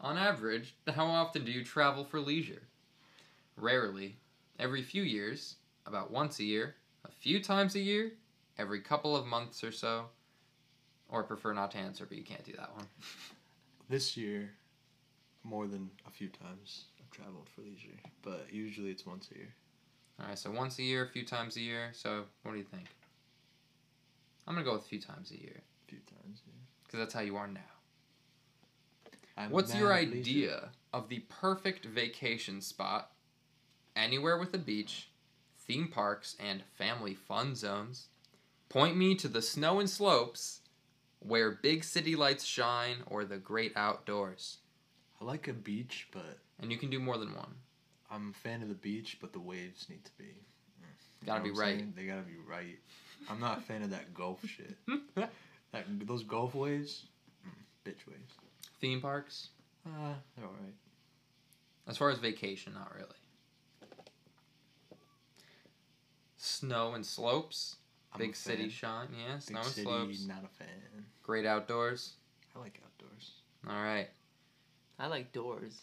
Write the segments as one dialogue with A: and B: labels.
A: On average, how often do you travel for leisure? Rarely. Every few years, about once a year, a few times a year, every couple of months or so, or prefer not to answer, but you can't do that one.
B: This year, more than a few times I've traveled for leisure, but usually it's once a year.
A: All right, so once a year, a few times a year. So what do you think? I'm gonna go with a few times a year
B: A few times. Yeah.
A: because that's how you are now.
B: I'm
A: What's
B: mad
A: your
B: at leisure.
A: idea of the perfect vacation spot? Anywhere with a beach, theme parks, and family fun zones. Point me to the snow and slopes where big city lights shine or the great outdoors.
B: I like a beach, but
A: And you can do more than one.
B: I'm a fan of the beach, but the waves need to be. you
A: Gotta
B: know
A: be
B: what I'm
A: right.
B: saying? They gotta be right. I'm not a fan of that golf shit. That those golf waves, mm, bitch waves.
A: Theme parks?
B: Uh, they're all right.
A: As far as vacation, not really. Snow and slopes.
B: I'm a
A: Big city
B: fan.
A: shine. Yeah, snow
B: Big
A: and
B: city,
A: slopes.
B: not a fan.
A: Great outdoors.
B: I like outdoors.
A: All right.
C: I like doors.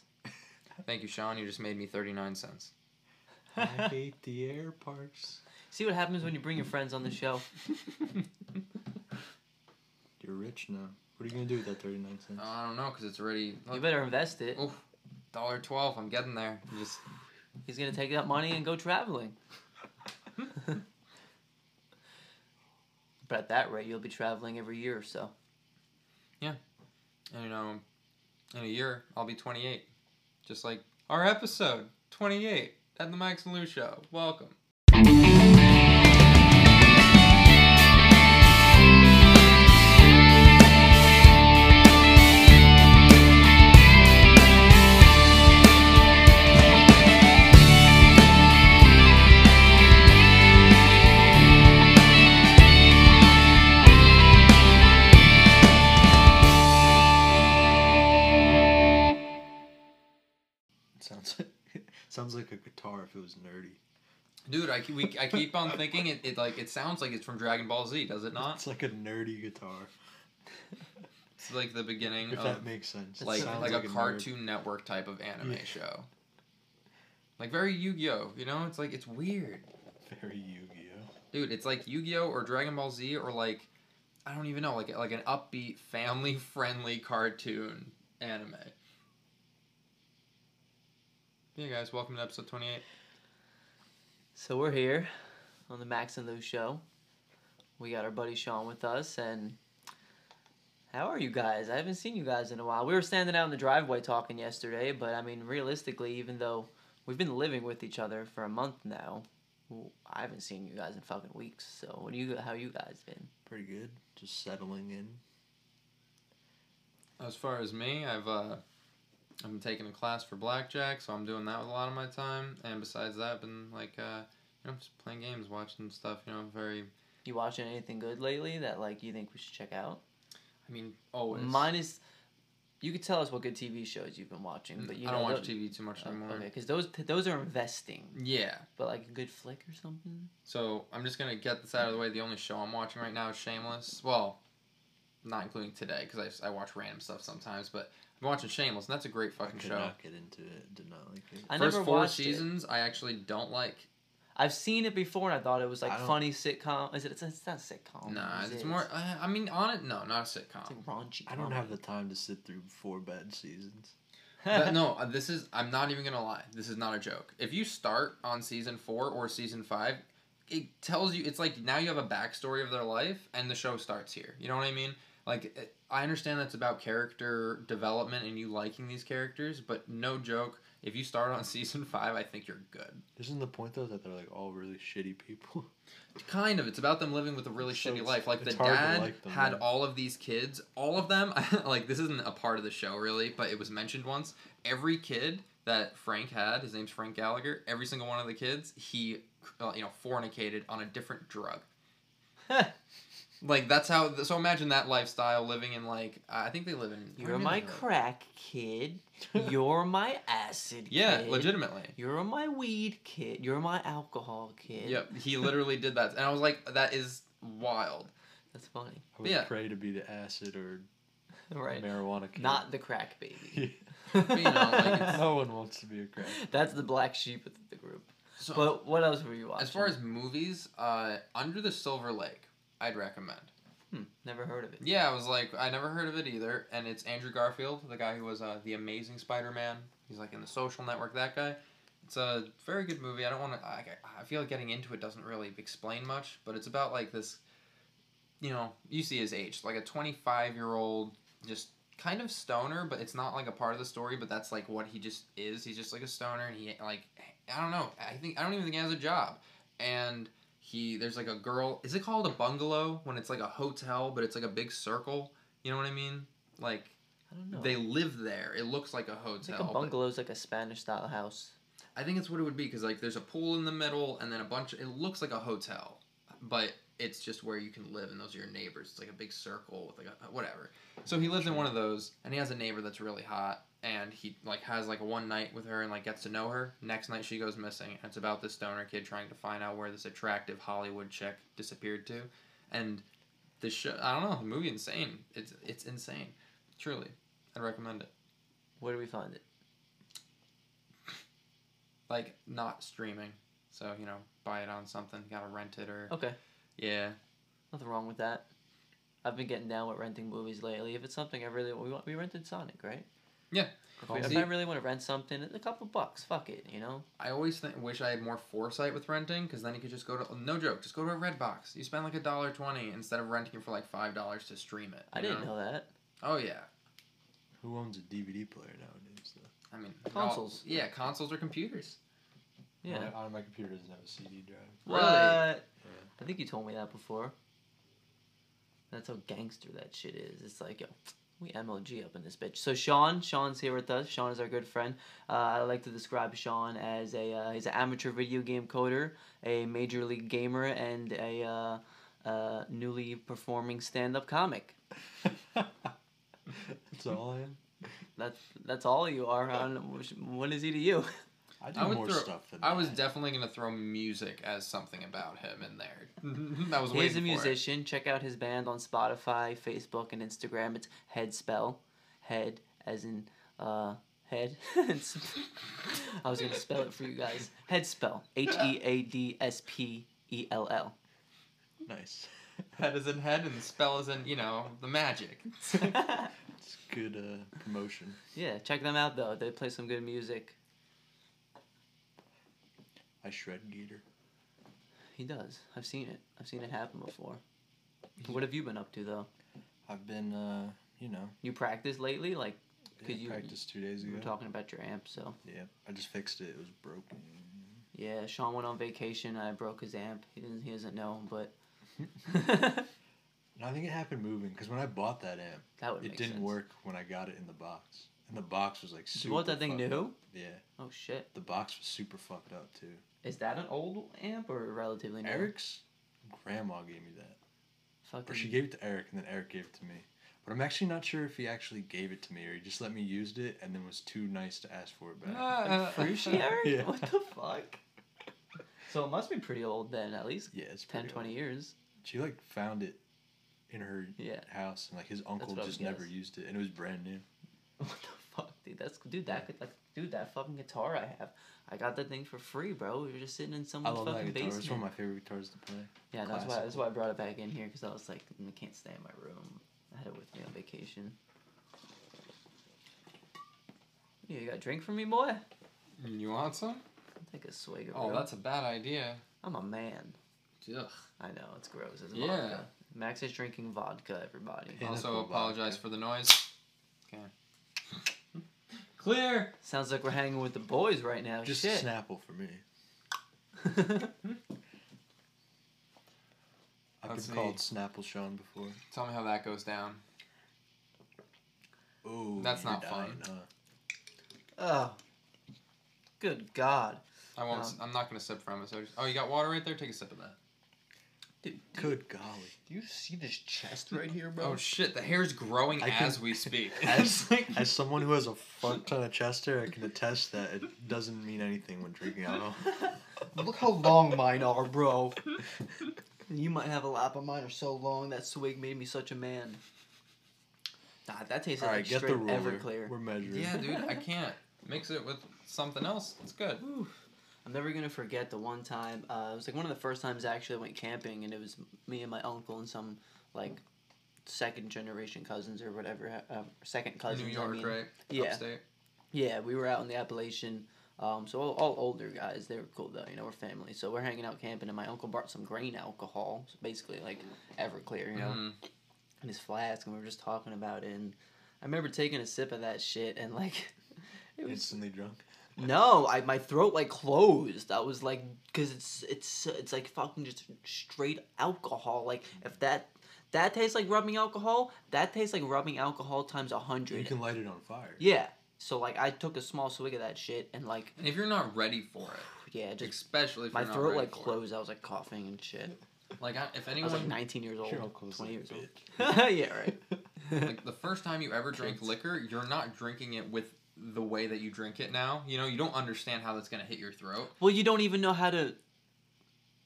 A: Thank you, Sean. You just made me 39 cents.
B: I hate the air parks.
C: See what happens when you bring your friends on the show.
B: You're rich now. What are you gonna do with that thirty nine cents?
A: Uh, I don't know, because it's already
C: You better invest it.
A: Oof. dollar twelve. I'm getting there. You Just
C: He's gonna take that money and go traveling. but at that rate, you'll be traveling every year or so.
A: you know, in a year I'll be 28, just like our episode 28 at the Max and Lou show. Welcome.
B: It sounds sounds like a guitar if it was nerdy.
A: Dude, I, ke- we, I keep on thinking it, it like it sounds like it's from Dragon Ball Z, does it not?
B: It's like a nerdy guitar.
A: It's like the beginning
B: If
A: of
B: that makes sense. It
A: like
B: sounds
A: like, a
B: nerd.
A: Cartoon Network type of anime
B: Yeah.
A: show. Like very Yu-Gi-Oh, you know? It's like it's weird.
B: Very Yu-Gi-Oh.
A: Dude, it's like Yu-Gi-Oh or Dragon Ball Z or like I don't even know, like like an upbeat, family-friendly cartoon anime. Hey guys, welcome to episode 28.
C: So we're here on the Max and Lou show. We got our buddy Sean with us, and how are you guys? I haven't seen you guys in a while. We were standing out in the driveway talking yesterday, but I mean, realistically, even though we've been living with each other for a month now, w- I haven't seen you guys in fucking weeks. So, what do you? How you guys been?
B: Pretty good. Just settling in.
A: As far as me, I've uh I've been taking a class for blackjack, so I'm doing that with a lot of my time. And besides that, I've been like uh you know, just playing games, watching stuff, you know, very
C: You watching anything good lately that like you think we should check out?
A: I mean, always.
C: Mine is. You could tell us what good TV shows you've been watching, but you
A: Mm, I
C: know,
A: don't watch
C: tho-
A: TV too much
C: Oh,
A: anymore.
C: Okay, because those those are investing,
A: Yeah.
C: but like a good flick or something.
A: So I'm just gonna get this out of the way. The only show I'm watching right now is Shameless. Well, not including today because I, I watch random stuff sometimes. But I'm watching Shameless, and that's a great fucking
B: I could
A: show.
B: not get into it. Did not like it.
C: I
A: First
C: never
A: four
C: watched it.
A: seasons, I actually don't like.
C: I've seen it before, and I thought it was
B: I
C: like
B: don't-
C: funny sitcom. Is it? It's, it's not sitcom.
A: nah,
C: Oh, is
A: it's
C: it?
A: more. Uh, I mean, on it, no, not a
C: It's
A: sitcom.
C: like raunchy.
B: I
A: Um,
B: don't have the time to sit through four bad seasons.
A: But no, uh, this is. I'm not even gonna lie. This is not a joke. If you start on season four or season five, it tells you. It's like now you have a backstory of their life, and the show starts here. You know what I mean? Like it- I understand that's about character development and you liking these characters, but no joke. If you start on season five, I think you're good.
B: Isn't the point though that they're like all really shitty people?
A: Kind of. It's about them living with a really
B: So
A: shitty
B: it's-
A: life. Like the
B: it's hard to
A: dad
B: like them,
A: had
B: yeah.
A: all of these kids. All of them. like this isn't a part of the show really, but it was mentioned once. Every kid that Frank had, his name's Frank Gallagher. Every single one of the kids, he, uh, you know, fornicated on a different drug. Like that's how. So imagine that lifestyle, living in like I think they live in. what do
C: You're
A: you mean
C: my
A: they live?
C: crack kid. You're my acid.
A: Yeah,
C: kid.
A: legitimately.
C: You're my weed kid. You're my alcohol kid.
A: Yep, he literally did that, and I was like, that is wild.
C: That's funny.
B: I would
A: Yeah.
B: pray to be the acid or
C: Right.
B: marijuana kid.
C: Not the crack baby.
B: Yeah.
A: you know, like, it's-
B: no one wants to be a crack.
C: That's the black sheep of the group.
A: So,
C: But what else were you watching?
A: as far as movies, uh, Under the Silver Lake, I'd recommend.
C: never heard of it.
A: Yeah, I was like, I never heard of it either. And it's Andrew Garfield, the guy who was uh, the Amazing Spider-Man. He's like in the Social Network. That guy. It's a very good movie. I don't want to. I, I feel like getting into it doesn't really explain much, but it's about like this. You know, you see his age, like a twenty-five-year-old, just kind of stoner, but it's not like a part of the story. But that's like what he just is. He's just like a stoner, and he like I don't know. I think I don't even think he has a job, and he there's like a girl is it called a bungalow when it's like a hotel but it's like a big circle you know what i mean like
C: I don't know.
A: they live there it looks like a
C: it's
A: hotel
C: like a
A: but
C: bungalow's like a Spanish style house.
A: i think it's what it would be because like there's a pool in the middle and then a bunch it looks like a hotel but it's just where you can live and those are your neighbors it's like a big circle with like a whatever so he lives in one of those and he has a neighbor that's really hot and he like has like one night with her and like gets to know her next night she goes missing and it's about this stoner kid trying to find out where this attractive hollywood chick disappeared to and the show i don't know the movie insane it's it's insane truly i'd recommend it
C: Where do we find it?
A: like not streaming so you know buy it on something gotta rent it or
C: Okay,
A: yeah
C: nothing wrong with that. I've been getting down with renting movies lately. If it's something I really we want, we rented Sonic, right?
A: Yeah.
C: If, we, if
A: See-
C: I really want to rent something, it's a couple bucks. Fuck it, you know.
A: I always think, wish I had more foresight with renting because then you could just go to no joke, just go to a Redbox. You spend like a dollar twenty instead of renting it for like five dollars to stream it.
C: I
A: you
C: didn't know that.
A: Oh yeah,
B: Who owns a DVD player nowadays? Though?
A: I mean it all-
C: Consoles.
A: yeah, consoles or computers.
C: Yeah.
B: My- On my computer doesn't have a CD drive.
A: Really?
C: What? I think you told me that before. That's how gangster that shit is. It's like, yo, we MLG up in this bitch. So Sean, Sean's here with us. Sean is our good friend. Uh, I like to describe Sean as a uh, he's an amateur video game coder, a major league gamer, and a uh, uh, newly performing stand up comic.
B: That's all I am.
C: That's that's all you are. On what is he to you?
B: I do
A: I would
B: more
A: throw-
B: stuff than
A: I was
B: that.
A: definitely gonna throw music as something about him in there. I was waiting
C: He's
A: for it.
C: a musician. Check out his band on Spotify, Facebook, and Instagram. It's Headspell. Head as in uh head. It's- I was gonna spell it for you guys. Headspell. H E A D S P E L L.
B: nice.
A: Head is in head and spell is in you know the magic.
B: It's good uh, promotion.
C: Yeah, check them out though. They play some good music.
B: I shred gator.
C: He does. I've seen it. I've seen it happen before. What have you been up to though?
B: I've been, uh, you know,
C: You practice lately? Like Could
B: in
C: you-
B: practice two days
C: we
B: ago.
C: were talking about your amp, so
B: Yeah, I just fixed it. It was broken.
C: yeah. Sean went on vacation. I broke his amp. He doesn't. He doesn't know, but.
B: And I think it happened moving because when I bought that amp,
C: That would
B: it
C: make
B: didn't
C: sense.
B: work when I got it in the box, and the box was like
C: You
B: super.
C: want that thing
B: fucked
C: new?
B: up. Yeah,
C: Oh shit!
B: the box was super fucked up too.
C: Is that an old amp or relatively new?
B: Eric's grandma gave me that,
C: Fucking.
B: or she gave it to Eric, and then Eric gave it to me. But I'm actually not sure if he actually gave it to me or he just let me used it and then was too nice to ask for it back.
A: Ah.
C: Frushi, Eric?
B: Yeah.
C: What the fuck? So it must be pretty old then, at least
B: yeah, it's
C: 10,
B: pretty
C: 20
B: old.
C: years.
B: She like found it in her
C: Yeah.
B: house, and like his uncle
C: what I would
B: just never
C: guess. Mm,
B: used it, and it was brand new.
C: What the fuck, dude? That's dude. That could, that, dude. That fucking guitar I have. I got that thing for free, bro. We were just sitting in
B: I
C: someone's
B: love that
C: fucking
B: guitar. It's one of
C: basement.
B: my favorite guitars to play.
C: Yeah, that's why that's why I brought it back in here because I was like, "Mm, I can't stay in my room. I had it with me on vacation. Yeah, you got a drink for me, boy?
A: You want some?
C: Take a swig of
A: Oh,
C: it.
A: that's a bad idea.
C: I'm a man.
A: Ugh.
C: I know it's gross. It's
A: Yeah.
C: vodka. Max is drinking vodka. Everybody.
B: Yeah.
A: Also,
B: Pinnacle
A: apologize
B: vodka.
A: for the noise. Okay. Clear.
C: Sounds like we're hanging with the boys right now.
B: Just
C: Oh, Shit.
B: Snapple for me. I've
A: Let's
B: been called Snapple Sean before.
A: Tell me how that goes down.
B: Oh,
A: That's not
B: dying, huh?
C: oh. Good God.
A: I won't.
C: Um,
A: I'm not gonna sip from it. So just, oh, you got water right there. Take a sip of that.
C: Dude,
B: Good golly!
C: do you see this chest
B: right here,
A: Oh shit, the hair's growing
B: I
A: as
B: can-
A: we speak.
B: As, as someone who has a fuck ton of chest hair, I can attest that it doesn't mean anything when drinking alcohol.
C: Look how long mine are, bro. You might have a lap of mine are so long that swig made me such a man. Nah, that tastes
B: All
C: like
B: right, get
C: straight
B: the ruler.
C: Everclear.
B: We're measuring.
A: Yeah, dude, I can't mix it with something else. It's good.
C: Whew. I'm never gonna forget the one time. Uh, it was like one of the first times I actually went camping, and it was me and my uncle and some like second generation cousins or whatever, uh, second cousins.
A: New
C: I
A: York,
C: mean.
A: right?
C: yeah.
A: Upstate.
C: Yeah, we were out in the Appalachian. Um, so all, all older guys, they were cool though. You know, we're family. So we're hanging out camping, and my uncle brought some grain alcohol, so basically like Everclear, you know,
A: Mhm.
B: Mm-hmm.
C: in his flask, and we were just talking about it. And I remember taking a sip of that shit, and like, it was
B: Instantly drunk.
C: no, I my throat like closed. I was like, cause it's it's it's like fucking just straight alcohol. Like if that that tastes like rubbing alcohol, that tastes like rubbing alcohol times a
B: You
C: hundred.
B: can light it on fire.
C: Yeah. So like I took a small swig of that shit and like
A: And if you're not ready for it,
C: yeah, just
A: especially if
C: my
A: you're not
C: throat
A: ready
C: like
A: for it.
C: closed. I was like coughing and shit.
A: Like I, if
C: I was like
A: anyone, like,
C: 19 years old,
B: Your uncle's
C: 20
B: like,
C: years old.
B: "Bitch."
C: yeah, right.
A: the first time you ever drink
C: Kids.
A: liquor, you're not drinking it with the way that you drink it now. You know, you don't understand how that's gonna hit your throat.
C: Well, you don't even know how to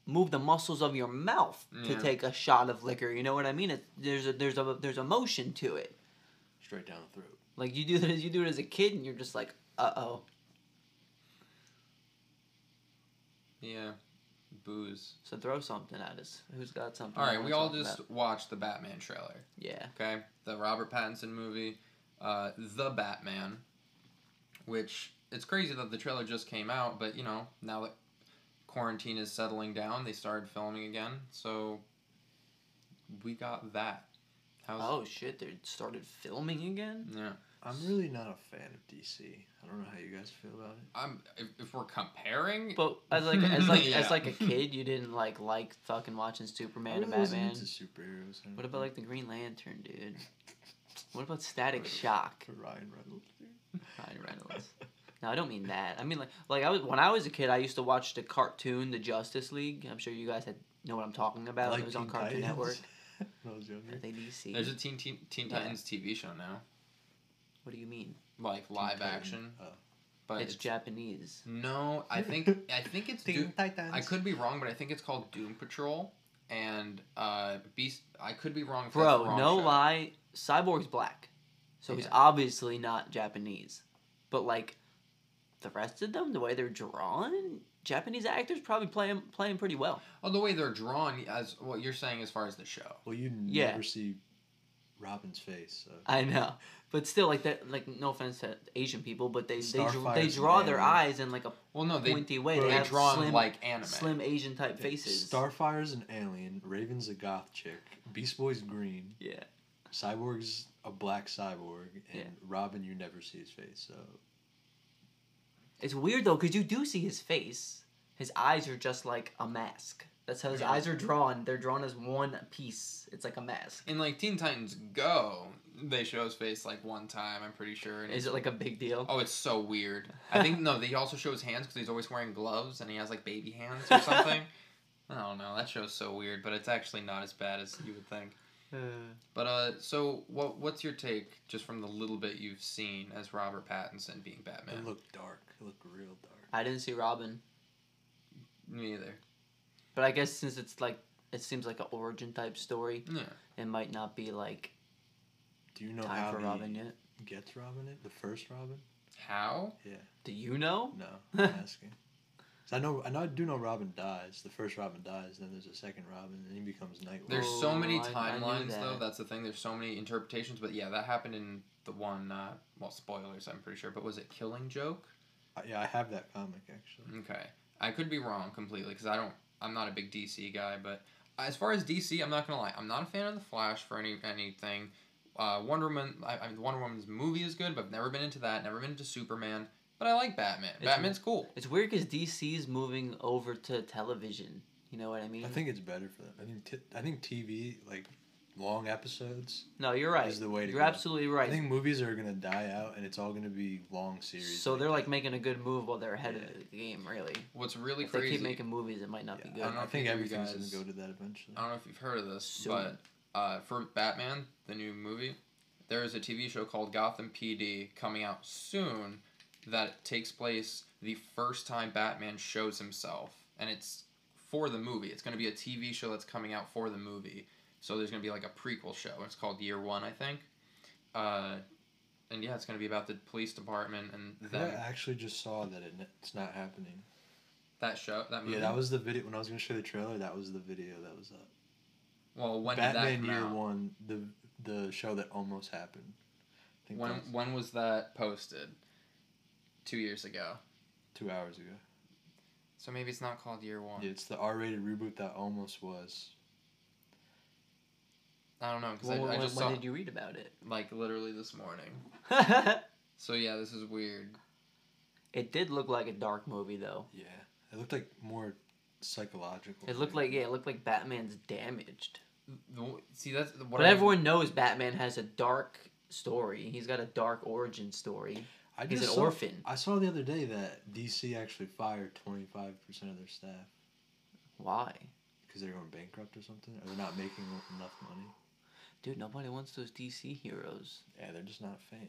C: move the muscles of your mouth to
A: Yeah.
C: take a shot of liquor. You know what I mean? It, there's a there's a there's a motion to it.
B: Straight down the throat.
C: Like you do that as you do it as a kid, and you're just like, uh oh.
A: Yeah, booze.
C: So throw something at us. Who's got something?
A: All
C: they
A: right,
C: wanna
A: we all
C: talk
A: just
C: about?
A: watched the Batman trailer.
C: yeah.
A: Okay, the Robert Pattinson movie, uh, The Batman, which it's crazy that the trailer just came out, but you know now that quarantine is settling down, they started filming again, so we got that. How's
C: Oh shit! They started filming again.
A: yeah?
B: I'm really not a fan of DC. I don't know how you guys feel about it.
A: I'm if, if we're comparing,
C: But as like as like
A: Yeah.
C: as like a kid, you didn't like like fucking watching
B: I
C: Superman
B: really
C: and
B: wasn't
C: Batman.
B: into superheroes. I don't
C: What about
B: know.
C: like the Green Lantern, dude? What about Static Shock?
B: Ryan Reynolds? dude.
C: Ryan Reynolds. No, I don't mean that. I mean like like I was when I was a kid, I used to watch the cartoon, the Justice League. I'm sure you guys had, know what I'm talking about.
B: Like
C: it was on
B: Teen
C: Cartoon
B: Titans?
C: Network.
B: when I was younger.
C: Are they DC?
A: there's a Teen Teen, Teen
C: Yeah.
A: Titans TV show now,
C: What do you mean?
A: like live
B: Titan.
A: action,
B: Oh.
A: but
C: it's, Japanese.
A: no, I think I think it's
B: Teen
A: do-
B: Titans.
A: I could be wrong, but I think it's called Doom Patrol. And uh, Beast, I could be wrong. if that's the
C: Bro,
A: wrong
C: no
A: show.
C: lie, Cyborg's black, so he's
A: Yeah.
C: obviously not Japanese. But like, the rest of them, the way they're drawn, Japanese actors probably playing playing pretty well.
A: Oh, the way they're drawn, as what you're saying, as far as the show.
B: Well, you
C: Yeah.
B: never see Robin's face. So.
C: I know, but still, like that. Like, no offense to Asian people, but they they, dr- they
B: Starfire's
C: draw their
B: anime.
C: eyes in like a
A: Well, no, they
C: pointy way.
B: bro,
C: They
A: they
C: have
A: draw
C: slim,
A: like anime.
C: slim Asian type faces.
B: Starfire's an alien. Raven's a goth chick. Beast Boy's green.
C: yeah,
B: Cyborg's a black cyborg, and
C: Yeah.
B: Robin you never see his face. So
C: it's weird though, because you do see his face. His eyes are just like a mask. That's how his
A: Yeah.
C: eyes are drawn. They're drawn as one piece. It's like a mask.
A: In like Teen Titans Go, they show his face like one time. I'm pretty sure. And
C: Is
A: it's,
C: it like a big deal?
A: oh, it's so weird. I think no, they also show his hands because he's always wearing gloves and he has like baby hands or something. I don't know. That show's so weird, but it's actually not as bad as you would think. But uh, so what? What's your take just from the little bit you've seen as Robert Pattinson being Batman?
B: it looked dark. It looked real dark.
C: I didn't see Robin,
A: Me either.
C: but I guess since it's like it seems like an origin type story,
A: Yeah.
C: it might not be like
B: Do you know
C: time
B: how
C: for
B: he
C: Robin yet.
B: gets Robin? It the first Robin?
A: How?
C: Do you know?
B: No, I'm asking. 'Cause I know, I know, I do know. Robin dies. The first Robin dies. Then there's a second Robin, and he becomes Nightwing.
A: There's so
C: Oh,
A: many
C: I- I knew
A: timelines though.
C: that.
A: That's the thing. There's so many interpretations. But yeah, that happened in the one. Uh, well, spoilers. I'm pretty sure. But was it Killing Joke?
B: Uh, yeah, I have that comic actually.
A: Okay, I could be wrong completely because I don't. I'm not a big DC guy. But as far as DC, I'm not gonna lie. I'm not a fan of the Flash for any anything. Uh, Wonder Woman. I, I mean, Wonder Woman's movie is good, but I've never been into that. Never been into Superman. But I like Batman.
C: It's-
A: Batman's cool.
C: It's weird because DC's moving over to television. You know what I mean?
B: I think it's better for them. I think t- I think TV like long episodes.
C: no, you're right.
B: is the way to
C: you're
B: go.
C: absolutely
B: I
C: right.
B: think movies are gonna die out, and it's all gonna be long series.
C: so they're like making a good move while they're ahead
B: Yeah.
C: of the game. Really,
A: What's really
C: if
A: crazy.
C: they keep making movies, it might not
B: Yeah,
C: be
B: I,
C: good.
A: don't know
B: I
A: if
B: think
A: you
B: everything's
A: guys-
B: gonna go to that eventually.
A: I don't know if you've heard of this,
C: Soon.
A: but uh, for Batman, the new movie, there is a TV show called Gotham PD coming out soon that takes place the first time Batman shows himself, and it's for the movie. It's going to be a TV show that's coming out for the movie, so there's going to be like a prequel show. It's called Year One, I think, Uh, and yeah, it's gonna be about the police department and
B: I think
A: them.
B: I actually just saw that it, it's not happening.
A: that show. That movie.
B: Yeah, that was the video. When I was going to show the trailer, that was the video that was uh, up.
A: well. When
B: Batman
A: did that come
B: Year
A: out?
B: One, the the show that almost happened. I think
A: When
B: that was
A: when was that posted? Two years ago.
B: two hours ago.
A: So maybe it's not called Year One.
B: Yeah, it's the R-rated reboot that almost was.
A: I don't know because
C: Well,
A: I, I
C: when,
A: just
C: when
A: saw
C: did you read about it?
A: like literally this morning. So yeah, this is weird.
C: it did look like a dark movie though.
B: Yeah, it looked like more psychological.
C: It looked
B: maybe.
C: like yeah, it looked like Batman's damaged.
A: The- See that's what
C: but
A: I-
C: everyone knows Batman has a dark story. He's got a dark origin story.
B: I
C: He's
B: just
C: an
B: saw,
C: orphan.
B: I saw the other day that DC actually fired twenty five percent of their staff
C: Why?
B: because they're going bankrupt or something, or they're not making enough money.
C: Dude, nobody wants those DC heroes.
B: Yeah, they're just not fan.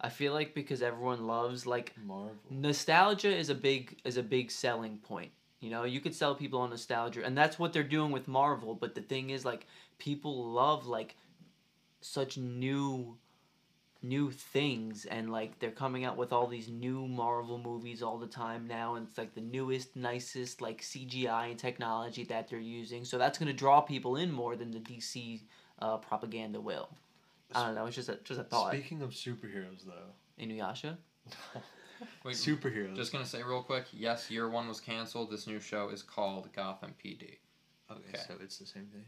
C: I feel like because everyone loves like
B: Marvel.
C: nostalgia is a big is a big selling point. You know, you could sell people on nostalgia and that's what they're doing with Marvel, but the thing is like people love like such new new things and like they're coming out with all these new Marvel movies all the time now and it's like the newest nicest like CGI and technology that they're using. So that's going to draw people in more than the DC uh, propaganda will. I don't know. It's just a just a thought.
B: Speaking of superheroes, though,
C: Inuyasha.
A: Wait,
B: superheroes.
A: Just gonna say real quick. Yes, Year One was canceled. This new show is called Gotham PD.
B: okay,
A: okay.
B: so it's the same thing.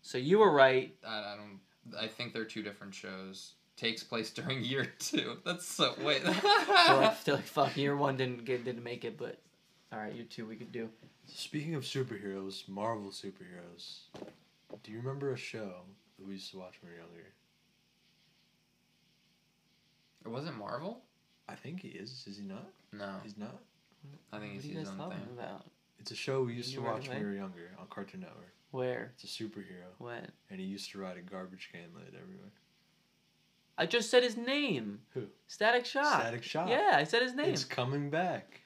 C: So you were right.
A: I, I don't. I think they're two different shows. Takes place during Year Two. That's so wait.
C: feel like, feel like fuck year one didn't get didn't make it, but all right, year two we could do.
B: Speaking of superheroes, Marvel superheroes. Do you remember a show that we used to watch when we were younger?
A: was it Marvel?
B: I think he is. Is he not?
A: No,
B: He's not.
A: I think
C: what
A: it's
C: are you
A: his
C: guys
A: own
C: talking
A: thing.
C: about?
B: It's a show we used
C: You
B: to
C: were
B: watch when we
C: away?
B: were younger on Cartoon Network.
C: Where?
B: It's a superhero,
C: When?
B: and he used to ride a garbage can lid everywhere.
C: I just said his name.
B: Who?
C: Static Shock.
B: Static Shock.
C: Yeah, I said his name.
B: It's coming back.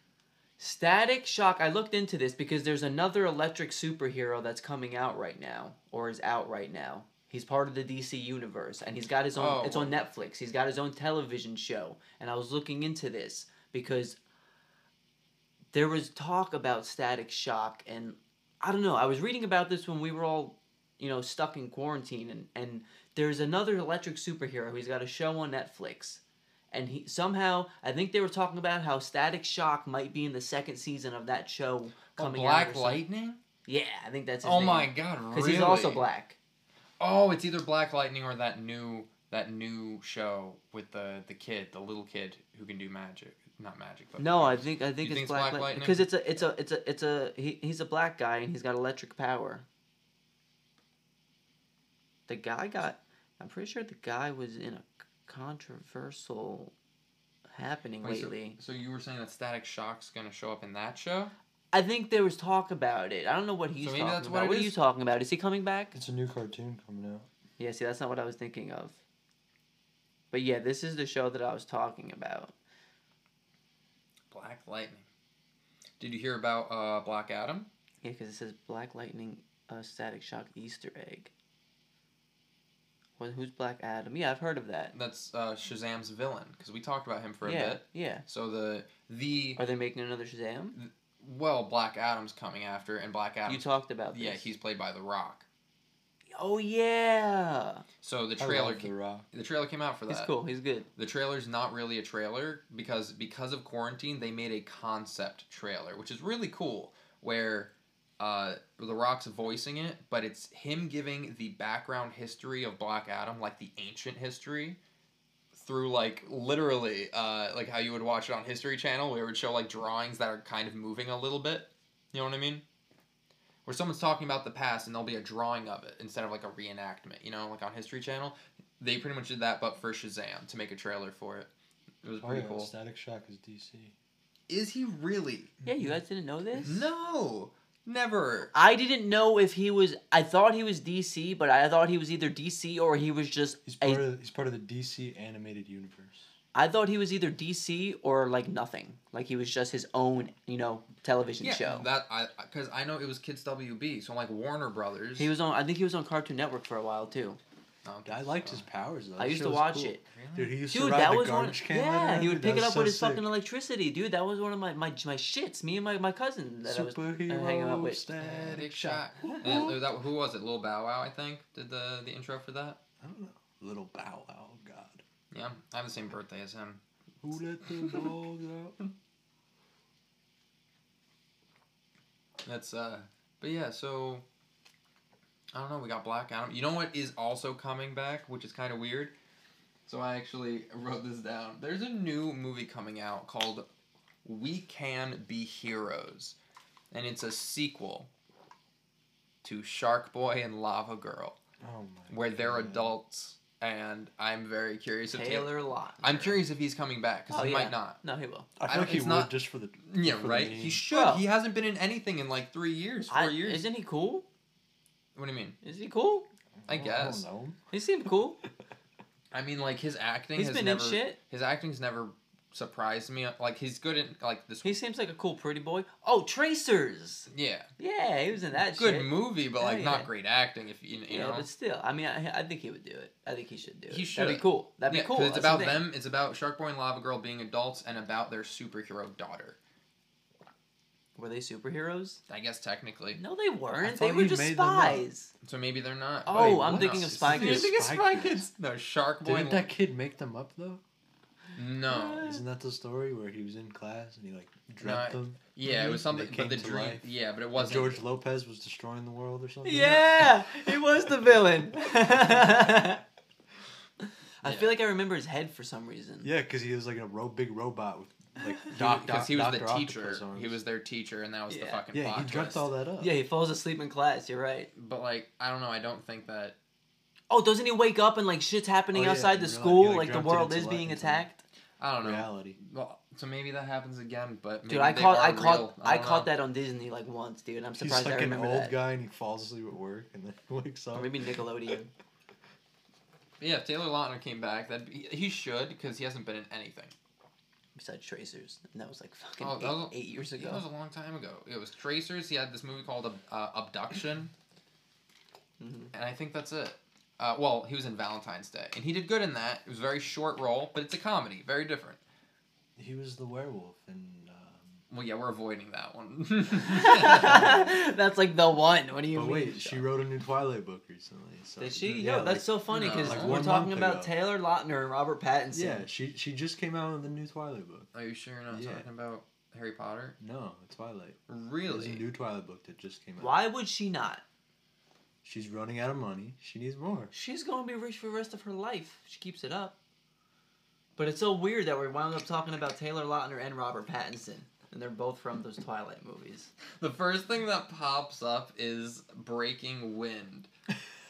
C: Static Shock. I looked into this because there's another electric superhero that's coming out right now, or is out right now. He's part of the DC universe, and he's got his own.
A: Oh,
C: it's on Netflix. He's got his own television show, and I was looking into this because there was talk about Static Shock, and I don't know. I was reading about this when we were all, you know, stuck in quarantine, and and there's another electric superhero. He's got a show on Netflix and he somehow I think they were talking about how Static Shock might be in the second season of that show
A: Oh,
C: coming out. or
A: Black
C: something.
A: Lightning.
C: Yeah, I think that's. His
A: Oh my God! Really?
C: Because he's also black.
A: Oh, it's either Black Lightning or that new that new show with the the kid, the little kid who can do magic. Not magic, but
C: No, I think I think
A: You
C: it's
A: think it's
C: black,
A: Black
C: Lightning
A: Lightning?
C: because it's a it's a it's a it's a he, he's a black guy and he's got electric power. The guy got. I'm pretty sure the guy was in a controversial happening
A: Wait, so-
C: lately.
A: So you were saying that Static Shock's gonna show up in that show?
C: I think there was talk about it. I don't know what he's
A: maybe
C: talking
A: that's what
C: about.
A: it
C: What are you
A: is?
C: talking about? Is he coming back?
B: It's a new cartoon coming out.
C: Yeah, see, that's not what I was thinking of. But yeah, this is the show that I was talking about.
A: Black Lightning. Did you hear about uh, Black Adam?
C: Yeah, because it says Black Lightning, uh, Static Shock Easter Egg. Well, who's Black Adam? Yeah, I've heard of that.
A: That's uh, Shazam's villain because we talked about him for a
C: yeah,
A: bit.
C: yeah.
A: So the the
C: Are they making another Shazam?
A: well, Black Adam's coming after, and Black Adam.
C: You talked about this.
A: yeah, he's played by The Rock.
C: Oh yeah,
A: So the
B: I
A: trailer
B: love The
A: came,
B: Rock.
A: the trailer came out for that.
C: he's cool. He's good.
A: The trailer's not really a trailer because because of quarantine, they made a concept trailer, which is really cool. Where uh, The Rock's voicing it, but it's him giving the background history of Black Adam, like the ancient history, through like literally uh, like how you would watch it on History Channel, where it would show like drawings that are kind of moving a little bit. You know what I mean? Where someone's talking about the past and there'll be a drawing of it instead of like a reenactment. You know, like on History Channel, they pretty much did that, but for Shazam to make a trailer for it. It was
B: Oh
A: pretty
B: yeah,
A: cool.
B: Static Shock is DC.
A: Is he really?
C: Yeah, you guys didn't know this?
A: No, never.
C: I didn't know if he was. I thought he was DC, but I thought he was either DC or he was just
B: He's
C: a
B: part of he's part of the DC animated universe.
C: I thought he was either DC or like nothing. Like he was just his own, you know, television show.
A: That I because I know it was Kids WB, so like Warner Brothers. Oh,
C: he was on. I think he was on Cartoon Network for a while too.
A: No,
B: I liked his powers. Though.
C: I
B: That
C: used
B: shit
C: to
B: was
C: watch
B: cool.
C: it.
B: Dude, he used to
C: Dude,
B: ride
C: that
B: the
C: was one.
B: garbage can.
C: Yeah,
B: around,
C: he would
B: dude,
C: pick
B: that
C: it
B: was
C: up
B: so
C: with his
B: sick.
C: fucking electricity, dude. That was one of my my, my shits. Me and my, my cousin that I was hanging out
B: Superhero
C: with.
B: static
A: Static
B: shock.
A: Shock. And uh, that, who was it? Lil Bow Wow, I think, did the, the intro for that.
B: I don't know. Little Bow Wow, God.
A: Yeah, I have the same birthday as him.
B: Who let the dogs out?
A: That's uh, but yeah, so I don't know. We got Black Adam. You know what is also coming back, which is kind of weird. So I actually wrote this down. There's a new movie coming out called We Can Be Heroes, and it's a sequel to Shark Boy and Lava Girl,
B: Oh my.
A: where they're
B: God.
A: adults, and I'm very curious if Taylor.
C: Hmm. Taylor Lot.
A: I'm curious if he's coming back because
C: Oh,
A: he
C: yeah.
A: might not.
C: No, he will.
B: I
A: I
B: feel like
A: don't-
B: he
A: it's
B: would
A: not-
B: just for the.
A: Yeah,
B: for the
A: right.
B: meme.
A: He should.
C: Bro.
A: He hasn't been in anything in like three years, four
C: I-
A: years.
C: Isn't he cool?
A: What do you mean?
C: Is he cool?
A: I guess.
B: I don't know.
C: He seemed cool.
A: I mean, like his acting.
C: He's
A: has
C: been
A: never,
C: in shit.
A: His acting's never surprised me. Like he's good in like this.
C: He seems like a cool pretty boy. Oh, Tracers.
A: yeah,
C: Yeah, he was in that
A: good
C: shit.
A: movie, but
C: Hell
A: like not
C: yeah.
A: great acting. If you, you
C: Yeah,
A: know,
C: but still, I mean, I, I think he would do it. I think he should do it.
A: He
C: That'd be
A: should.
C: cool. That'd be
A: Yeah, 'cause
C: cool.
A: It's
C: That's the
A: about
C: thing.
A: them. It's about Shark Boy and Lava Girl being adults and about their superhero daughter.
C: Were they superheroes?
A: I guess technically.
C: No, they weren't.
B: thought
C: They were
B: you
C: just
B: made them up.
C: spies.
A: So maybe they're not.
C: Oh,
A: but-
C: I'm
A: no.
C: thinking of Spy
A: You're
C: Kids.
A: thinking of
B: Spy
A: Spy
B: Kids.
A: Kids. No, Shark Boy.
B: Didn't
A: and-
B: that kid make them up though?
A: No.
B: Isn't that the story where he was in class and he like dreamt
A: No,
B: them?
A: Yeah, it was
B: Mhm. And they
A: something. But
B: came
A: the
B: to
A: dream.
B: life.
A: Yeah, but it wasn't.
B: George Lopez was destroying the world or something?
C: Yeah, he was the villain. I
A: Yeah.
C: feel like I remember his head for some reason.
B: Yeah, because he was like a ro- big robot with like doc, doc,
A: Because he was the
B: Dr. Octopus
A: teacher.
B: arms.
A: He was their teacher, and that was the
C: Yeah.
A: fucking
B: Yeah,
A: plot
B: he dreamt
A: twist.
B: all that up.
C: Yeah, he falls asleep in class. You're right.
A: But like, I don't know. I don't think that.
C: Oh, doesn't he wake up and like shit's happening
B: Oh, yeah,
C: outside
B: he
C: the
B: reali- he,
C: school?
B: like,
C: Like, the
B: jumped
C: world
B: into
C: is
B: life
C: being
B: and
C: attacked.
A: I don't know.
B: reality.
A: Well, so maybe that happens again, but maybe
C: Dude, I
A: they
C: caught
A: are
C: I caught
A: real.
C: I,
A: don't
C: caught
A: know.
C: that on Disney like once, dude. I'm
B: He's
C: surprised
B: like
C: I
B: an
C: remember
B: old
C: that.
B: guy and he falls asleep at work and then wakes up.
C: Or maybe Nickelodeon.
A: Yeah, if Taylor Lautner came back, that he should because he hasn't been in anything.
C: besides Tracers, and that was like fucking
A: Oh,
C: eight
A: that was a-
C: eight years
A: Yeah, that
C: ago.
A: was a long time ago. It was Tracers. He had this movie called Ab- uh, Abduction,
C: Mhm.
A: and I think that's it. Uh, well, he was in Valentine's Day, and he did good in that. It was a very short role, but it's a comedy, very different.
B: He was the werewolf and. Um...
A: Well, yeah, we're avoiding that one.
C: That's like the one. What do you
B: But
C: mean?
B: oh, wait, she wrote a new Twilight book recently. So
C: Did she?
B: Yeah,
C: Yo, that's so funny
A: no.
C: because
A: Like
C: we're
B: one
C: talking
B: month
C: about
B: ago.
C: Taylor Lautner and Robert Pattinson.
B: Yeah, she she just came out with the new Twilight book.
A: Are you sure you're not
B: Yeah.
A: talking about Harry Potter?
B: No, Twilight. There's a
A: Really?
B: new Twilight book that just came out.
C: Why would she not?
B: She's running out of money. She needs more.
C: She's gonna be rich for the rest of her life. She keeps it up. But it's so weird that we wound up talking about Taylor Lautner and Robert Pattinson, and they're both from those Twilight movies.
A: The first thing that pops up is Breaking Wind.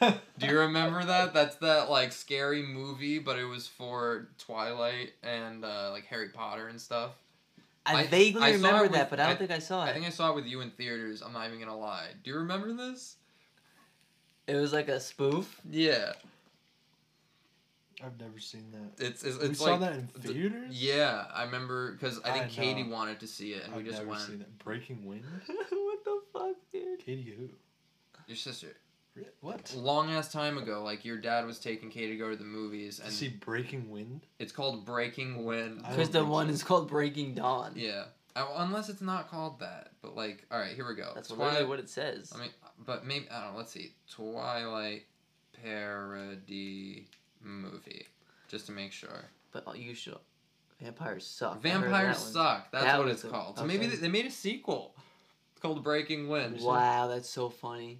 A: Do you remember that? That's that like scary movie, but it was for Twilight and uh, like Harry Potter and stuff.
C: I,
A: I-
C: vaguely
A: I saw
C: remember
A: it
C: that,
A: with-
C: but I don't
A: I-
C: think I saw it.
A: I think I saw it with you in theaters. I'm not even gonna lie. Do you remember this?
C: it was like a spoof.
A: Yeah,
B: I've never seen that.
A: it's it's,
B: We
A: it's
B: saw
A: like
B: that in
A: the-
B: theaters.
A: yeah, I remember because I think
B: I
A: Katie
B: know.
A: wanted to see it and
B: I've
A: we just
B: never
A: went.
B: seen that. Breaking Wind.
C: what the fuck, dude?
B: Katie who?
A: Your sister,
B: Re- What?
A: long ass time ago, like your dad was taking Katie to go to the movies,
B: To
A: and
B: see Breaking Wind.
A: it's called Breaking Wind.
B: I
C: Because
B: don't
C: the
B: think
C: one
B: so.
C: is called Breaking Dawn.
A: Yeah, I, unless it's not called that, but like, all right, here we go.
C: That's
A: Twilight-
C: literally what it says.
A: I mean, but maybe I don't. know, Let's see, Twilight parody movie, just to make sure.
C: But oh, you should. Vampires suck. I heard
A: Vampires
C: that one.
A: suck. That's
C: That
A: what
C: was
A: it's
C: the-
A: called. So maybe
C: okay.
A: they, they made a sequel. It's called Breaking Wind.
C: Wow, that's so funny.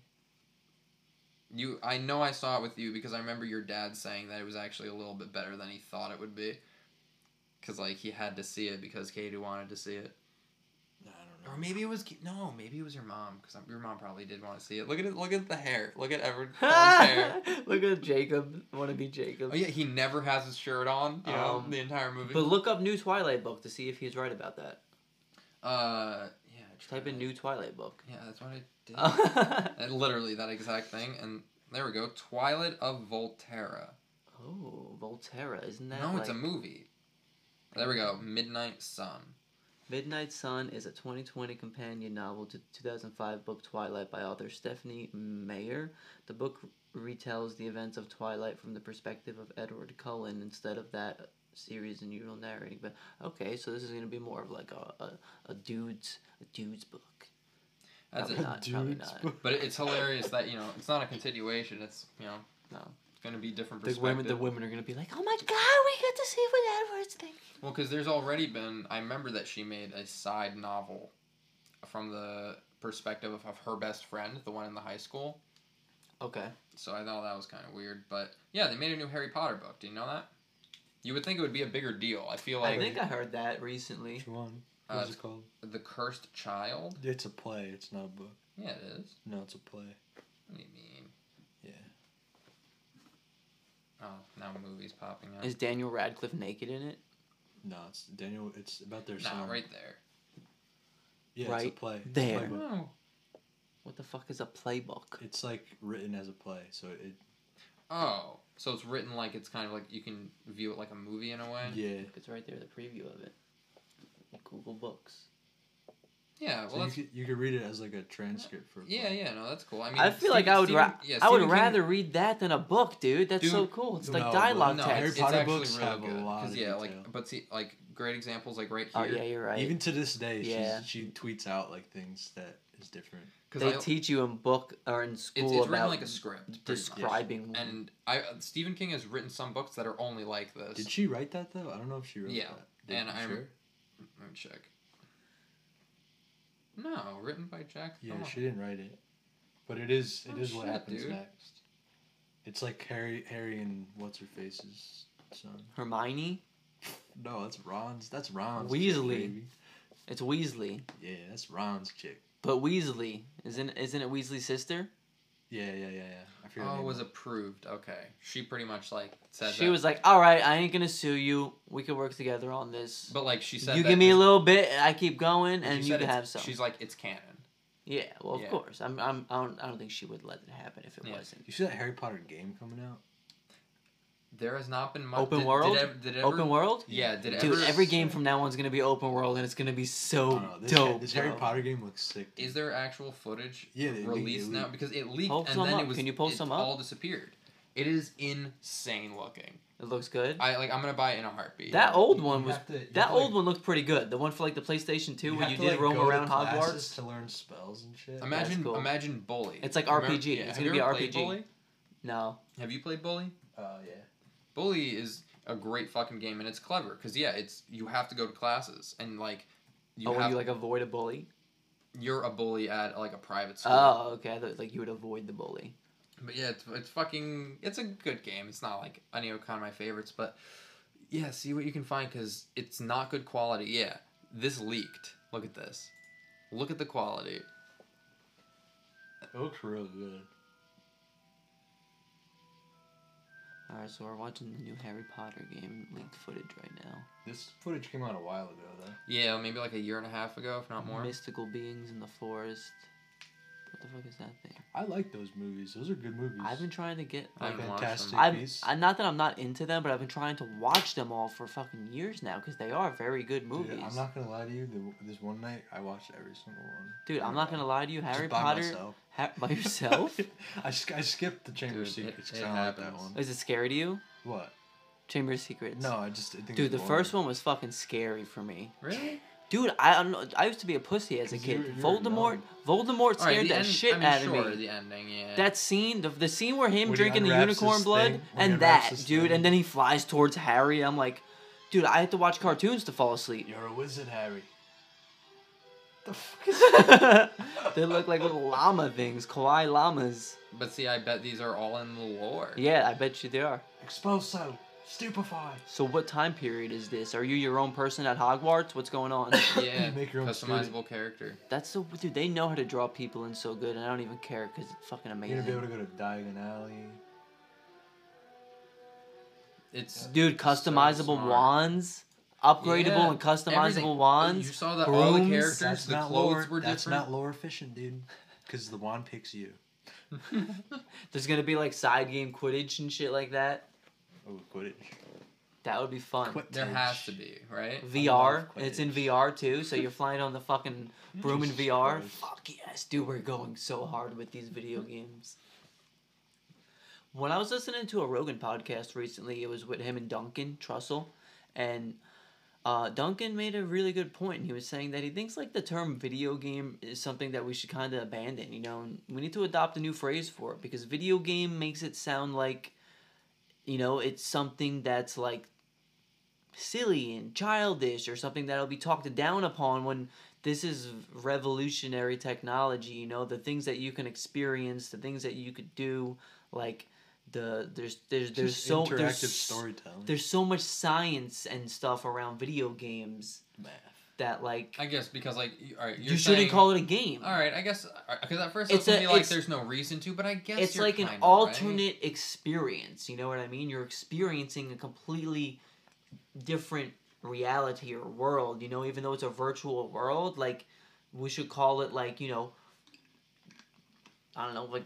A: You, I know I saw it with you because I remember your dad saying that it was actually a little bit better than he thought it would be. Cause like he had to see it because Katie wanted to see it,
B: I don't know.
A: or maybe it was Ki- no, maybe it was your mom because your mom probably did want to see it. Look at it. Look at the hair. Look at Everett. Cullen's hair.
C: look at Jacob. Want to be Jacob?
A: Oh yeah, he never has his shirt on. You know,
C: Um,
A: the entire movie.
C: But look up new Twilight book to see if he's right about that.
A: uh, yeah. I tried-
C: Type in new Twilight book.
A: Yeah, that's what I did. And literally that exact thing, and there we go. Twilight of Volterra.
C: oh, Volterra, isn't that?
A: No, it's a
C: like-
A: movie. There we go. Midnight Sun.
C: Midnight Sun is a 2020 companion novel to the 2005 book Twilight by author Stephanie Mayer. The book retells the events of Twilight from the perspective of Edward Cullen instead of that series and usual narrating. But okay, so this is going to be more of like a, a, a dude's a dude's book.
A: That's
C: Probably
A: it.
C: not, probably
B: Dude's
C: not.
B: book.
A: But it- it's hilarious that you know it's not a continuation. It's you know
C: No.
A: it's gonna be different
C: The
A: perspective.
C: women, the women are going to be like, oh my god, we get to see what Edward's thinking.
A: Well, because there's already been. I remember that she made a side novel from the perspective of, of her best friend, the one in the high school.
C: Okay.
A: So I thought that was kind of weird. But yeah, they made a new Harry Potter book. Do you know that? You would think it would be a bigger deal. I feel like
C: I think I heard that recently.
B: Which one?
A: Uh,
B: What's it called?
A: the Cursed Child.
B: It's a play. It's not a book.
A: Yeah, it is.
B: No, it's a play.
A: What do you mean?
B: Yeah.
A: Oh, now movies popping up.
C: Is Daniel Radcliffe naked in it?
B: No, it's Daniel. It's about their
A: Nah,
B: song.
A: right there.
B: Yeah,
C: right
B: it's a play. It's a
C: there.
B: playbook.
A: Oh.
C: What the fuck is a playbook?
B: It's like written as a play, so it.
A: Oh, so it's written like it's kind of like you can view it like a movie in a way.
B: Yeah.
C: It's right there, the preview of it. Google Books.
A: Yeah, well,
B: So you
A: that's,
B: could, you could read it as like a transcript for. A
A: yeah,
B: play.
A: yeah, no, that's cool. I mean,
C: I feel like I would
A: Stephen-
C: ra-
A: yeah,
C: I would
A: Stephen King-
C: rather read that than a book, dude. That's so
A: Dude,
C: cool. It's
B: no,
C: like
B: but
C: dialogue
A: no,
B: Harry
C: text.
A: it's
B: Potter
A: actually
B: books
A: really
B: have a
A: good.
B: lot
A: 'Cause,
B: of
A: yeah, like
B: detail.
A: but see, like great examples, like right
C: Oh
A: here.
C: yeah, you're right.
B: Even to this day,
C: Yeah.
B: she's, she tweets out like things that is different.
A: Because
C: they teach you in book or in
A: it's,
C: school
A: it's
C: about
A: written like a script, pretty much.
C: describing.
B: Mm-hmm.
A: And I uh, Stephen King has written some books that are only like this.
B: Did she write that though? I don't know if she wrote
A: Yeah,
B: that. Did
A: and
B: you
A: I'm-
B: sure?
A: Let me check. No, written by Jack.
B: Yeah,
A: Thorne.
B: she didn't write it, but it is it
A: Oh,
B: is what
A: shit,
B: happens
A: dude.
B: next. It's like Harry Harry and what's her face's son.
C: Hermione.
B: No, that's Ron's. That's Ron's.
C: Weasley.
B: Chick, baby.
C: It's Weasley,
B: yeah, that's Ron's chick.
C: but Weasley isn't isn't it Weasley's sister?
B: Yeah, yeah, yeah, yeah. I forget. her
A: Oh,
B: name.
A: was approved. Okay, she pretty much like said
C: she
A: that.
C: was like, "All right, I ain't gonna sue you. We could work together on this.
A: but like she said
C: You
A: that
C: give me a
A: this-
C: little bit, I keep going,
A: she
C: and you
A: said
C: can
A: it's-
C: have some."
A: She's like it's canon.
C: Yeah, well, of
A: Yeah.
C: course. I'm, I'm, I don't, I don't think she would let it happen if it
A: Yeah.
C: wasn't.
B: You see that Harry Potter game coming out?
A: There has not been much.
C: Open
A: did,
C: world?
A: Did, ev- did ever,
C: Open world,
A: Yeah, did
C: dude.
A: ever.
C: Every game from now on is gonna be open world, and it's gonna be
B: I
C: so
B: don't know. This,
C: dope.
B: this Harry
C: bro.
B: Potter game looks sick. dude.
A: Is there actual footage
B: Yeah, they leaked-
A: released
B: they
A: now?
B: leaked.
A: Because it leaked
C: Post
A: and
C: some
A: then
C: up.
A: it was
C: Can you post
A: it
C: some up?
A: all disappeared. It is insane looking.
C: It looks good.
A: I like I'm gonna buy it in a heartbeat.
C: that old
B: You
C: one was.
B: have to- you have
C: that
B: to,
C: old
B: like-
C: one looked pretty good. The one for like the PlayStation Two, where
B: have
C: you
B: to,
C: did
B: like,
C: roam
B: go to
C: around
B: classes
C: Hogwarts.
B: to learn spells and shit.
A: Imagine
C: cool.
A: imagine bully.
C: It's like
A: Remember-
C: RPG.
A: yeah, have
C: It's gonna
A: you
C: be
A: ever played
C: RPG.
A: Bully?
C: No,
A: Have you played bully?
B: Oh yeah.
A: Bully is a great fucking game and it's clever because yeah, it's you have to go to classes and like you
C: oh, when
A: have
C: you like avoid a bully.
A: you're a bully at like a private school.
C: Oh, okay. I thought like you would avoid the bully.
A: But yeah, it's, it's fucking. It's a good game. It's not like any of kind of my favorites, but yeah, see what you can find because it's not good quality. Yeah, this leaked. Look at this. Look at the quality.
B: It looks real good.
C: All right, so we're watching the new Harry Potter game leaked footage right now.
B: This footage came out a while ago though.
A: Yeah, maybe like a year and a half ago, if not more.
C: Mystical beings in the forest. What the fuck is that thing?
B: I like those movies. Those are good movies.
C: I've been trying to get
A: I
B: They're
A: haven't watched
B: fantastic
A: them.
C: I've,
B: movies.
C: I, not that I'm not into them, but I've been trying to watch them all for fucking years now because they are very good
B: Dude,
C: movies.
B: I'm not gonna lie to you. The, this one night, I watched every single one.
C: gonna lie to you,
B: Just
C: Harry
B: by
C: Potter.
B: myself.
C: Ha- by yourself?
B: I, sk- I skipped the Chamber of
A: Dude, it-
B: Secrets. 'cause
A: it
B: I don't like that
A: happens.
B: one.
C: Is it scary to you?
B: What?
C: Chamber of Secrets.
B: No, I just I think.
C: Dude, the first one was fucking scary for me.
A: Really?
C: Dude, I don't know. I used to be a pussy as a
B: 'Cause you
C: kid.
B: were- you were
C: Voldemort,
B: young.
C: Voldemort
A: All right,
C: scared
A: the
C: that
A: end-
C: shit
A: I mean,
C: out
A: sure,
C: of me.
A: the ending. Yeah.
C: That scene, the, the scene where
B: When
C: him
B: he
C: drinking the
B: unwraps
C: unicorn
B: his thing-
C: blood,
B: when he
C: and
B: unwraps
C: that,
B: his
C: dude,
B: thing.
C: and then he flies towards Harry. I'm like, dude, I have to watch cartoons to fall asleep.
B: You're a wizard, Harry. The fuck is
C: they look like little llama things, kawaii llamas.
A: But see, I bet these are all in the lore.
C: Yeah, I bet you they are.
B: Exposo, stupefy.
C: So what time period is this? Are you your own person at Hogwarts? What's going on?
A: Yeah.
B: You make your own
A: customizable
B: student.
A: character.
C: That's so dude. They know how to draw people in so good, and I don't even care because it's fucking
B: You're gonna be able to
C: amazing.
B: go to Diagon Alley.
A: It's
C: Dude, customizable
A: smart.
C: wands, upgradable
A: Yeah,
C: and customizable
A: everything.
C: wands.
A: You saw that all the
C: brooms.
A: characters,
B: That's
A: the
B: not
A: clothes
B: lore.
A: were
B: That's
A: different.
B: not lore efficient, dude. Because the wand picks you.
C: There's gonna be like side game Quidditch and shit like that.
B: Oh, Quidditch.
C: That would be fun.
B: Quit-
A: There
B: Quidditch.
A: has to be, right?
B: love
C: VR. It's in
B: Quidditch.
C: VR too, so you're flying on the fucking broom in
B: Jesus
C: VR.
B: Christ.
C: Fuck yes, dude, we're going so hard with these video games. When I was listening to a Rogan podcast recently, it was with him and Duncan Trussell, and uh, Duncan made a really good point. He was saying that he thinks like the term video game is something that we should kind of abandon. You know, and we need to adopt a new phrase for it because video game makes it sound like, you know, it's something that's like silly and childish or something that'll be talked down upon when this is revolutionary technology. You know, the things that you can experience, the things that you could do, like the there's there's there's
B: Just
C: so
B: interactive
C: there's
B: storytelling.
C: there's so much science and stuff around video games
B: Math.
C: that like
A: I guess because like, y- all right, you're
C: you shouldn't
A: saying-
C: call it a game.
A: All right, I guess because at first it's
C: It's
A: gonna
C: a-
A: be like
C: it's-
A: there's no reason to, but I guess
C: it's
A: you're
C: like an
A: kinda
C: alternate experience. You know what I mean? You're experiencing a completely different reality or world. You know, even though it's a virtual world, like we should call it like you know, I don't know, like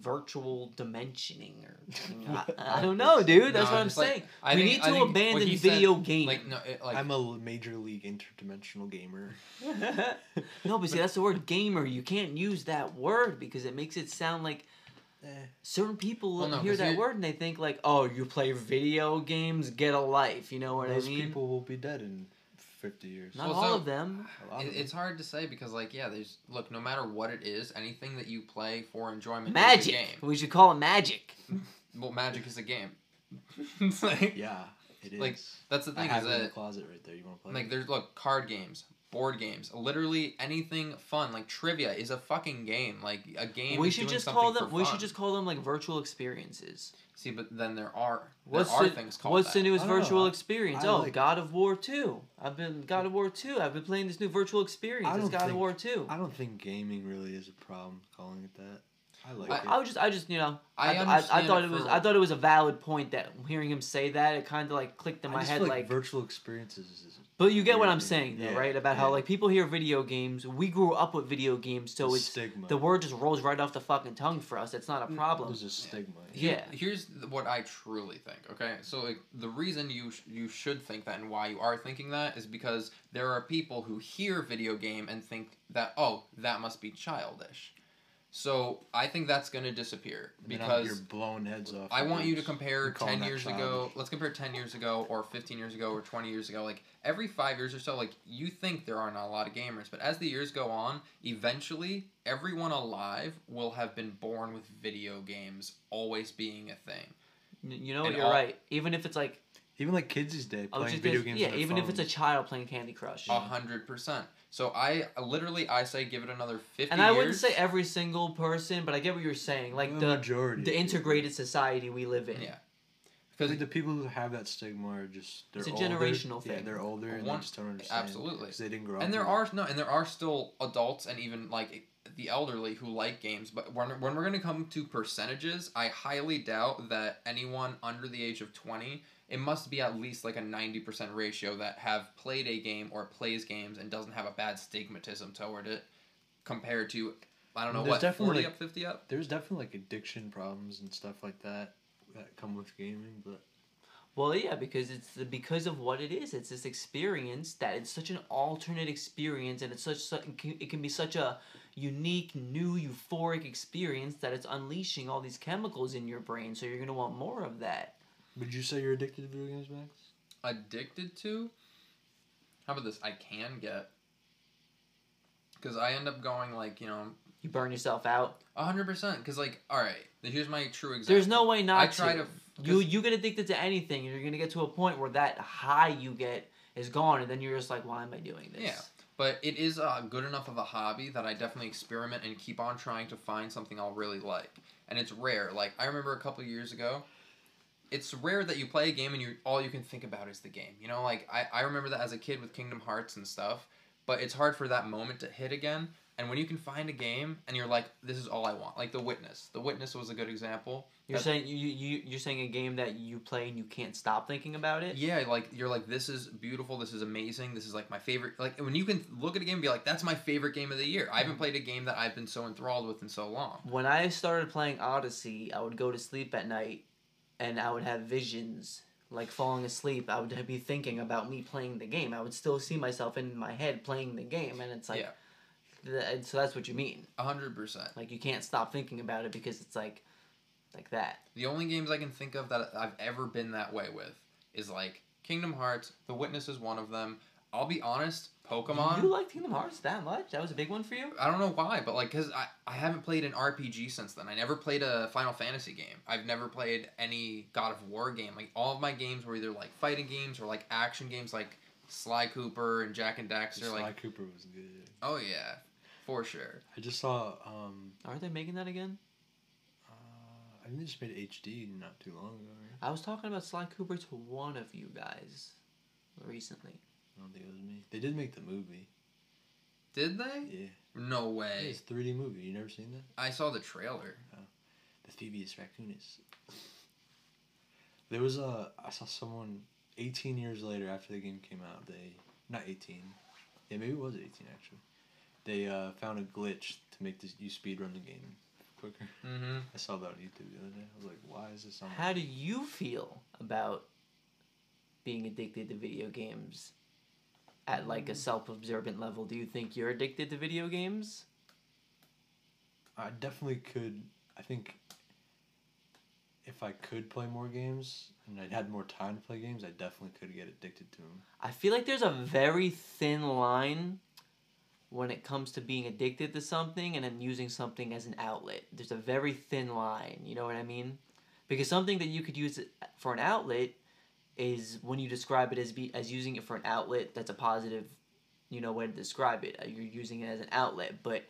C: virtual dimensioning or I, I don't know, dude. That's
A: No,
C: what I'm
A: just, like,
C: saying.
A: I
C: we
A: think-
C: need
A: I
C: to
A: think what
C: abandon
A: he said,
C: video games.
A: Like no, it, like
B: I'm a l- major league interdimensional gamer.
C: no, but see, that's the word gamer. You can't use that word because it makes it sound like
B: Eh.
C: certain people
A: Well, no,
C: hear
A: 'cause
C: that
A: you-
C: word and they think like, "Oh, you play video games, get a life." You know what
B: Those
C: I mean?
B: people will be dead in 50 years.
C: Not
A: Well,
C: all
A: so-
C: of them.
B: A lot
A: it-
B: of them.
A: it's hard to say because like yeah, there's look no matter what it is, anything that you play for enjoyment is a
C: Magic.
A: game.
C: We should call it magic.
A: Well, magic is a game. It's like-
B: yeah, it is.
A: like, that's the
B: I
A: thing
B: have
A: is
B: it in the
A: that
B: closet right there. You want to play?
A: like there's look card games, board games, literally anything fun like trivia is a fucking game. Like a game.
C: We
A: is
C: should
A: doing
C: just
A: something
C: call
A: for
C: them. We
A: fun.
C: should just call them like virtual experiences.
A: see, but then there are there
C: What's
A: are
C: the,
A: things called.
C: What's
A: that.
C: the newest
B: I don't know,
C: virtual
B: I-
C: experience?
B: I
C: oh,
B: like-
C: God of War Two. I've been God of War Two. I've been playing this new virtual experience.
B: I
C: It's
B: don't
C: God of
B: think-
C: War Two.
B: I don't think gaming really is a problem calling it that. I like
A: I-
B: it.
C: I was just, I just, you know, I,
A: I
C: I, I,
A: understand
C: thought
A: it
C: it was,
A: for-
C: I thought it was a valid point that hearing him say that, it kind of like clicked in
B: I
C: my
B: just
C: head,
B: feel
C: like.
B: like, virtual experiences. Is is
C: but you get what
B: weird
C: I'm
B: thing.
C: saying, though,
B: Yeah,
C: right? About how
B: yeah.
C: like people hear video games. We grew up with video games, so
B: There's
C: it's
B: stigma.
C: the word just rolls right off the fucking tongue for us. It's
B: Mm.
C: not a problem.
B: There's a stigma.
C: Yeah.
A: Here's th- what I truly think. Okay, so like the reason you sh- you should think that and why you are thinking that is because there are people who hear video game and think that oh that must be childish. So I think that's gonna disappear
B: And then I'm
A: because
B: here blowing heads off.
A: I
B: of
A: want you to
B: dudes.
A: compare
B: You're calling
A: ten
B: that
A: years ago.
B: childish.
A: Let's compare ten years ago, or fifteen years ago, or twenty years ago. Like every five years or so, like you think there aren't a lot of gamers, but as the years go on, eventually everyone alive will have been born with video games always being a thing.
C: N- You know,
A: And
C: you're
A: all-
C: right. Even if it's like,
B: Even like kids these days
C: I was
B: playing
C: just
B: video
C: gonna-
B: games.
C: yeah,
B: on their
C: even if it's a
B: phones.
C: child playing Candy Crush.
A: A hundred percent. So I literally I say give it another fifty.
C: and I wouldn't
A: years.
C: say every single person, but I get what you're saying. Like
B: the
C: the
B: majority,
C: the
B: of people.
C: integrated society we live in.
A: Yeah.
B: I
A: because
B: think the people who have that stigma are just they're
C: It's a
B: older.
C: generational
B: Yeah,
C: thing.
B: they're older and
A: One-
B: they just don't understand.
A: absolutely.
B: 'cause they didn't grow up.
A: and there
B: with
A: are
B: it.
A: no and there are still adults and even like the elderly who like games but when, when we're going to come to percentages i highly doubt that anyone under the age of 20 it must be at least like a 90% ratio that have played a game or plays games and doesn't have a bad stigmatism toward it compared to i don't know
B: There's
A: what
B: definitely,
A: 40
B: like-
A: up 50 up
B: There's definitely like addiction problems and stuff like that that come with gaming, but
C: Well, yeah, because it's the, because of what it is. It's this experience that it's such an alternate experience, and it's such su- it can- it can be such a unique, new, euphoric experience that it's unleashing all these chemicals in your brain. So you're gonna want more of that.
B: would you say you're addicted to video games, Max?
A: addicted to how about this i can get because i end up going like you know
C: You burn yourself out.
A: 100% because like all right here's my true example
C: There's no way not
A: i try to
C: You you get addicted to anything, and you're gonna get to a point where that high you get is gone, and then you're just like, why am I doing this?
A: Yeah. But it is uh, good enough of a hobby that I definitely experiment and keep on trying to find something I'll really like. And it's rare. Like I remember a couple years ago, it's rare that you play a game and you all you can think about is the game. You know, like I, I remember that as a kid with Kingdom Hearts and stuff. But it's hard for that moment to hit again. And when you can find a game and you're like, this is all I want. Like The Witness. The Witness was a good example.
C: You're
A: That-
C: saying you, you you're saying a game that you play and you can't stop thinking about it.
A: Yeah, like you're like this is beautiful, this is amazing, this is like my favorite. Like when you can look at a game and be like, that's my favorite game of the year. I
C: Mm.
A: haven't played a game that I've been so enthralled with in so long.
C: When I started playing Odyssey, I would go to sleep at night and I would have visions like falling asleep, I would be thinking about me playing the game. I would still see myself in my head playing the game, and it's like,
A: Yeah.
C: th- and so that's what you mean.
A: A hundred percent.
C: Like you can't stop thinking about it because it's like, like that.
A: The only games I can think of that I've ever been that way with is like Kingdom Hearts. The Witness is one of them. I'll be honest, Pokemon.
C: You like Kingdom Hearts that much? That was a big one for you.
A: I don't know why, but like, cause I, I haven't played an RPG since then. I never played a Final Fantasy game. I've never played any God of War game. Like all of my games were either like fighting games or like action games, like Sly Cooper and Jack and Daxter.
B: Sly
A: Like,
B: Cooper was good.
A: oh yeah, for sure.
B: I just saw. Um,
C: Aren't they making that again?
B: uh, I think they just made HD not too long ago. Right?
C: I was talking about Sly Cooper to one of you guys recently.
B: I don't think it was me. They did make the movie.
A: Did they?
B: Yeah,
A: No
B: Yeah,
A: way.
B: it's a 3D movie. You never seen that?
A: I saw the trailer.
B: The Phoebus Raccoonus. There was a. I saw someone 18 years later after the game came out. They not 18. Yeah, maybe it was 18 actually. They uh, found a glitch to make this you speed run the game quicker.
A: Mm-hmm.
B: I saw that on YouTube the other day. I was like, why is this on?
C: How do you feel about being addicted to video games at like a self observant level? Do you think you're addicted to video games?
B: I definitely could. I think if I could play more games and I had more time to play games, I definitely could get addicted to them.
C: I feel like there's a very thin line when it comes to being addicted to something and then using something as an outlet. There's a very thin line, you know what I mean? Because something that you could use it for an outlet is when you describe it as be, as using it for an outlet, that's a positive, you know, way to describe it. Uh, You're using it as an outlet, but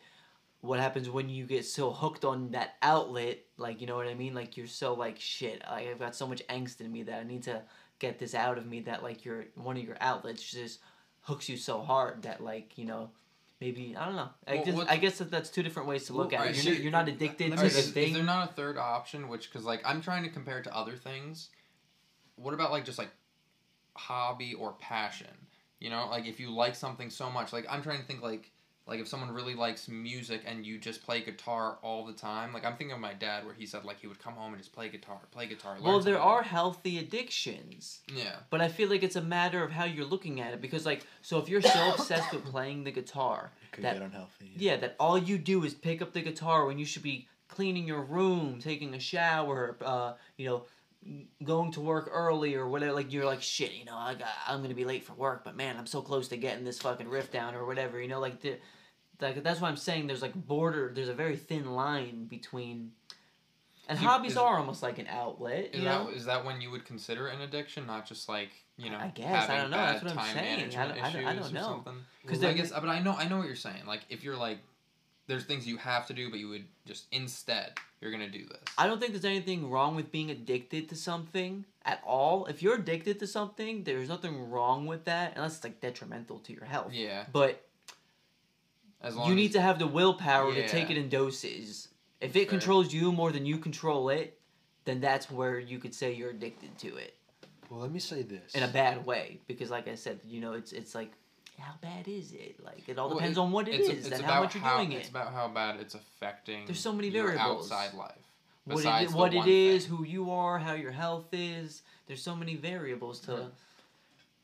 C: what happens when you get so hooked on that outlet, like you know what I mean? Like you're so like shit. Like I've got so much angst in me that I need to get this out of me that like your one of your outlets just hooks you so hard that like you know maybe I don't know. I,
A: Well,
C: just,
A: what-
C: I guess that that's two different ways to look
A: Well,
C: at
A: I
C: it. You're,
A: see-
C: you're not addicted
B: Let
C: to
B: me
A: Alright,
C: the
B: just-
A: is, is
C: thing.
A: there not a third option? Which, because like I'm trying to compare it to other things. What about like just like hobby or passion? You know, like if you like something so much, like I'm trying to think like like if someone really likes music and you just play guitar all the time. Like I'm thinking of my dad, where he said like he would come home and just play guitar, play guitar. learn
C: well, there
A: something.
C: are healthy addictions.
A: Yeah,
C: But I feel like it's a matter of how you're looking at it because, like, so if you're so obsessed with playing the guitar,
B: Could
C: That-
B: get unhealthy.
C: yeah, that all you do is pick up the guitar when you should be cleaning your room, taking a shower, uh, you know, going to work early or whatever. Like you're like, shit, you know, I got, I'm gonna be late for work, but man, I'm so close to getting this fucking riff down or whatever. You know, like the, like that's why I'm saying there's like border, there's a very thin line between. And
A: You-
C: hobbies
A: is-
C: are almost like an outlet.
A: is
C: You know?
A: that is that when you would consider an addiction, not just like you know?
C: I guess.
A: having
C: I don't know.
A: bad
C: That's what I'm
A: time
C: saying. I
A: management
C: don't- I don't- I
A: issues
C: don't
A: or
C: know.
A: something?
C: Because
A: Well, I guess, but I know, I know what you're saying. Like, if you're like, there's things you have to do, but you would just instead, you're gonna do this.
C: I don't think there's anything wrong with being addicted to something at all. If you're addicted to something, there's nothing wrong with that unless it's like detrimental to your health.
A: yeah,
C: But
A: as long
C: you
A: as
C: need to have the willpower
A: Yeah.
C: to take it in doses. If
A: Fair.
C: it controls you more than you control it, then that's where you could say you're addicted to it
B: Well, let me say this.
C: in a bad way. Because like I said, you know, it's it's like how bad is it? Like it all
A: Well,
C: depends
A: it-
C: on what it
A: it's,
C: is
A: it's
C: and
A: about
C: how much you're doing
A: It's
C: it.
A: about how bad it's affecting.
C: There's so many
A: your
C: variables.
A: outside life.
C: What it,
A: besides the
C: what it
A: one
C: is,
A: thing.
C: who you are, how your health is. There's so many variables to.
A: Yeah.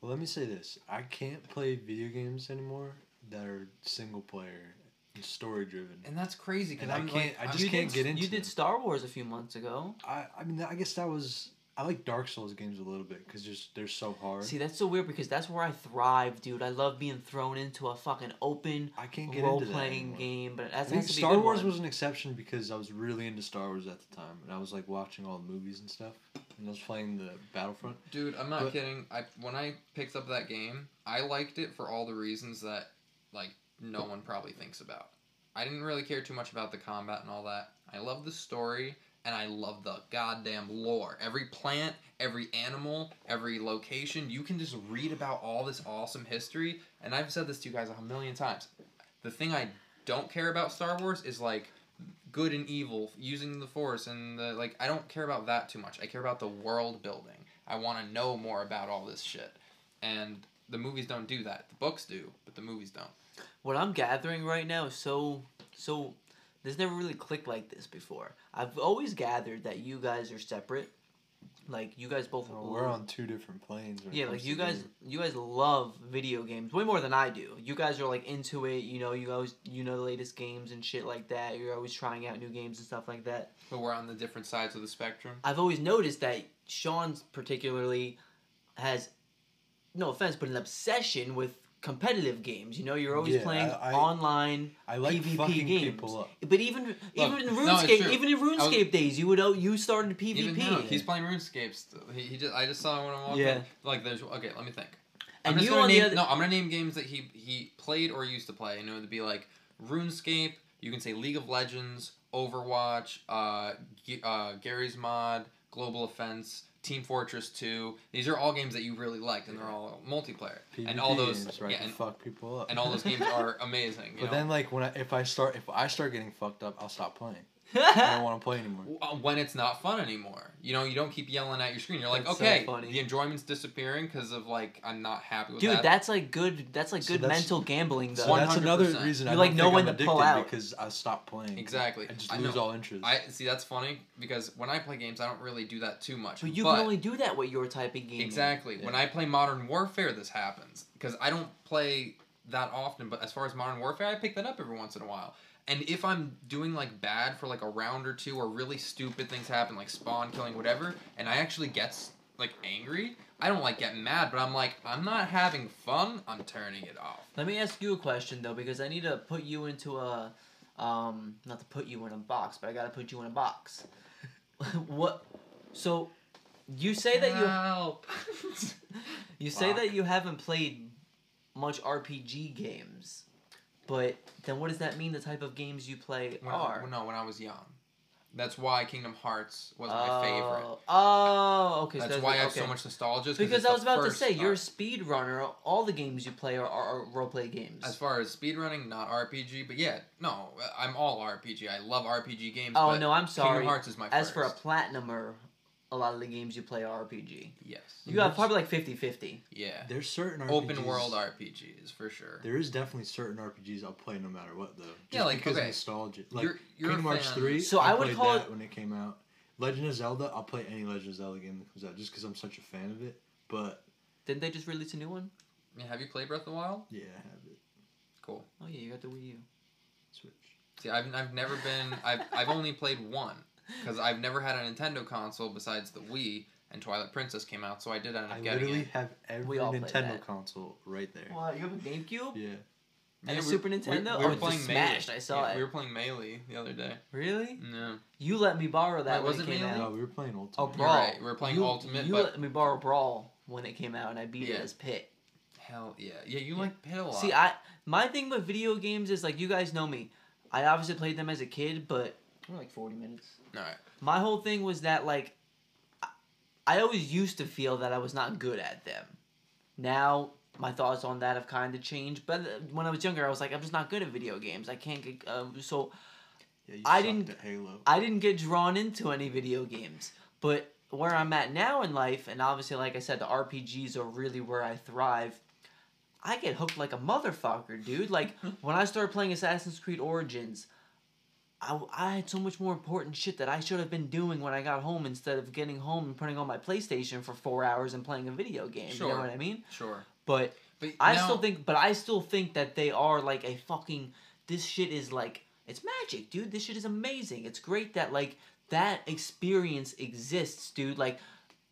B: Well, let me say this. I can't play video games anymore that are single player and story driven.
A: and that's crazy. 'cause
B: And I
A: I'm
B: can't-
A: Like,
B: I
A: I'm-
B: just
C: you
B: can't
C: did,
B: get into
C: You did
B: them.
C: Star Wars a few months ago.
B: I I mean I guess that was I like Dark Souls games a little bit because just they're so hard.
C: See, that's so weird because that's where I thrive, dude. I love being thrown into a fucking open
B: I can't get
C: role
B: into that
C: playing
B: anymore.
C: game, but it
B: I
C: has,
B: think
C: has to be a
B: Star
C: good
B: Wars
C: one.
B: was an exception because I was really into Star Wars at the time, and I was like watching all the movies and stuff, and I was playing the Battlefront.
A: Dude, I'm not
B: But-
A: kidding. I when I picked up that game, I liked it for all the reasons that like no one probably thinks about. I didn't really care too much about the combat and all that. I loved the story and I loved the goddamn lore. Every plant, every animal, every location, you can just read about all this awesome history. And I've said this to you guys a million times. The thing I don't care about Star Wars is like good and evil, using the force and the like I don't care about that too much. I care about the world building. I want to know more about all this shit. And the movies don't do that. The books do, but the movies don't.
C: what I'm gathering right now is so so there's never really clicked like this before. I've always gathered that you guys are separate Like you guys both.
B: Well, Oh, we're on two different planes. when it
C: Yeah,
B: comes
C: like
B: to
C: you guys,
B: gaming.
C: you guys love video games way more than I do. You guys are like into it. You know, you always you know the latest games and shit like that. You're always trying out new games and stuff like that.
A: But we're on the different sides of the spectrum.
C: I've always noticed that Sean's particularly has, no offense, but an obsession with competitive games. You know, you're always
B: Yeah,
C: playing
B: I- I-
C: online.
B: I like
C: PvP
B: fucking
C: games.
B: people up.
C: But even even in
A: no, it's
C: RuneScape,
A: true.
C: even in RuneScape days, you would oh, you started PvP.
A: Even now, he's playing RuneScape. Still. He, he just I just saw him when I'm walking.
C: Yeah.
A: Like there's okay. Let me think. I'm
C: and
A: just
C: you
A: gonna
C: on
A: name
C: the other.
A: no. I'm gonna name games that he he played or used to play, and it would be like RuneScape. You can say League of Legends, Overwatch, uh, G- uh, Gary's Mod, Global Offense, Team Fortress Two. These are all games that you really liked, and they're all multiplayer.
B: PvP
A: and all those
B: games where I
A: yeah,
B: can
A: and,
B: fuck people up.
A: and all those games are amazing. You
B: But
A: know?
B: then, like when I, if I start if I start getting fucked up, I'll stop playing. I don't want to play anymore.
A: Uh, when it's not fun anymore. You know, you don't keep yelling at your screen. You're like,
C: That's so
A: okay,
C: funny.
A: the enjoyment's disappearing because of like I'm not happy with
C: Dude,
A: that.
C: that's like good. That's like
B: So
C: good
B: that's-
C: mental gambling, though.
B: So that's another
A: 100%.
B: reason I
C: You,
B: don't
C: like,
B: think
C: know
B: I'm
C: when to
B: addicted
C: pull out.
B: because I stop playing.
A: exactly.
B: I just
A: I
B: lose
A: know.
B: all interest.
A: I see. That's funny because when I play games, I don't really do that too much.
C: but you can only do that with your type of game.
A: exactly when
B: Yeah.
A: I play Modern Warfare, this happens because I don't play that often. But as far as Modern Warfare, I pick that up every once in a while. And if I'm doing like bad for like a round or two, or really stupid things happen, like spawn killing, whatever, and I actually get s- like angry, I don't like get mad, but I'm like, I'm not having fun. I'm turning it off.
C: Let me ask you a question though, because I need to put you into a, um, not to put you in a box, but I gotta put you in a box. what? So, you say that you
A: Help.
C: you say
A: Ah, Fuck.
C: that you haven't played much RPG games, but then what does that mean? The type of games you play
A: when
C: are.
A: I, no, when I was young. That's why Kingdom Hearts was my favorite.
C: Oh, Oh, okay. so
A: That's why I have
C: okay.
A: so much nostalgia. is it's
C: Because I
A: the
C: was about to
A: first
C: say, you're a
A: R-
C: speed runner. All the games you play are, are, are role play games.
A: as far as speedrunning, not RPG, but yeah, no, I'm all RPG. I love RPG games.
C: oh
A: but
C: no, I'm sorry.
A: Kingdom Hearts is my
C: As for a
A: first.
C: platinumer, a lot of the games you play are RPG.
A: yes,
C: You got
B: Yes.
C: probably like 50-50.
A: yeah,
B: There's certain RPGs,
A: open world RPGs for sure.
B: There is definitely certain RPGs I'll play no matter what though. Just
A: Yeah, like,
B: because
A: okay.
B: of nostalgia. Like
A: You're- you're a
B: Kingdom Hearts
A: fan.
B: three.
C: So
B: I,
C: I would
B: played
C: call
B: that
C: it-
B: when it came out. Legend of Zelda. I'll play any Legend of Zelda game that comes out just because I'm such a fan of it. But
C: Didn't they just release a new one?
A: Yeah, have you played Breath of the Wild?
B: yeah, I have it.
A: Cool.
C: Oh yeah, you got the Wii U.
B: Switch.
A: See, I've, I've never been. I've I've only played one because I've never had a Nintendo console besides the Wii. And Twilight Princess came out, so I did end up
B: I
A: getting
B: literally
A: it.
B: have every
C: We all played
B: Nintendo
C: that.
B: console right there.
C: Wow, you have a GameCube
B: Yeah.
C: and
A: Yeah,
C: a
A: we-
C: Super
A: we-
C: Nintendo.
A: We, were
C: oh,
A: playing
C: it's
A: Melee.
C: smashed. I saw
A: Yeah,
C: it.
A: We were playing Melee the other day.
C: Really?
A: No,
C: You let me borrow that
A: Wait,
C: when
A: was
C: it
A: it
C: came
A: Melee?
C: out.
B: No, we were playing Ultimate.
C: Oh,
A: You're
C: Brawl.
A: right, we were playing
C: you,
A: Ultimate,
C: You
A: but-
C: let me borrow Brawl when it came out, and I beat
A: Yeah.
C: it as Pit.
A: hell yeah, yeah. You like Pit a lot.
C: See, I my thing with video games is like you guys know me. I obviously played them as a kid, but We're like forty minutes.
A: all right.
C: My whole thing was that like I- I always used to feel that I was not good at them. Now my thoughts on that have kind of changed, but uh, when I was younger, I was like, I'm just not good at video games. I can't get um, so
B: Yeah, you
C: I
B: sucked
C: didn't-
B: at Halo.
C: I didn't get drawn into any video games. But where I'm at now in life, and obviously, like I said, the RPGs are really where I thrive. I get hooked like a motherfucker, dude. Like when I started playing Assassin's Creed Origins, I, I had so much more important shit that I should have been doing when I got home instead of getting home and putting on my PlayStation for four hours and playing a video game. You
A: Sure.
C: know what I mean?
A: Sure.
C: But
A: But
C: I
A: now-
C: still think, but I still think that they are like a fucking. This shit is like it's magic, dude. This shit is amazing. It's great that like that experience exists, dude. Like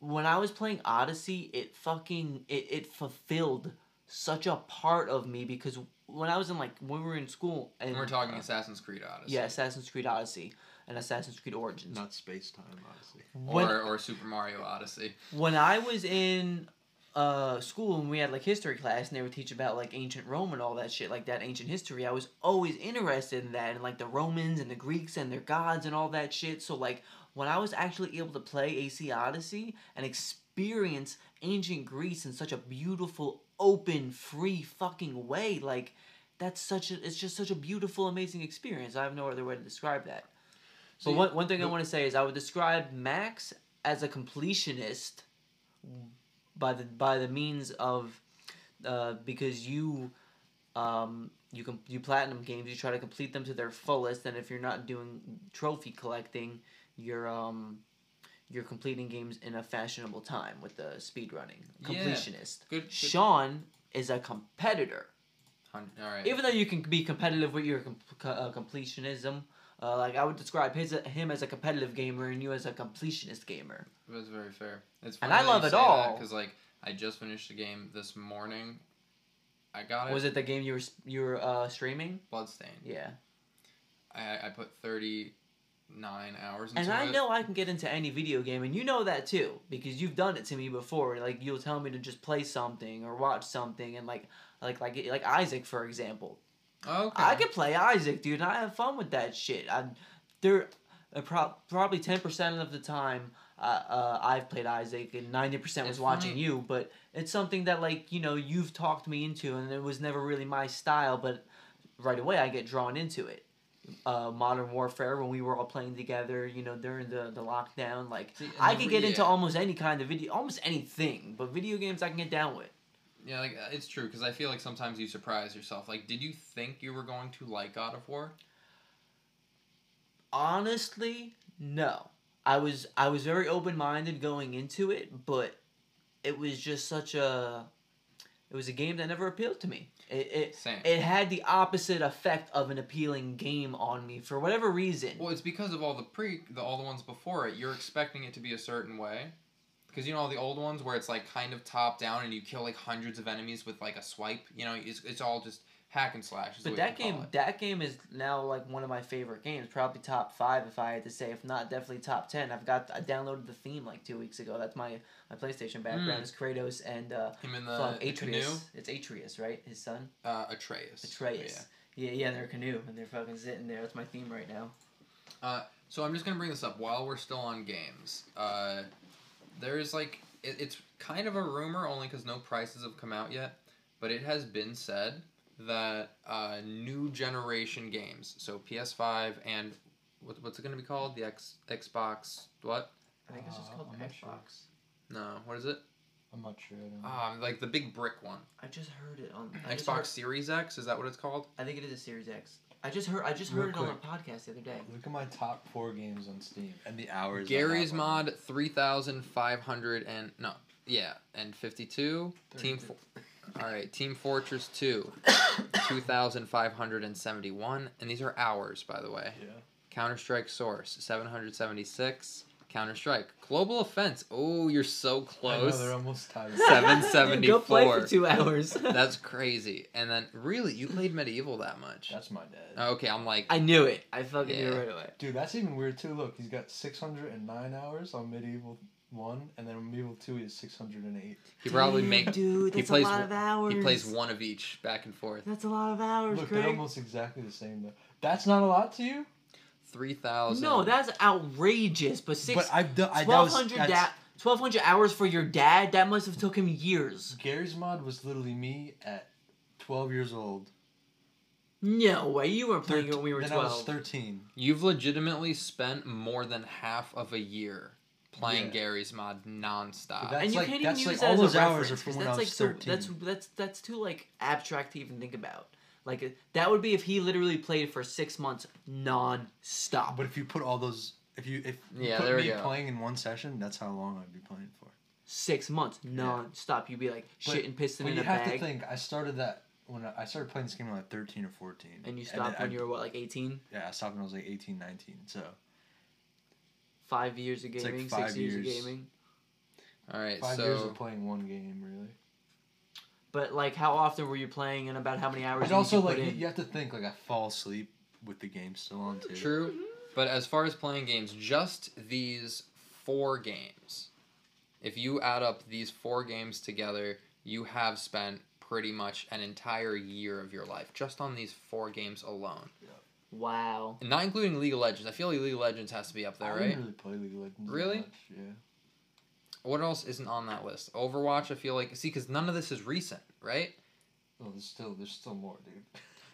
C: when I was playing Odyssey, it fucking it it fulfilled such a part of me because when I was in like when we were in school and
A: we're talking Assassin's Creed Odyssey.
C: yeah, Assassin's Creed Odyssey and Assassin's Creed Origins.
B: Not space time, obviously.
C: When-
A: or, or Super Mario Odyssey.
C: when I was in uh, school and we had like history class and they would teach about like ancient Rome and all that shit, like that ancient history, I was always interested in that and like the Romans and the Greeks and their gods and all that shit. So like when I was actually able to play AC Odyssey and experience ancient Greece in such a beautiful, open, free fucking way, like that's such a it's just such a beautiful, amazing experience. I have no other way to describe that.
A: So
C: but
A: you-
C: one, one thing I
A: you-
C: want to say is I would describe Max as a completionist by the by the means of uh, because you um, you can you platinum games you try to complete them to their fullest and if you're not doing trophy collecting you're um you're completing games in a fashionable time with the speed running
A: Yeah.
C: completionist.
A: Good. good-
C: Sean is a competitor.
A: hun- All right.
C: Even though you can be competitive with your com- co- uh, completionism, uh, like I would describe his him as a competitive gamer and you as a completionist gamer.
A: That's very fair. It's
C: And I love it all.
A: because like I just finished the game this morning. I got it.
C: Was it the game you were s- you were uh, streaming?
A: Bloodstained?
C: Yeah.
A: I I put thirty nine hours into
C: And I
A: it.
C: know I can get into any video game, and you know that too, because you've done it to me before. Like you'll tell me to just play something or watch something, and like, like, like, like Isaac for example.
A: Okay.
C: I could play Isaac, dude, and I have fun with that shit. I'm there, uh, pro- probably ten percent of the time. Uh, uh, I've played Isaac, and ninety percent was
A: It's
C: watching
A: funny.
C: you. But it's something that, like, you know, you've talked me into, and it was never really my style. But right away, I get drawn into it. Uh, Modern Warfare, when we were all playing together, you know, during the the lockdown, like
A: See, and
C: I
A: the
C: could get
A: re-
C: into
A: yeah.
C: almost any kind of video, almost anything. But video games, I can get down with.
A: Yeah, like uh, it's true because I feel like sometimes you surprise yourself. Like, did you think you were going to like God of War?
C: honestly no i was i was very open-minded going into it but it was just such a it was a game that never appealed to me it it,
A: Same.
C: it had the opposite effect of an appealing game on me for whatever reason
A: Well, it's because of all the pre, the all the ones before it. You're expecting it to be a certain way, because you know all the old ones where it's like kind of top down and you kill like hundreds of enemies with like a swipe. You know, it's, it's all just hack and slash. Is
C: but
A: what you
C: that
A: can call
C: game
A: it.
C: that game is now like one of my favorite games probably top five if i had to say if not definitely top 10 i've got i downloaded the theme like two weeks ago that's my my playstation background
A: Mm.
C: is kratos and uh
A: him in the,
C: fuck,
A: the
C: atreus
A: canoe,
C: it's atreus right his son
A: uh, Atreus.
C: Atreus. Yeah, yeah, in their canoe, and they're fucking sitting there. That's my theme right now.
A: So I'm just gonna bring this up while we're still on games. Uh, there is like it, it's kind of a rumor only because no prices have come out yet, but it has been said that uh, new generation games, so PS5 and what, what's it gonna be called? The X Xbox what?
C: I think it's just
B: Uh,
C: called
B: I'm
C: the
B: not
C: Xbox.
B: sure.
A: No, what is it?
B: I'm not sure. I don't know.
A: Um, like the big brick one.
C: I just heard it on I just
A: Xbox
C: heard-
A: Series X is that what it's called?
C: I think it is a Series X. I just heard. I just
B: Real
C: heard it on a podcast the other day.
B: Look at my top four games on Steam and the hours. I
A: Gary's
B: have on
A: mod three thousand five hundred and no yeah and fifty two team. Fo- All right, Team Fortress 2, 2,571. And these are hours, by the way.
B: them. Yeah.
A: Counter Strike Source, 776. Counter Strike. Global Offense. Oh, you're so
B: I know,
A: close.
B: they're almost tied.
C: Go play
A: 774.
C: for two hours.
A: That's crazy. And then, really, you played Medieval that much? Oh,
B: That's my
C: Oh.
B: dad.
A: Okay, I'm like,
C: I knew it. I fucking knew
A: Yeah.
C: it right away.
B: Dude, that's even weird too. Look, he's got 609 hours on Medieval 1, and then on Medieval 2 he has 608.
A: he probably
C: Damn,
A: make
C: Dude,
A: he
C: that's
A: plays
C: a lot
A: w-
C: of hours.
A: He plays one of each, back and forth.
C: That's a lot of hours,
B: Look,
C: Craig.
B: they're almost exactly the same though. That's not a lot to you?
A: 3,000.
C: No, that's outrageous. But six,
B: but I've done. I, that
C: twelve
B: was-
C: hundred
B: that's-
C: da- twelve hundred hours for your dad. That must have took him years.
B: Gary's mod was literally me at 12 years old.
C: No way. You weren't playing
B: Thirt-
C: it when we were
B: then I was
C: twelve.
B: 13.
A: You've legitimately spent more than half of a year playing
B: Yeah.
A: Gary's mod nonstop.
B: But that-
C: and
B: That's
C: you
B: like-
C: can't
B: that's
C: even use
B: like all
C: that as
B: those
C: a
B: hours
C: reference.
B: are from
C: 'cause
B: when I
C: that's like
B: was
C: so, that's
B: 13.
C: that's that's too like abstract to even think about. Like uh, that would be if he literally played for six months non-stop.
B: But if you put all those, if you if you
A: Yeah,
B: put
A: there we
B: me
A: go.
B: playing in one session, that's how long I'd be playing for.
C: six months non-stop, you'd be like
B: But-
C: shit and pissing
B: But
C: in
B: you
C: a
B: have
C: bag,
B: to think. I started that when I, I started playing this game when I was 13 or 14.
C: and you
B: then
C: stopped when
B: I-
C: you were what like 18?
B: Yeah, I stopped when I was like 18, 19. So
C: Five years of
B: It's like
C: gaming,
B: five
C: six years. of
B: years.
C: gaming.
A: All right,
B: five
A: so
B: years of playing one game, really.
C: But like, how often were you playing, and about how many hours?
B: But
C: did
B: also,
C: you put
B: like, you,
C: in?
B: you have to think, like, I fall asleep with the game still on, too.
A: True. But as far as playing games, just these four games, if you add up these four games together, you have spent pretty much an entire year of your life just on these four games alone.
C: wow.
A: Not including League of Legends. I feel like League of Legends has to be up
B: I
A: there,
B: didn't
A: right?
B: really play League of Legends. that
A: Really?
B: much, yeah.
A: What else isn't on that list? Overwatch, I feel like. See, because none of this is recent, right?
B: Well, there's still there's still more, dude.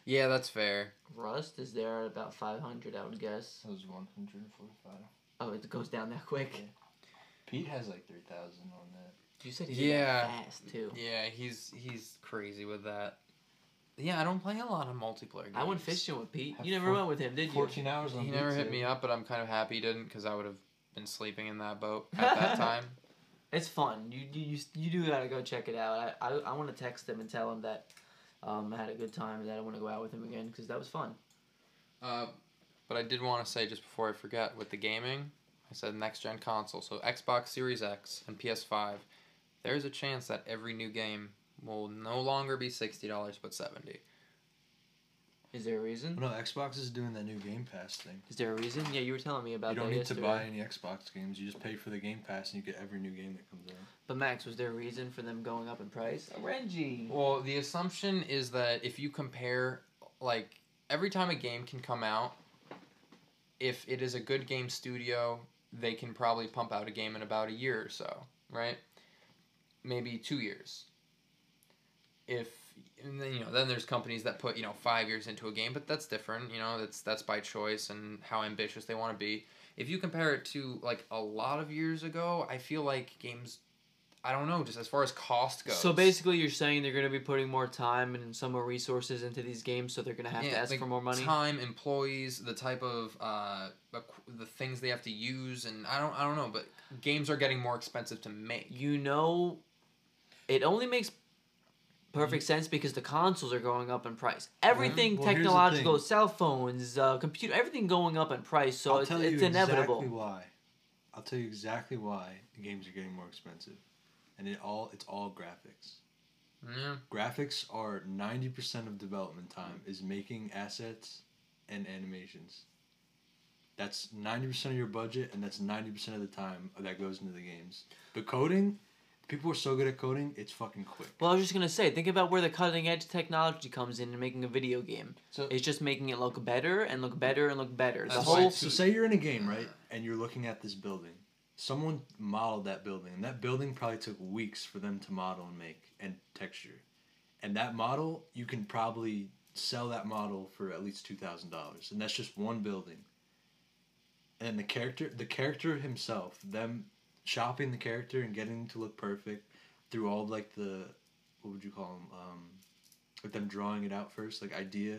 A: Yeah, that's fair.
C: Rust is there at about 500, I would guess.
B: That was 145.
C: Oh, it goes down that quick.
B: Yeah. Pete has like 3,000 on that.
C: You said he did that
A: Yeah.
C: fast too.
A: Yeah, he's he's crazy with that. Yeah, I don't play a lot of multiplayer games.
C: I went fishing with Pete.
B: Have
C: You never
B: four-
C: went with him, did you?
B: 14 hours on
A: He never hit
B: Pete,
A: me
B: too.
A: up, but I'm kind of happy he didn't because I would have been sleeping in that boat at that time.
C: It's fun. You you you, you do gotta go check it out. I I, I want to text him and tell him that um, I had a good time and that I want to go out with him again because that was fun.
A: Uh, but I did want to say just before I forget with the gaming, I said next gen console, so Xbox Series X and PS5. There's a chance that every new game will no longer be sixty dollars but seventy.
C: Is there a reason?
B: Oh, No, Xbox is doing that new Game Pass thing.
C: Is there a reason? Yeah, you were telling me about
B: You
C: that
B: don't need to
C: yesterday.
B: buy any Xbox games. You just pay for the Game Pass and you get every new game that comes out.
C: But Max, was there a reason for them going up in price? Renji.
A: Well, the assumption is that if you compare, like, every time a game can come out, if it is a good game studio, they can probably pump out a game in about a year or so, right? Maybe two years. If and then you know, then there's companies that put you know five years into a game, but that's different. You know, that's that's by choice and how ambitious they want to be. If you compare it to like a lot of years ago, I feel like games, I don't know, just as far as cost goes.
C: So basically, you're saying they're going to be putting more time and some more resources into these games, so they're going to have to ask
A: like
C: for more money.
A: Time, employees, the type of uh, equ- the things they have to use, and I don't, I don't know, but games are getting more expensive to make.
C: You know, it only makes perfect sense because the consoles are going up in price. Everything
B: Mm. Well, here's the
C: technological,
B: thing.
C: cell phones, uh, computer, everything going up in price. So it's, it's inevitable.
B: exactly why. I'll tell you exactly why the games are getting more expensive, and it all it's all graphics.
A: Yeah.
B: Graphics are ninety percent of development time is making assets and animations. That's ninety percent of your budget, and that's ninety percent of the time that goes into the games. But coding, people are so good at coding, it's fucking quick.
C: Well, I was just gonna say, think about where the cutting edge technology comes in in making a video game.
A: So-
C: it's just making it look better and look better and look better. The
A: That's
C: whole
A: right.
B: so say you're in a game, right, and you're looking at this building. Someone modeled that building, and that building probably took weeks for them to model and make and texture. And that model, you can probably sell that model for at least two thousand dollars, and that's just one building. And the character, the character himself, them shopping the character and getting him to look perfect through all of, like the what would you call them? Um, like them drawing it out first, like idea,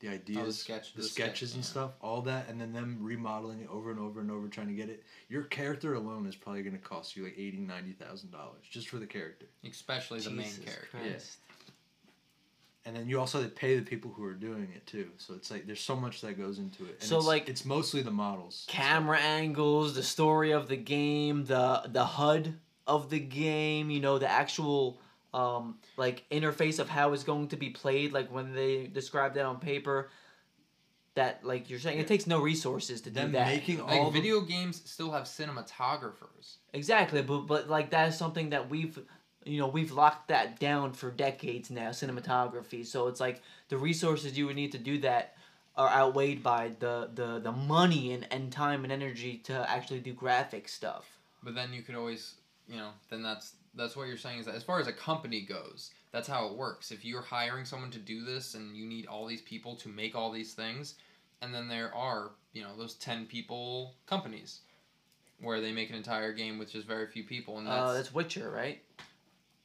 B: the ideas,
A: sketch-
B: the,
A: Oh, the sketch,
B: sketches and
A: yeah.
B: stuff, all that, and then them remodeling it over and over and over, trying to get it. Your character alone is probably going to cost you like eighty, ninety thousand dollars just for the character.
A: Especially the main
C: Jesus
A: character.
C: Christ.
B: and then you also have to pay the people who are doing it too. So it's like there's so much that goes into it. And
C: So,
B: it's,
C: like-
B: it's mostly the models.
C: Camera angles, the story of the game, the the HUD of the game. You know, the actual um, like interface of how it's going to be played. Like when they describe that on paper, that like you're saying,
B: Yeah.
C: it takes no resources to do
B: Them
C: that.
B: making
A: Like
B: all
A: video games still have cinematographers.
C: Exactly, but but like that is something that we've you know we've locked that down for decades now cinematography so it's like the resources you would need to do that are outweighed by the the, the money and, and time and energy to actually do graphic stuff
A: But then you could always, you know, then that's that's what you're saying is that as far as a company goes, that's how it works. If you're hiring someone to do this and you need all these people to make all these things, and then there are, you know, those 10 people companies where they make an entire game with just very few people and
C: that's,
A: that's,
C: uh, that's witcher right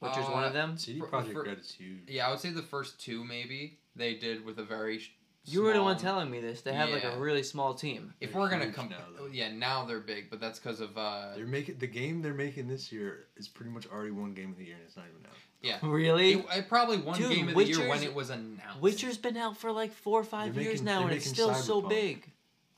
C: witcher's one of
A: Uh,
C: them
B: the CD
A: for-
B: Project
A: for-
B: Red is huge.
A: Yeah, I would say the first two maybe they did with a very. sh-
C: you were the one
A: small-
C: telling me this they have like
A: Yeah.
C: a really small team
A: If
B: They're
A: we're gonna
B: huge
A: come,
B: now, though.
A: yeah, now they're big, but that's because of uh,
B: They're making the game they're making this year is pretty much already one game of the year, and it's not even out.
A: yeah.
C: really
A: It, it probably won
C: Dude,
A: game of the year when
C: Witcher's-
A: it was announced.
C: witcher's been out for like four or 5
B: They're
C: years
B: making-
C: now
B: they're
C: and it's
B: making
C: still so
B: Cyberpunk.
C: big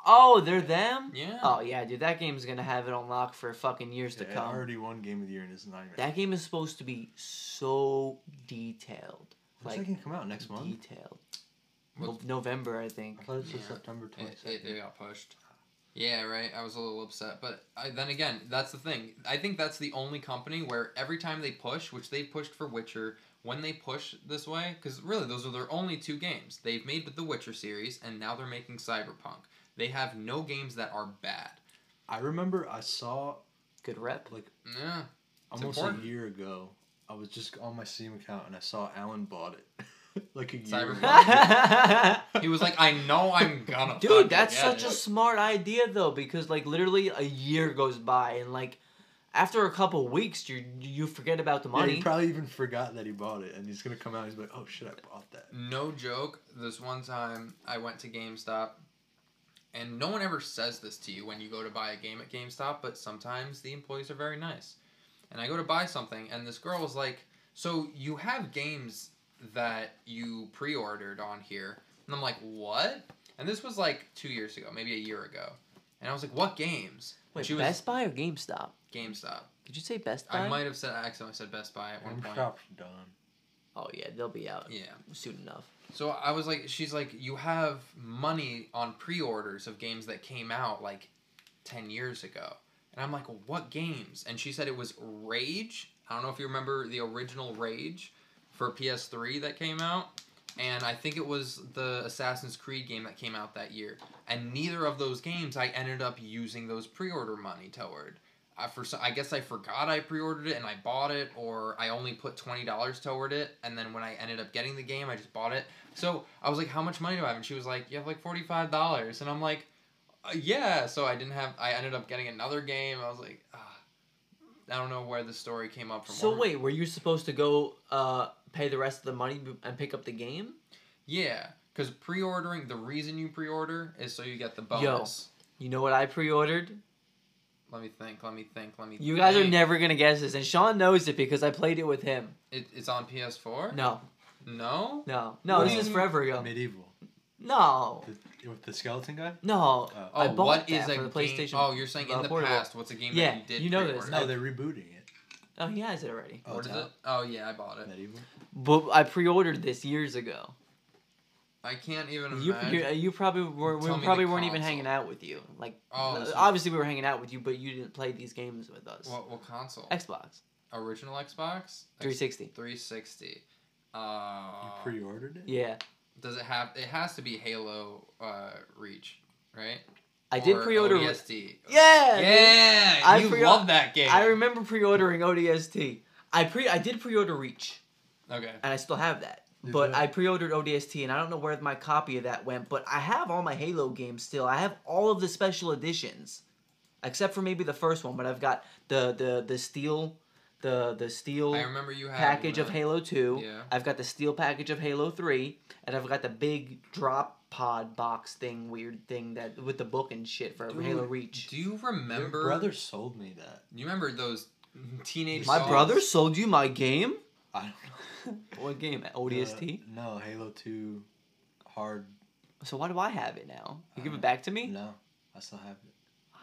C: oh they're them
A: Yeah.
C: Oh yeah, dude, that game's gonna have it on lock for fucking years to
B: Yeah, it
C: come.
B: already one game of the year, and it's not even. out.
C: That game is supposed to be so detailed,
B: Looks
C: like
B: like it can come out next month.
C: detailed. No-
A: What-
C: November, I think.
B: I thought it said
A: Yeah.
B: September twenty
A: It, it, it
B: second.
A: got pushed. Yeah, right. I was a little upset, but I, then again, that's the thing. I think that's the only company where every time they push, which they pushed for Witcher, when they push this way, because really those are their only two games they've made with the Witcher series, and now they're making Cyberpunk. They have no games that are bad.
B: I remember I saw
C: Good rep.
B: like
A: Yeah. It's
B: almost
A: important.
B: a year ago. I was just on my Steam account and I saw Alan bought it, like a year.
A: Cyberpunk.
C: dude,
A: He was like, I know I'm gonna. fucking
C: that's
A: get
C: such
A: it."
C: a smart idea though, because like literally a year goes by, and like after a couple weeks, you you forget about the
B: Yeah,
C: money.
B: he probably even forgot that he bought it, and he's gonna come out. and He's like, "Oh shit, I bought that."
A: No joke. This one time I went to GameStop and no one ever says this to you when you go to buy a game at GameStop, but sometimes the employees are very nice. And I go to buy something, and this girl is like, So you have games that you pre ordered on here? And I'm like, What? And this was like two years ago, maybe a year ago. And I was like, What games? And
C: Wait,
A: she was
C: Best Buy or GameStop?
A: GameStop.
C: Did you say Best Buy?
A: I might have said, I accidentally said Best Buy at one
B: One
A: point.
B: shop's done.
C: Oh yeah, they'll be out
A: Yeah.
C: soon enough.
A: So I was like, she's like, you have money on pre-orders of games that came out like ten years ago, and I'm like, well, what games? And she said it was Rage. I don't know if you remember the original Rage for PS3 that came out, and I think it was the Assassin's Creed game that came out that year. And neither of those games, I ended up using those pre-order money toward. I for so- I guess I forgot I pre-ordered it and I bought it, or I only put twenty dollars toward it, and then when I ended up getting the game, I just bought it. So I was like, "How much money do I have?" And she was like, "You have like forty five dollars," and I'm like, uh, "Yeah." So I didn't have. I ended up getting another game. I was like, ah. I don't know where the story came up from.
C: So
A: Or-
C: wait, were you supposed to go uh, pay the rest of the money b- and pick up the game?
A: Yeah, because pre-ordering the reason you pre-order is so you get the bonus.
C: You know what I pre-ordered?
A: Let me think. Let me think. Let me.
C: You guys are
A: think.
C: never gonna guess this, and Sean knows it because I played it with him.
A: It, it's on PS4.
C: No,
A: No.
C: no, no.
B: What do
C: this
B: you
C: is
A: mean?
C: forever ago.
B: Medieval.
C: No,
B: The, with the skeleton guy? Oh.
C: no.
A: Oh,
C: I bought
A: what
C: that
A: is a
C: for
A: game-
C: the PlayStation,
A: Oh, you're saying in
C: uh,
A: the
C: portable.
A: past, what's a game
C: Yeah,
A: that you did?
C: you know this.
A: pre-order?
B: No, they're rebooting it.
C: Oh, he has it already.
B: Oh,
A: what
B: it's
A: is
B: out.
A: it? Oh yeah, I bought it.
B: Medieval.
C: But I pre-ordered this years ago.
A: I can't even
C: You, uh,
A: imagine.
C: you, you probably were. We
A: Tell me the
C: probably weren't even
A: console.
C: hanging out with you. Like,
A: Oh,
C: uh,
A: so-
C: obviously we were hanging out with you, but you didn't play these games with us.
A: What, what console?
C: Xbox
A: Original Xbox.
C: 360.
A: 360. Uh,
B: You pre-ordered it?
C: Yeah.
A: does it have? It has to be Halo uh, Reach, right?
C: I did
A: Or E
C: pre-order.
A: ODST.
C: Yeah.
A: Yeah,
C: I
A: you
C: pre-
A: love that game.
C: I remember pre-ordering ODST. I pre I did pre-order Reach,
A: okay.
C: and I still have that.
B: Did
C: But
B: you?
C: I pre-ordered ODST, and I don't know where my copy of that went. But I have all my Halo games still. I have all of the special editions, except for maybe the first one. But I've got the the the steel, the the steel
A: I remember you had
C: package of
A: one.
C: Halo Two.
A: Yeah.
C: I've got the steel package of Halo Three, and I've got the big drop pod box thing, weird thing that with the book and shit for
A: Dude,
C: Halo Reach.
A: Do you
B: Your
A: remember?
B: brother sold me that.
A: You remember those teenage?
C: My
A: songs?
C: brother sold you my game.
B: I don't know.
C: What game? ODST.
B: Uh, no, Halo Two, hard.
C: So why do I have it now? You give
B: Uh,
C: it back to me?
B: No, I still have it.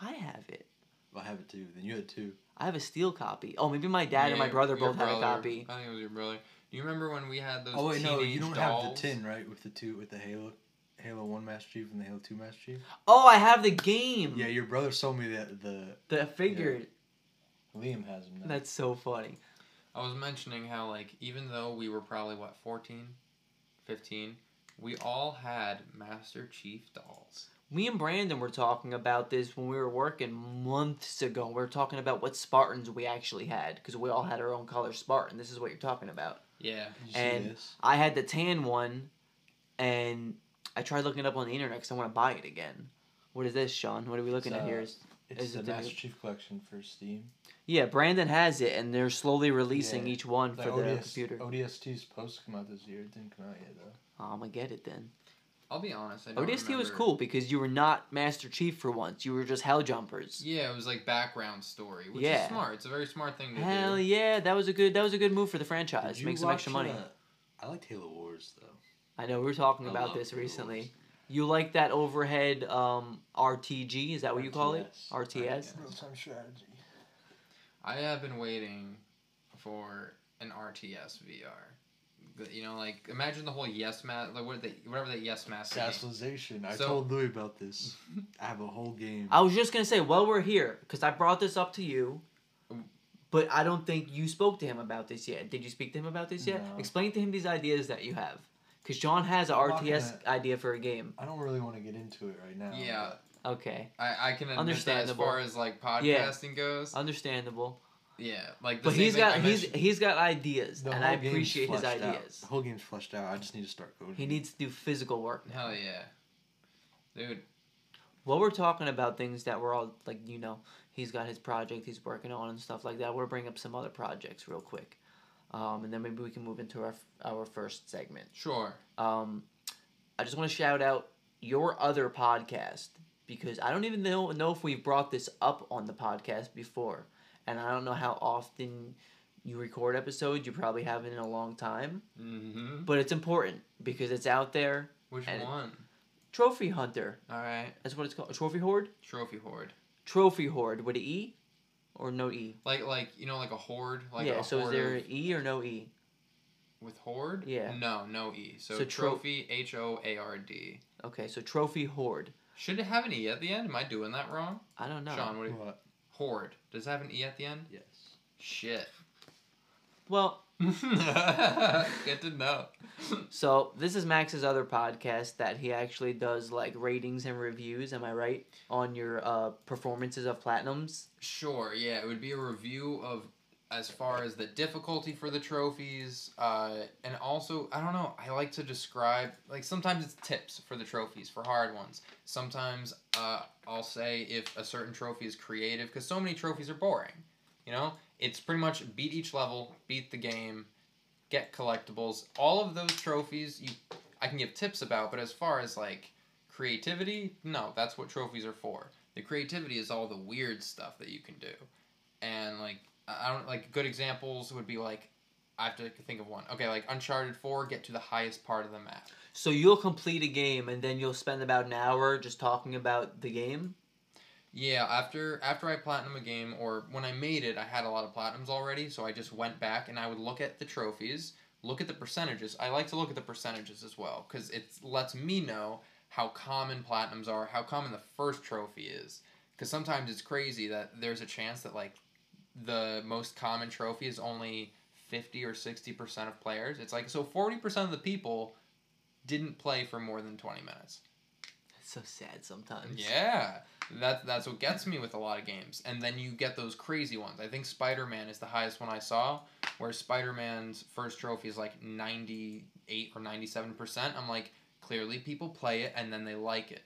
C: I have it.
B: Well, I have it too. Then you had two.
C: I have a steel copy. Oh, maybe my dad and
A: Yeah,
C: my brother
A: your
C: both had a
A: brother.
C: copy.
A: I think it was your brother. Do you remember when we had those?
B: Oh wait, no, you
A: teenage
B: don't have
A: dolls?
B: the tin right with the two with the Halo, Halo One Master Chief and the Halo Two Master Chief.
C: Oh, I have the game.
B: Yeah, your brother sold me that. The
C: The figure.
B: Liam has them. Now.
C: That's so funny.
A: I was mentioning how, like, even though we were probably, what, 14, 15, we all had Master Chief dolls.
C: Me and Brandon were talking about this when we were working months ago. We were talking about what Spartans we actually had because we all had our own color Spartan. This is what you're talking about.
A: Yeah.
B: Did you
C: and-
B: see this?
C: I had the tan one, and I tried looking it up on the internet because I want to buy it again. What is this, Sean? What are we looking
B: It's,
C: at
B: uh,
C: here? Is-
B: It's
C: is
B: the
C: it the
B: Master
C: new-
B: Chief collection for Steam.
C: Yeah, Brandon has it, and they're slowly releasing
B: Yeah.
C: each one
B: Like
C: for the
B: ODS,
C: computer.
B: ODST is supposed to come out this year. It didn't come out yet though.
C: Oh, I'm gonna get it then.
A: I'll be honest. I don't
C: ODST was
A: remember-
C: cool because you were not Master Chief for once. You were just Hell Jumpers.
A: Yeah, it was like background story, which
C: Yeah.
A: is smart. It's a very smart thing to
C: Hell
A: do.
C: yeah, that was a good that was a good move for the franchise.
B: Did you
C: Make some
B: watch,
C: extra money.
B: uh, I liked Halo Wars though.
C: I know we were talking
B: I
C: about
B: love
C: this
B: Halo
C: recently.
B: Wars.
C: You like that overhead um, RTG? Is that what you call it? RTS.
A: RTS.
B: Real-time strategy.
A: I have been waiting for an RTS VR. The- You know, like imagine the whole Yes Mask, like what they, whatever that Yes Mask. game-
B: Castleization. I
A: So-
B: told Louis about this. I have a whole game.
C: I was just gonna say while we're here because I brought this up to you, but I don't think you spoke to him about this yet. Did you speak to him about this yet?
B: No.
C: Explain to him these ideas that you have, because John has an
B: I'm not
C: RTS idea for a game.
B: I don't really want to get into it right now.
A: Yeah.
C: Okay,
A: I, I can understand as
C: Understandable.
A: far as like
C: Yeah.
A: podcasting goes.
C: understandable.
A: Yeah, like the
C: But
A: same
C: he's
A: thing
C: got
A: I
C: he's
A: mentioned-
C: he's got ideas,
B: but the
C: and
B: whole
C: I
B: game's
C: appreciate his
B: fleshed out.
C: ideas.
B: The whole game's fleshed out. I just need to start coding.
C: He needs to do physical work.
A: Hell yeah, dude.
C: While we're talking about things that we're all like, you know, he's got his project he's working on and stuff like that. We'll bring up some other projects real quick, um, and then maybe we can move into our our first segment.
A: Sure.
C: Um, I just want to shout out your other podcast, because I don't even know know if we've brought this up on the podcast before, and I don't know how often you record episodes. You probably haven't in a long time,
A: Mm-hmm.
C: but it's important because it's out there.
A: Which
C: And-
A: one?
C: Trophy hunter.
A: All right.
C: That's what it's called. Trophy horde.
A: Trophy horde.
C: Trophy horde with an E, or no E.
A: Like like you know like a horde like
C: yeah.
A: a
C: So is
A: horde
C: there
A: of-
C: an E or no E?
A: with horde?
C: Yeah.
A: No, no e. So,
C: So tro-
A: trophy H O A R D.
C: Okay, so trophy horde.
A: Should it have an e at the end? Am I doing that wrong?
C: I don't know.
A: Sean, what do you,
B: What?
A: horde? Does it have an e at the end?
B: Yes.
A: Shit.
C: Well,
A: Good to know.
C: so this is Max's other podcast that he actually does like ratings and reviews. Am I right on your uh, performances of platinums?
A: Sure, yeah, it would be a review of as far as the difficulty for the trophies, uh, and also I don't know. I like to describe like sometimes it's tips for the trophies for hard ones. Sometimes uh, I'll say if a certain trophy is creative because so many trophies are boring. You know, it's pretty much beat each level, beat the game, get collectibles. All of those trophies you I can give tips about, but as far as like creativity, no, that's what trophies are for. The creativity is all the weird stuff that you can do. And like I I don't like good examples would be like I have to think of one. Okay, like Uncharted 4, get to the highest part of the map.
C: So you'll complete a game and then you'll spend about an hour just talking about the game.
A: Yeah, after after I platinum a game or when I made it, I had a lot of platinums already, so I just went back and I would look at the trophies, look at the percentages. I like to look at the percentages as well cuz it lets me know how common platinums are, how common the first trophy is. Cuz sometimes it's crazy that there's a chance that like the most common trophy is only 50 or 60% of players. It's like so 40% of the people didn't play for more than 20 minutes.
C: It's so sad sometimes.
A: Yeah, that that's what gets me with a lot of games. And then you get those crazy ones. I think Spider Man is the highest one I saw, where Spider Man's first trophy is like ninety eight or ninety seven percent. I'm like, clearly people play it and then they like it.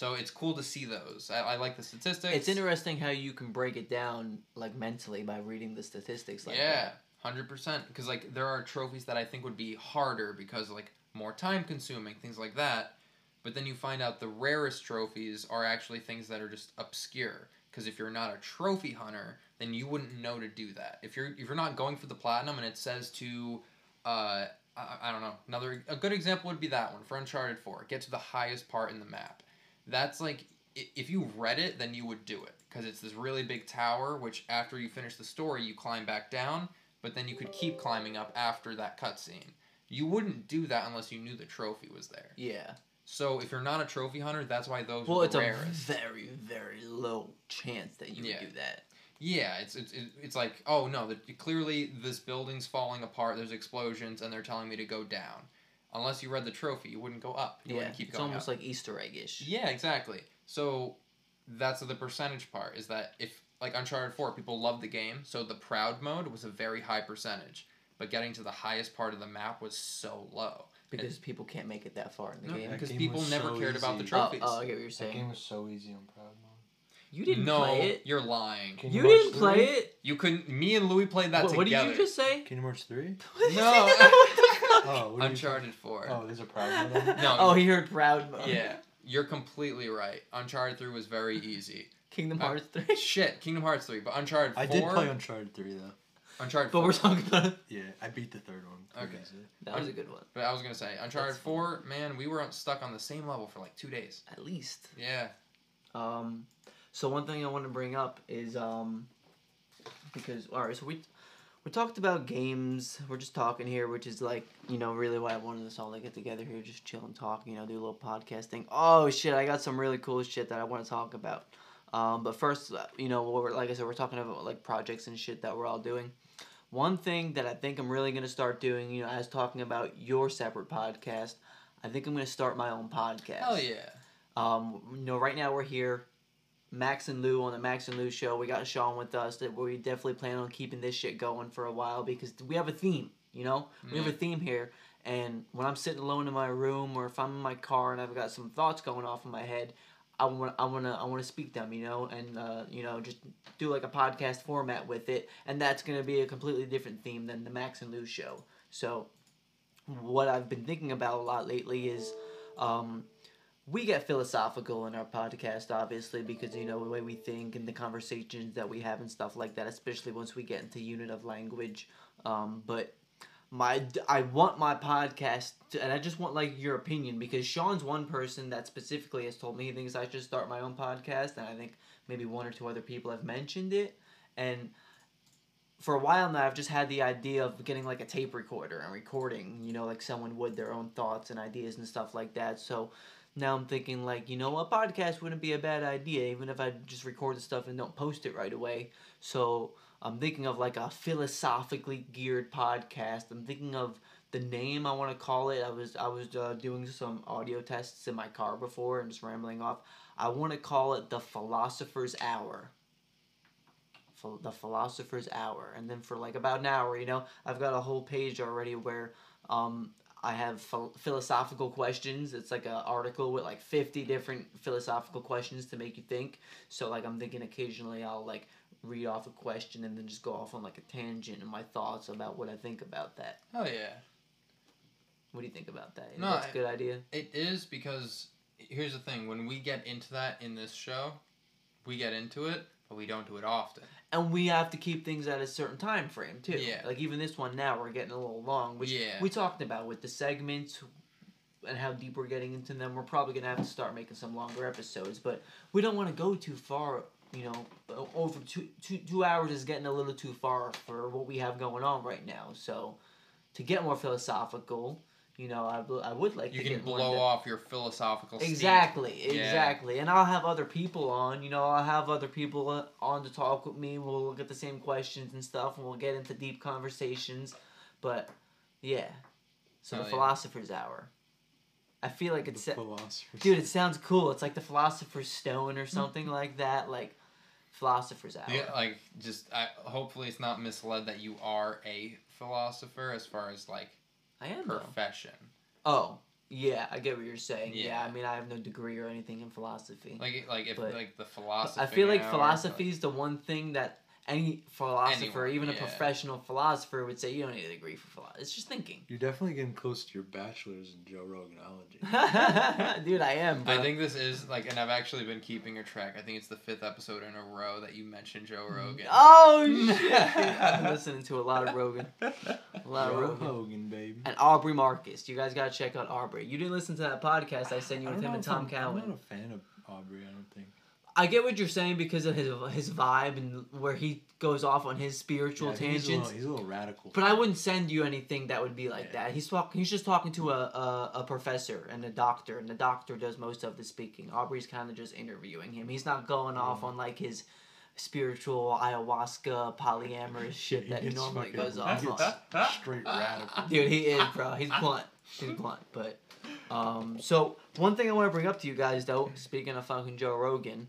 A: So it's cool to see those. I, I like the statistics.
C: It's interesting how you can break it down like mentally by reading the statistics like that.
A: yeah, hundred percent. Because like there are trophies that I think would be harder because like more time consuming things like that. But then you find out the rarest trophies are actually things that are just obscure. Because if you're not a trophy hunter, then you wouldn't know to do that. If you're if you're not going for the platinum and it says to, uh, I, I don't know. Another a good example would be that one for Uncharted Four. Get to the highest part in the map. That's like i- if you read it, then you would do it because it's this really big tower. Which after you finish the story, you climb back down, but then you could keep climbing up after that cutscene. You wouldn't do that unless you knew the trophy was there.
C: Yeah.
A: So if you're not a trophy hunter, that's why those
C: Well,
A: are
C: it's
A: the
C: a
A: rarest.
C: very, very low chance that you
A: Yeah.
C: would do that.
A: Yeah, it's it's it- it's like oh no, the, clearly this building's falling apart. There's explosions, and they're telling me to go down. Unless you read the trophy, you wouldn't go up. You
C: yeah.
A: wouldn't keep
C: it's
A: going up.
C: almost like Easter egg ish.
A: Yeah, exactly. So that's the percentage part is that if like Uncharted 4, people love the game, so the proud mode was a very high percentage, but getting to the highest part of the map was so low.
C: Because people can't make it that far in the
A: No,
C: game.
A: because
B: game
A: people
B: was
A: never
B: so
A: cared about the
B: easy.
C: Oh,
A: trophies.
C: oh, I get what you're
B: That game
C: saying.
B: was so easy on Proud Mode.
C: You didn't
A: no,
C: play it.
A: you're lying.
B: Can
C: You
B: watch
C: didn't
B: the
C: play
B: movie?
C: it.
A: You couldn't me and Louis played that
C: What, what
A: together.
C: did you just say?
B: Kingdom Hearts three.
A: No.
C: what the
B: Oh,
C: fuck?
B: what are you
A: Uncharted 4.
B: talking- Oh, there's a Proud Mode. on it?
A: No.
C: Oh, he heard proud mode.
A: Yeah. You're completely right. Uncharted 3 was very easy.
C: Kingdom
A: Uh,
C: Hearts three.
A: Shit, Kingdom Hearts 3, but Uncharted 4.
B: I did play Uncharted three though.
A: Uncharted
C: But
A: 4.
C: we're talking about
B: Yeah, I beat the third one. pretty
A: Okay.
B: easily.
C: that was a good one.
A: But I was gonna say Uncharted
C: That's fine.
A: Four, man, we were stuck on the same level for like two days.
C: At least.
A: Yeah,
C: Um, so one thing I want to bring up is um, because all right, so we we talked about games. We're just talking here, which is like you know really why I wanted us all to get together here, just chill and talk. You know, do a little podcast thing. Oh shit, I got some really cool shit that I want to talk about. Um, but first, uh, you know, we're, like I said, we're talking about like projects and shit that we're all doing. One thing that I think I'm really gonna start doing, you know, as talking about your separate podcast, I think I'm gonna start my own podcast.
A: hell yeah.
C: Um, you know, right now we're here, Max and Lou on the Max and Lou show. We got Sean with us. That we definitely plan on keeping this shit going for a while because we have a theme. You know, we have a theme here. And when I'm sitting alone in my room or if I'm in my car and I've got some thoughts going off in my head, I want I want to I want to speak them. You know, and uh, you know just do like a podcast format with it. And that's gonna be a completely different theme than the Max and Lou show. So, what I've been thinking about a lot lately is. Um, we get philosophical in our podcast, obviously, because you know the way we think and the conversations that we have and stuff like that. Especially once we get into unit of language. Um, but my I want my podcast, to, and I just want like your opinion because Sean's one person that specifically has told me he thinks I should start my own podcast, and I think maybe one or two other people have mentioned it, and for a while now I've just had the idea of getting like a tape recorder and recording, you know, like someone would their own thoughts and ideas and stuff like that. So now I'm thinking like, you know, a podcast wouldn't be a bad idea even if I just record the stuff and don't post it right away. So I'm thinking of like a philosophically geared podcast. I'm thinking of the name I want to call it. I was I was uh, doing some audio tests in my car before and just rambling off. I want to call it the Philosopher's Hour phil- the philosopher's hour and then for like about an hour you know i've got a whole page already where um, i have phil- philosophical questions it's like an article with like 50 different philosophical questions to make you think so like i'm thinking occasionally i'll like read off a question and then just go off on like a tangent and my thoughts about what i think about that
A: Oh yeah,
C: what do you think about that
A: No,
C: that's a
A: I-
C: good idea
A: it is because here's the thing: when we get into that in this show, we get into it, but we don't do it often.
C: and we have to keep things at a certain time frame too
A: Yeah.
C: like even this one now we're getting a little long which
A: Yeah.
C: we talked about with the segments and how deep we're getting into them we're probably gonna have to start making some longer episodes but we don't want to go too far you know o- over two, two, two hours is getting a little too far for what we have going on right now so to get more philosophical you know i, bl- I would like
A: You
C: to
A: can
C: get more
A: blow
C: in-depth.
A: off your philosophical. steam.
C: Exactly,
A: Yeah.
C: exactly. And I'll have other people on, you know, I'll have other people uh, on to talk with me. We'll look at the same questions and stuff, and we'll get into deep conversations. But yeah, so
A: Hell
C: the
A: yeah.
C: Philosopher's Hour. I feel like
B: The
C: it's,
B: philosophers.
C: dude, it sounds cool. It's like the Philosopher's Stone or something like that, like Philosopher's Hour.
A: Yeah, like just I, hopefully it's not misled that you are a philosopher as far as like
C: I am. though.
A: profession.
C: Oh, yeah, I get what you're saying. Yeah.
A: Yeah.
C: I mean, I have no degree or anything in philosophy.
A: Like like if
C: But-
A: like the
C: But
A: philosophy.
C: I feel like
A: hour,
C: philosophy is the one thing that any philosopher,
A: Anyone,
C: even a
A: yeah.
C: professional philosopher, would say you don't need a degree for philosophy. It's just thinking.
B: You're definitely getting close to your bachelor's in Joe Roganology.
C: Dude, I am. Bro.
A: I think this is like, and I've actually been keeping a track. I think it's the fifth episode in a row that you mentioned Joe Rogan.
C: Oh shit! I've been listening to a lot of Rogan, a lot of
B: Joe
C: Rogan,
B: Rogan, baby.
C: and Aubrey Marcus. You guys gotta check out Aubrey. You didn't listen to that podcast I sent you
B: I
C: with
B: don't
C: him
B: know
C: and
B: if
C: Tom
B: I'm-
C: Cowan.
B: I'm not a fan of Aubrey. I don't think.
C: I get what you're saying because of his his vibe and where he goes off on his spiritual
B: Yeah, I think
C: tangents.
B: he's, a little, he's a little radical.
C: But I wouldn't send you anything that would be like
B: Yeah.
C: that. He's talking. He's just talking to a, a a professor and a doctor, and the doctor does most of the speaking. Aubrey's kind of just interviewing him. He's not going off on like his spiritual ayahuasca polyamorous shit
B: he
C: that he
B: gets
C: normally
B: fucking-
C: goes
B: he
C: off
B: gets
C: on.
B: straight radical.
C: Dude, he is, bro. He's blunt. He's blunt. But um, so one thing I want to bring up to you guys though, speaking of fucking Joe Rogan.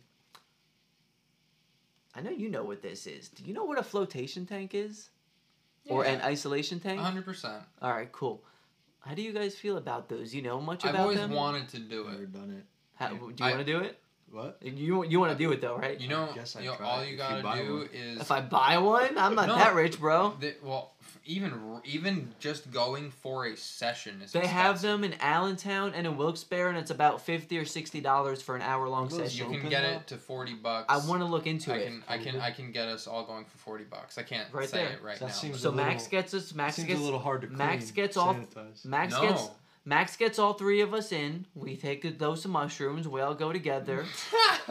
C: I know you know what this is. Do you know what a flotation tank is? Or an isolation tank?
A: hundred percent.
C: All right, cool. How do you guys feel about those? You know much
A: I've
C: about
A: always
C: them?
A: wanted to do
B: Never
A: it.
B: done it.
C: How, do you
A: I-
C: want to do it?
B: What?
C: You you want to do it though, right?
A: You know,
B: guess I'd
A: you know,
B: try
A: all
B: it if
A: you
B: you
A: gotta
B: buy
A: do
B: one.
A: is
C: If I buy one, I'm not
A: No.
C: that rich, bro.
A: The, well, f- even r- even just going for a session is.
C: They have
A: expensive.
C: them in Allentown and in Wilkes-Barre, and it's about fifty or sixty dollars for an hour-long
B: Those
A: You
C: session.
B: open
A: can get
B: though?
A: it to forty bucks.
C: I want to look into
A: I
C: it.
A: can I can I can get us all going for forty bucks. I can't
C: Right
A: say
C: there.
A: it right
B: That
A: now.
B: seems a
C: so Max
B: little-
C: gets us. Max
B: Seems
C: gets
B: a little hard to clean.
C: Max gets off-
B: sanitize.
C: Max
A: no.
C: gets Max gets all three of us in. We take a dose of mushrooms. We all go together.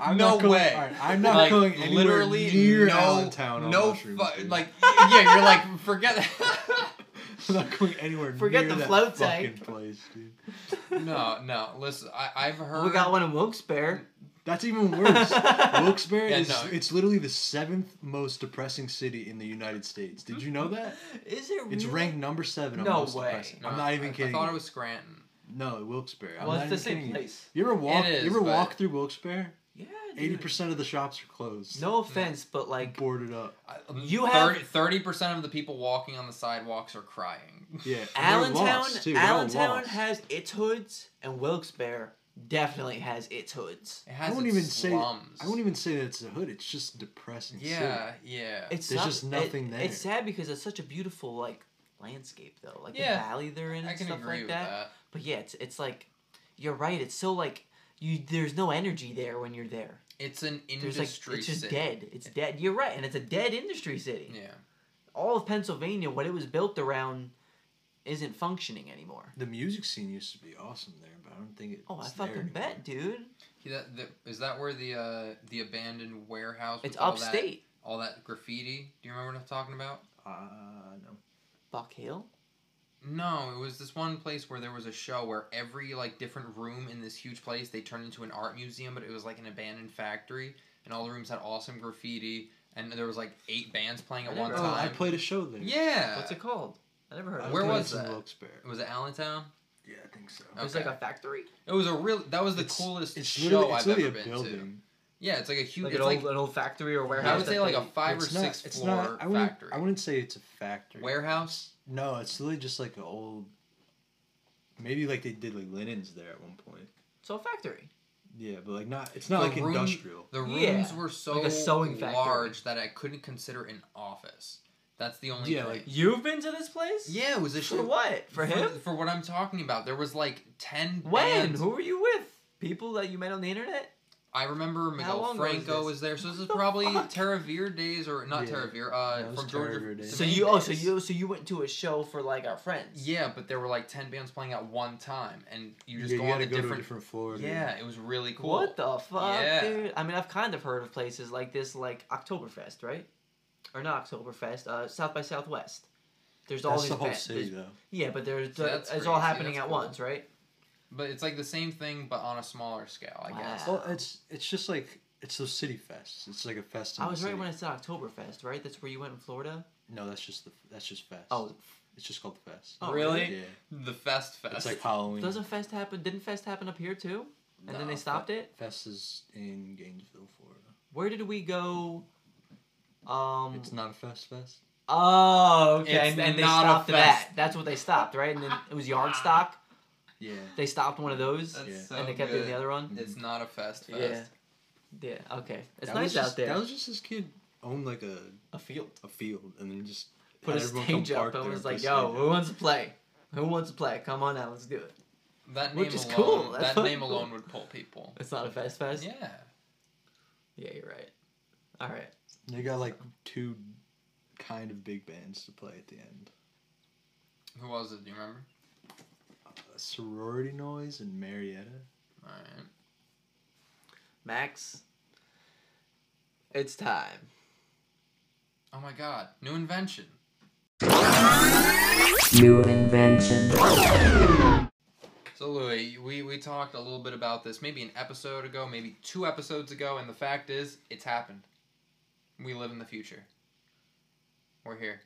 B: I'm
A: no
B: not going-
A: way.
B: all right, I'm not going anywhere near Allentown on
A: no
B: mushrooms,
A: fu-
B: dude.
A: like yeah, you're like forget that.
B: I'm not going anywhere
C: Forget
B: near
C: the
B: that
C: float
B: fucking
C: tank.
B: place, dude.
A: no, no. Listen, I, I've heard.
C: we got one in Wilkes-Barre.
B: That's even worse. Wilkes-Barre
A: Yeah,
B: is
A: no.
B: it's literally the seventh most depressing city in the United States. Did you know that?
C: Is it?
B: It's
C: really?
B: ranked number seven on
C: No
B: most
C: way.
B: depressing.
A: No,
B: I'm not
A: I-
B: even kidding.
A: I thought
B: you.
A: it was Scranton.
B: No, Wilkes-Barre. I'm
C: Well,
B: not
C: it's the
B: even
C: same
B: kidding you.
C: place.
B: You ever walk?
A: is,
B: you ever
A: but-
B: walk through Wilkes-Barre?
C: Yeah.
B: Eighty
C: dude.
B: percent of the shops are closed.
C: No offense, but like
B: boarded up.
C: You have-
A: thirty percent of the people walking on the sidewalks are crying.
B: Yeah, and they're
C: Allentown,
B: lost, too. They're all
C: Allentown
B: lost.
C: has its hoods, and Wilkes-Barre definitely has its hoods.
A: It
B: I
A: has
B: wouldn't
A: its
B: even
A: slums.
B: say. I wouldn't even say that it's a hood. It's just a depressing. city.
A: Yeah, yeah.
C: It's
B: There's
C: not-
B: just nothing
C: it-
B: there.
C: It's sad because it's such a beautiful like landscape though, like the
A: Yeah,
C: valley they're in
A: I
C: and
A: can
C: stuff
A: agree
C: like
A: with
C: that.
A: that.
C: But yeah, it's it's like you're right. It's so like you. There's no energy there when you're there.
A: It's an
C: There's
A: industry
C: like it's just
A: city.
C: dead. It's dead. You're right, and it's a dead industry city.
A: Yeah.
C: All of Pennsylvania, what it was built around, isn't functioning anymore.
B: The music scene used to be awesome there, but I don't think it's
C: Oh, I
B: there
C: fucking
B: anymore.
C: bet, dude.
A: He, that, that, is that where the uh, the abandoned warehouse?
C: It's
A: with all
C: upstate.
A: That, all that graffiti. Do you remember what I'm talking about?
B: Uh, no.
A: Oh,
C: Buck Hill?
A: No, it was this one place where there was a show where every like different room in this huge place they turned into an art museum, but it was like an abandoned factory, and all the rooms had awesome graffiti, and there was like eight bands playing
C: I
A: at one
C: never-
B: Oh,
A: time.
B: I played a show there.
A: Yeah.
C: What's it called? I never heard
B: I
C: of
A: Uh, Where
C: it.
B: played
A: was
B: in
A: that?
B: Wilkes-Barre.
A: Was it Allentown?
B: Yeah, I think so.
C: It was like
A: Okay.
C: a factory?
A: It was a real. That was the
B: It's-
A: coolest
B: It's
A: show
B: literally, it's
A: I've
B: literally
A: ever
B: a
A: been to.
B: building.
A: Yeah, it's like a huge.
C: Like
A: it's
C: an,
A: like
C: old, uh, an old factory or warehouse?
A: I would
C: that
A: say like a
C: they-
A: five or
B: It's not-
A: six
B: it's
A: floor
B: not- I wouldn't,
A: factory.
B: I wouldn't say it's a factory.
A: warehouse.
B: No, it's literally just like an old. Maybe like they did like linens there at one point.
C: So a factory.
B: Yeah, but like not. It's not
A: The
B: like
A: room-
B: industrial.
A: The rooms
C: Yeah,
A: were so
C: like a sewing factory.
A: large that I couldn't consider it an office. That's the only
B: Yeah,
A: thing.
B: like-
C: You've been to this place?
A: yeah, it was a
C: For
A: show.
C: what? For him?
A: For what I'm talking about. There was like 10
C: When?
A: bands.
C: Who were you with? People that you met on the internet?
A: I remember Miguel
C: long ago was
A: Franco
C: this?
A: was there. So this is
C: What the
A: probably
C: fuck?
A: Terra Veer days or not
B: Yeah.
A: Terra Veer, uh
B: That was
A: from Georgia.
B: Terra Veer days.
C: So
A: Domain
C: you oh so
A: days.
C: you so you went to a show for like our friends.
A: Yeah, but there were like 10 bands playing at one time and you just
B: Yeah,
A: go
B: you
A: on
B: gotta
A: a
B: go to a
A: different
B: different floor. to-
A: Yeah, it was really cool.
C: What the fuck,
A: Yeah.
C: dude? I mean, I've kind of heard of places like this, like Oktoberfest, right? Or not Oktoberfest, uh, South by Southwest. There's all
B: That's
C: these
B: the whole
C: ba-
B: city
C: there's-
B: though.
C: Yeah, but there's uh,
A: So that's
C: it's all
A: crazy,
C: happening
A: that's
C: at
A: cool.
C: once, right?
A: But it's like the same thing but on a smaller scale, I guess.
C: Wow.
B: Well, it's it's just like it's those city fests. It's like a fest. In
C: I
B: the
C: was right
B: city.
C: when I said Oktoberfest, right? That's where you went in Florida.
B: No, that's just the that's just fest.
C: Oh,
B: it's just called fest.
C: Oh,
A: really?
B: Yeah,
A: The Fest Fest.
B: it's like Halloween.
C: doesn't Fest happen? Didn't Fest happen up here too? And then
B: Nah,
C: they
B: fe-
C: stopped it.
B: Fest is in Gainesville, Florida.
C: Where did we go? Um.
B: It's not a fest fest.
C: oh, okay.
A: It's
C: and, and they
A: not a
C: stopped that.
A: fest.
C: That's what they stopped, right? And then it was Yardstock.
B: Yeah.
C: They stopped one of those,
A: That's
B: Yeah.
A: so
C: and they kept
A: good.
C: doing the other one.
A: It's not a Fest Fest.
C: Yeah. Yeah. Okay. It's
B: That was
C: nice
B: just,
C: out there.
B: That was just this kid owned like a,
C: a field.
B: a field and then just
C: Put
B: had
C: a
B: everyone come
C: stage up
B: park
C: and
B: there
C: was
B: play
C: like, "Yo,
B: stage."
C: who wants to play? Who wants to play? Come on now, let's do it."
A: That name
C: Which is
A: alone,
C: cool. That's
A: That
C: fucking
A: name
C: cool.
A: alone would pull people.
C: It's not a fest fest.
A: Yeah.
C: Yeah, you're right. All right.
B: They got like two kind of big bands to play at the end.
A: Who was it? Do you remember?
B: Uh, Sorority Noise and Marietta.
A: All right.
C: Max, it's time.
A: Oh my God! New invention.
D: New invention.
A: So Louis, we we talked a little bit about this maybe an episode ago, maybe two episodes ago, and the fact is, it's happened. We live in the future. We're here.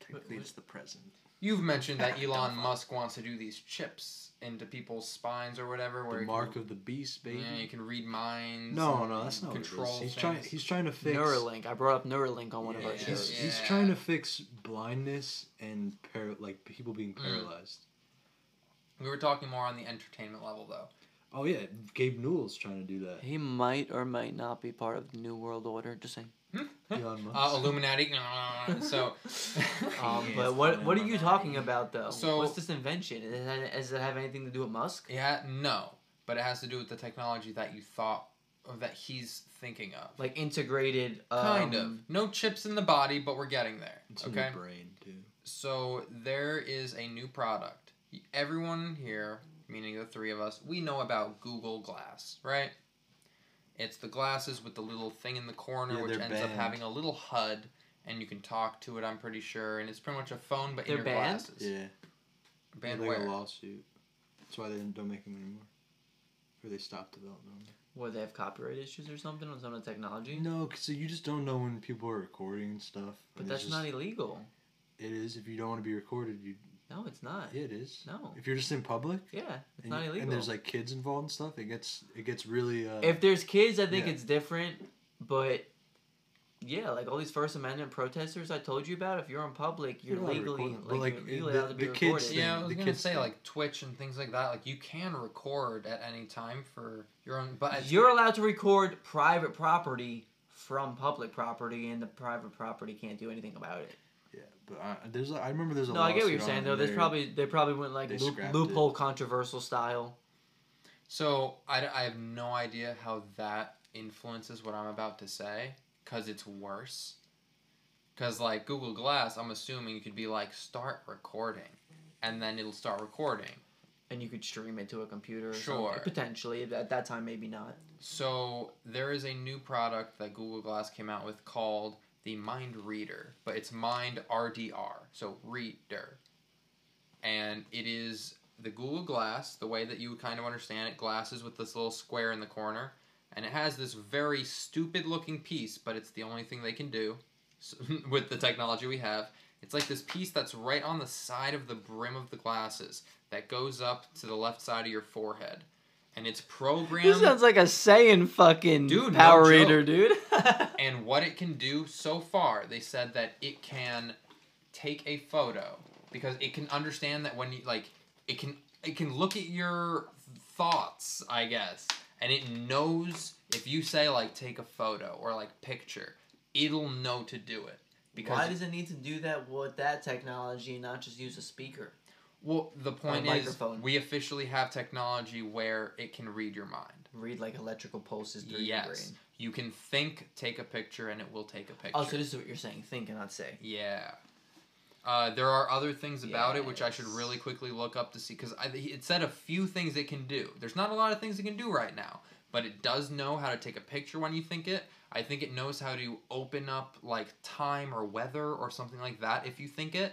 B: Technically, it's the present.
A: You've mentioned that Elon Musk wants to do these chips into people's spines or whatever, where
B: The
A: you
B: mark
A: can,
B: of the beast, baby.
A: yeah, you can read minds.
B: no,
A: and
B: no, that's not
A: control.
B: what it is.
A: things.
B: He's trying. He's trying to fix.
C: Neuralink. I brought up Neuralink on one of
B: Yeah,
C: our
A: Yeah.
B: he's,
C: shows.
B: he's
A: Yeah.
B: trying to fix blindness and par- like people being
C: Mm.
B: paralyzed.
A: We were talking more on the entertainment level though.
B: Oh yeah, Gabe Newell's trying to do that.
C: He might or might not be part of the New World Order. Just saying. Oh,
B: Elon Musk.
A: Uh, Illuminati. so,
C: Um,
B: He
C: but
B: is
C: what
B: the
C: what are
B: New
C: you talking about though?
A: So-
C: What's this invention? Does it have- Does it have anything to do with Musk?
A: yeah, no, but it has to do with the technology that you thought or that he's thinking of.
C: Like integrated. Um,
A: kind of. No chips in the body, but we're getting there.
B: It's
A: okay.
B: in the brain too.
A: So there is a new product. Everyone here, meaning the three of us, we know about Google Glass, right? It's the glasses with the little thing in the corner,
B: Yeah,
A: which
B: they're
A: ends up
B: banned.
A: having a little HUD, and you can talk to it. I'm pretty sure, and it's pretty much a phone, but in
C: They're
A: your
C: banned?
A: glasses.
B: Yeah. They
A: Banned
B: got
A: where?
B: a lawsuit. That's why they didn't- don't make them anymore. Or they stopped developing them.
C: What they have copyright issues or something on some of the technology?
B: No, because you just don't know when people are recording and stuff.
C: But
B: and
C: that's
B: it's just-
C: not e- illegal.
B: It is if you don't want to be recorded. You
C: No, it's not. Yeah,
B: yeah, it is.
C: No.
B: If you're just in public.
C: it's
B: And,
C: not
B: you-
C: illegal.
B: and there's like kids involved and stuff. It gets it gets really. Uh,
C: if there's kids, I think
B: Yeah.
C: it's different. But yeah, like all these First Amendment protesters I told you about, if you're in public, you're
B: You're not
C: legally
B: recorded, but, like,
C: like, you're
B: it-
C: legally
B: the-
C: allowed to be
B: the kids
C: recorded.
B: thing-
A: Yeah, I was
B: the
A: gonna
B: kids
A: say
B: thing.
A: like Twitch and things like that. Like you can record at any time for your own, but it's-
C: You're allowed to record private property from public property, and the private property can't do anything about it.
B: yeah, but I, there's a- I remember there's a.
C: No, I get what
B: lawsuit
C: you're
B: on
C: saying
B: it
C: though. There's
B: where-
C: probably they probably went like
B: they
C: loop,
B: scrapped it.
C: loophole controversial style,
A: So I, d- I have no idea how that influences what I'm about to say because it's worse. Because, like, Google Glass, I'm assuming you could be like, start recording, and then it'll start recording.
C: And you could stream it to a computer. Or
A: Sure.
C: Something. Potentially at that time, maybe not.
A: So there is a new product that Google Glass came out with called the Mind Reader, but it's Mind RDR, so Reader. And it is the Google Glass, the way that you would kind of understand it, glasses with this little square in the corner, and it has this very stupid looking piece, but it's the only thing they can do s- with the technology we have. It's like this piece that's right on the side of the brim of the glasses that goes up to the left side of your forehead. And it's programmed
C: This sounds like a Saiyan fucking
A: Dude, no
C: Power
A: joke.
C: Ranger, dude.
A: and what it can do so far they said that it can take a photo because it can understand that when you like it can it can look at your thoughts i guess and it knows if you say like take a photo or like picture it'll know to do it because
C: Why does it need to do that with that technology and not just use a speaker?
A: well the point is
C: microphone?
A: we officially have technology where it can read your mind
C: Read like electrical pulses through
A: yes
C: your brain.
A: you can think take a picture and it will take a picture
C: Oh, so this is what you're saying. Think and not say.
A: Yeah. Uh, there are other things about it which I should
C: Yes.
A: really quickly look up to see because it said a few things it can do. There's not a lot of things it can do right now, but it does know how to take a picture when you think it. I think it knows how to open up like time or weather or something like that if you think it.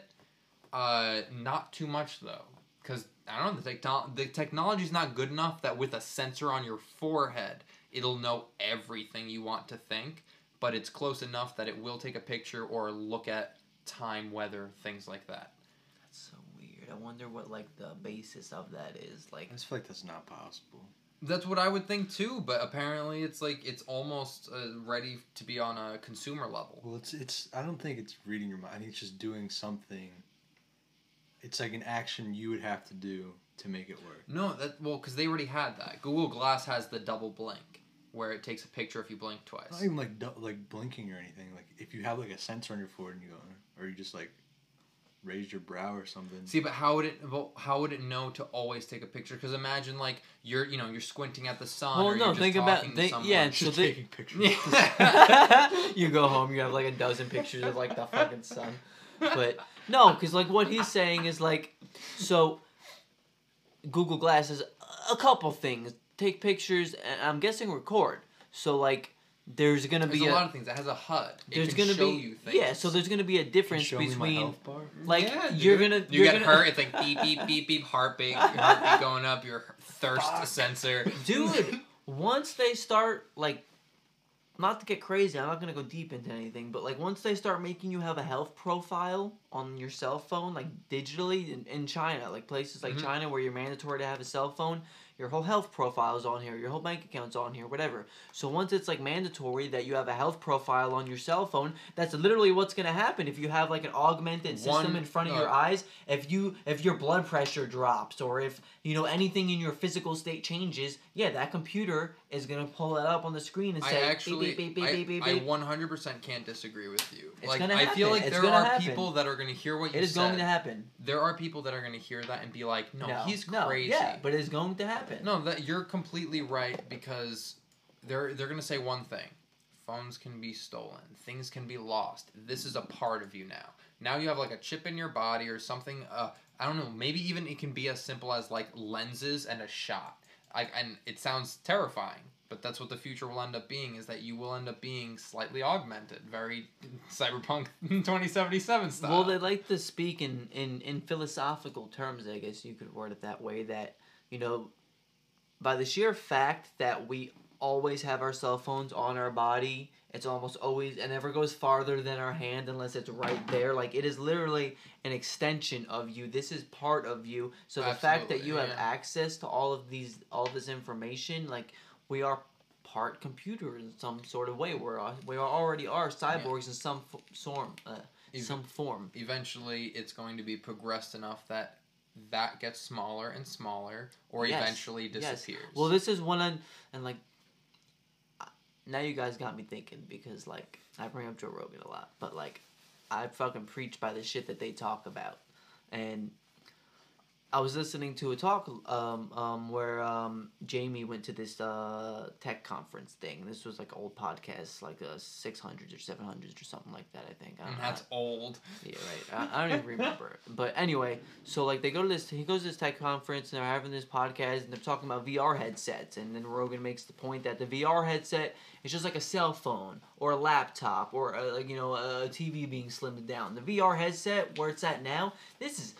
A: Uh, not too much though, because I don't know the technol the technology's not good enough that with a sensor on your forehead it'll know everything you want to think, but it's close enough that it will take a picture or look at time, weather, things like that.
C: That's so weird. I wonder what like the basis of that is. Like
B: I just feel like that's not possible.
A: That's what I would think too, but apparently it's like it's almost uh, ready to be on a consumer level.
B: Well, it's it's. I don't think it's reading your mind. I think it's just doing something. It's like an action you would have to do to make it work.
A: No, that well, because they already had that. Google Glass has the double blink, where it takes a picture if you blink twice.
B: Not even like du- like blinking or anything. Like if you have like a sensor on your forehead and you go, "Eh," or you just like raise your brow or something.
A: See, but how would it? well, How would it know to always take a picture? Because imagine like you're, you know, you're squinting at the sun.
C: Well,
A: or
C: no,
A: you're just
C: think about-
A: talking to
C: think-
A: someone.
C: yeah,
B: It's just
C: so they-
B: taking pictures.
C: you go home, you have like a dozen pictures of like the fucking sun. But no, because like what he's saying is like, so Google Glass is a couple things: take pictures, and I'm guessing record. So like, there's gonna
A: There's
C: be
A: a lot of things. It has a HUD. It
C: there's
A: can
C: gonna
A: show
C: be
A: you things.
C: yeah. So there's gonna be a difference
B: Show me my
C: between
B: health bar.
C: like
A: Yeah,
C: you're
A: dude.
C: gonna
A: You
C: you're
A: get
C: gonna,
A: hurt. It's like beep beep beep beep heartbeat, your heartbeat going up, your thirst sensor.
C: dude once they start like not to get crazy i'm not gonna go deep into anything but like once they start making you have a health profile on your cell phone like digitally in, in china like places like
A: Mhm.
C: china where you're mandatory to have a cell phone your whole health profile is on here your whole bank account's on here whatever so once it's like mandatory that you have a health profile on your cell phone that's literally what's gonna happen if you have like an augmented system
A: One-
C: in front of
A: uh,
C: your eyes if you if your blood pressure drops or if you know anything in your physical state changes yeah that computer is gonna pull that up on the screen and
A: I
C: say
A: actually,
C: beep, beep, beep, beep, beep,
A: I,
C: beep.
A: I 100% can't disagree with you.
C: It's
A: like,
C: gonna
A: I feel
C: happen.
A: like
C: It's
A: there
C: gonna
A: are
C: happen.
A: people that are going to hear what you
C: it is
A: said.
C: going to happen
A: There are people that are going to hear that and be like, no, he's
C: no,
A: crazy.
C: yeah but it's going to happen
A: No, that you're completely right because they're they're gonna say one thing: phones can be stolen, things can be lost. This is a part of you now. Now you have like a chip in your body or something. Uh, I don't know. Maybe even it can be as simple as like lenses and a shot. Like, and it sounds terrifying, but that's what the future will end up being: is that you will end up being slightly augmented, very cyberpunk 2077 style.
C: Well, they like to speak in, in, in philosophical terms, I guess you could word it that way, that, you know, by the sheer fact that we always have our cell phones on our body, it's almost always, it never goes farther than our hand unless it's right there. Like, it is literally an extension of you. This is part of you. So the fact that
A: Absolutely,
C: you have
A: yeah.
C: access to all of these, all this information, like, we are part computer in some sort of way. We're, al- we are already are cyborgs in some f- form. Uh,
A: Even-
C: some form.
A: eventually it's going to be progressed enough that that gets smaller and smaller or
C: Yes,
A: eventually
C: yes.
A: disappears.
C: Well, this is one on, and like, I- now you guys got me thinking because like I bring up Joe Rogan a lot, but like I fucking preach by the shit that they talk about, and I was listening to a talk um, um, where um, Jamie went to this uh, tech conference thing. This was like old podcasts, like the six hundreds or seven hundreds or something like that. I think. I don't
A: And
C: know.
A: Mm, that's old.
C: Yeah, right. I, I don't even remember. But anyway, so like they go to this, he goes to this tech conference, and they're having this podcast, and they're talking about VR headsets, and then Rogan makes the point that the VR headset is just like a cell phone or a laptop or a, you know a TV being slimmed down. The VR headset, where it's at now, this is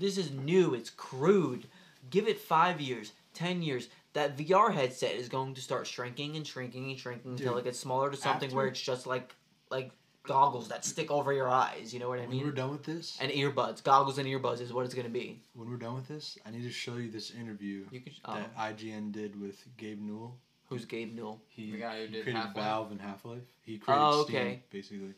C: this is new. It's crude. Give it five years, ten years. That VR headset is going to start shrinking and shrinking and shrinking until
B: Dude,
C: it gets smaller to something where
B: after-
C: it's just like like goggles that stick over your eyes. You know what I
B: When we're
C: mean?
B: done with this,
C: And earbuds, goggles and earbuds is what it's gonna be.
B: when we're done with this, I need to show you this interview
C: You could. Oh,
B: that IGN did with Gabe Newell.
C: who's Gabe Newell?
B: He,
A: The guy who
B: he
A: did
B: created
A: Half-Life?
B: Valve and Half Life. He created
C: Oh,
B: Steam,
C: okay.
B: basically.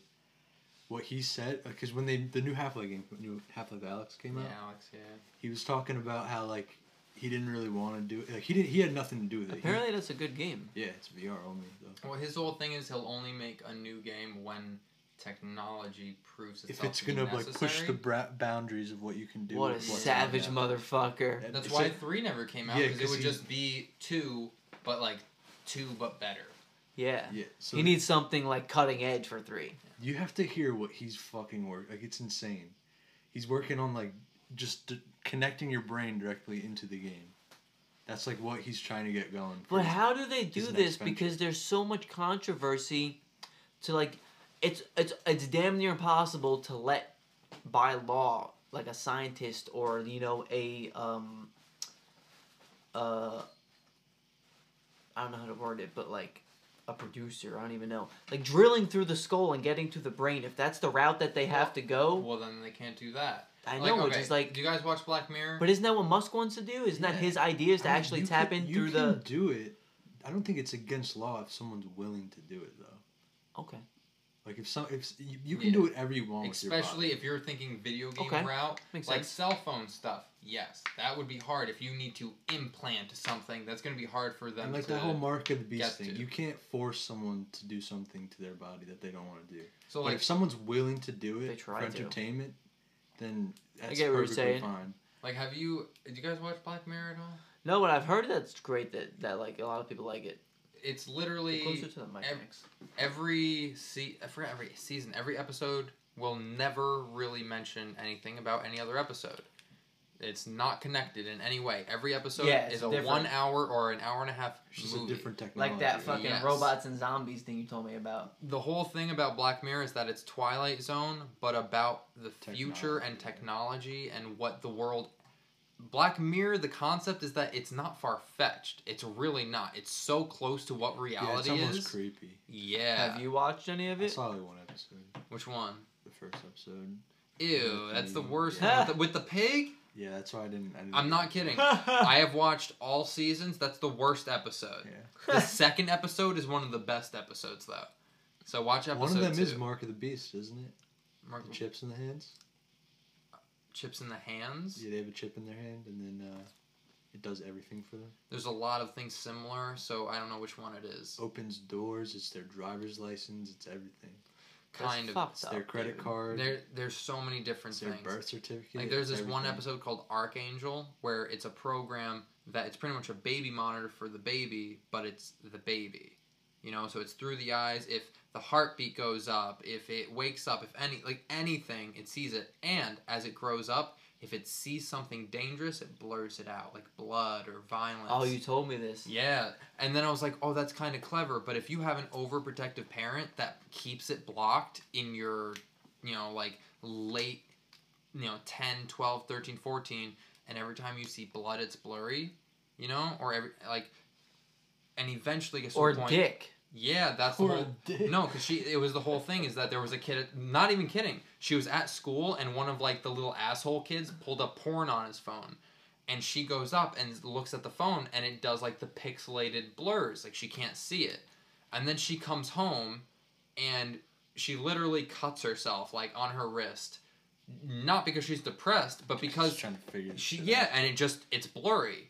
B: What he said, because when they the new Half Life game, new Half Life Alex came
A: Yeah,
B: out,
A: Alex. Yeah.
B: he was talking about how like he didn't really want to do it. Like he did, not he had nothing to do with it. He-
C: Apparently, that's a good game.
B: yeah, it's VR only though.
A: Well, his whole thing is he'll only make a new game when technology proves itself.
B: If it's
A: to be
B: gonna like push
A: necessary.
B: the bra- boundaries of what you can do.
C: What a
B: with what's
C: savage
B: out now.
C: motherfucker!
B: And
A: That's
B: it's
A: why
B: like-
A: three never came out
B: Yeah,
A: because it
B: 'cause
A: would
B: he-
A: just be two, but like two but better.
C: Yeah.
B: yeah, so
C: he needs something like cutting edge for three.
B: You have to hear what he's fucking work. Like it's insane. He's working on like just d- connecting your brain directly into the game. That's like what he's trying to get going. for
C: But
B: his-
C: how do they do
B: his next
C: this?
B: venture.
C: Because there's so much controversy. To like, it's it's it's damn near impossible to let by law like a scientist or you know a um uh I don't know how to word it, but like a producer, I don't even know. Like drilling through the skull and getting to the brain. If that's the route that they have to go,
A: Well, then they can't do that.
C: Oh. I
A: Like,
C: know
A: okay,
C: which is like.
A: do you guys watch Black Mirror?
C: But isn't that what Musk wants to do? Isn't
A: Yeah.
C: that his idea is to
B: I mean,
C: actually
B: you
C: tap
B: can-
C: in
B: you
C: through
B: can
C: the?
B: do it. I don't think it's against law if someone's willing to do it though.
C: Okay.
B: Like if some if s- you, you can
A: Yeah.
B: do whatever you want.
A: Especially
B: with
A: if you're thinking video game
C: Okay.
A: route,
C: Makes
A: like
C: sense.
A: cell phone stuff. Yes, that would be hard if you need to implant something. That's going to be hard for
B: your body.
A: them.
B: and like
A: to,
B: the whole mark of the
A: get
B: beast thing,
A: to.
B: you can't force someone to do something to their body that they don't want to do.
A: So
B: but
A: like
B: if someone's willing to do
C: They
B: it for
C: try to.
B: entertainment, then that's
C: get what you're
B: perfectly
C: saying.
B: fine.
A: like have you? Did you guys watch Black Mirror at all?
C: No, but I've heard that's great that, that like a lot of people like it.
A: It's literally
C: Closer to the mic
A: ev-
C: mix.
A: every se- I forgot every season, every episode will never really mention anything about any other episode. It's not connected in any way. Every episode
C: Yeah, it's
A: is a
C: different.
A: one hour or an hour and a half
B: It's just
A: movie.
B: a different technology.
C: Like that fucking
A: Yes.
C: robots and zombies thing you told me about.
A: the whole thing about Black Mirror is that it's Twilight Zone, but about the future and technology and what the world. Black Mirror, the concept is that it's not far fetched. It's really not. It's so close to what
B: Yeah, it's
A: reality
B: almost
A: is.
B: creepy.
A: yeah.
C: Have you watched any of
B: I
C: it?
B: saw only one episode,
A: Which one?
B: the first episode.
A: Ew, that's the worst.
C: Yeah.
A: With, the, with the pig?
B: Yeah, that's why I didn't. I didn't
A: I'm not kidding. I have watched all seasons. That's the worst episode.
B: Yeah.
A: The second episode is one of the best episodes, though. So watch episode
B: One of them
A: two.
B: is Mark of the Beast, isn't it?
A: Mark-
B: The chips in the hands.
A: chips in the hands.
B: Yeah, they have a chip in their hand, and then uh, it does everything for them.
A: There's a lot of things similar, so I don't know which one it
C: Oh,
A: is.
B: Opens doors. It's their driver's license. It's everything.
C: That's
A: kind of.
C: fucked
B: It's their
C: up,
B: credit
C: dude.
B: card.
A: There, there's so many different
B: it's their
A: things.
B: birth certificate.
A: Like there's this
B: it's
A: one
B: everything.
A: episode called Archangel where it's a program that it's pretty much a baby monitor for the baby, but it's the baby. You know, so it's through the eyes. If the heartbeat goes up, if it wakes up, if any like anything, it sees it. And as it grows up, if it sees something dangerous, it blurs it out, like blood or violence.
C: Oh, you told me this.
A: Yeah, and then I was like, "Oh, that's kind of clever." But if you have an overprotective parent that keeps it blocked in your, you know, like late, you know, 10, 12, 13, 14, and every time you see blood, it's blurry, you know, or every like, and eventually gets to
C: Or
A: a point.
C: Dick.
A: Yeah, that's the
B: Or
A: whole.
B: a dick.
A: No, because she. It was the whole thing is that there was a kid. Not even kidding. She was at school and one of like the little asshole kids pulled up porn on his phone, and she goes up and looks at the phone and it does like the pixelated blurs, like she can't see it, and then she comes home, and she literally cuts herself like on her wrist, not because she's depressed, but because
B: Just trying to figure. this
A: she
B: shit
A: yeah,
B: out.
A: and it just it's blurry,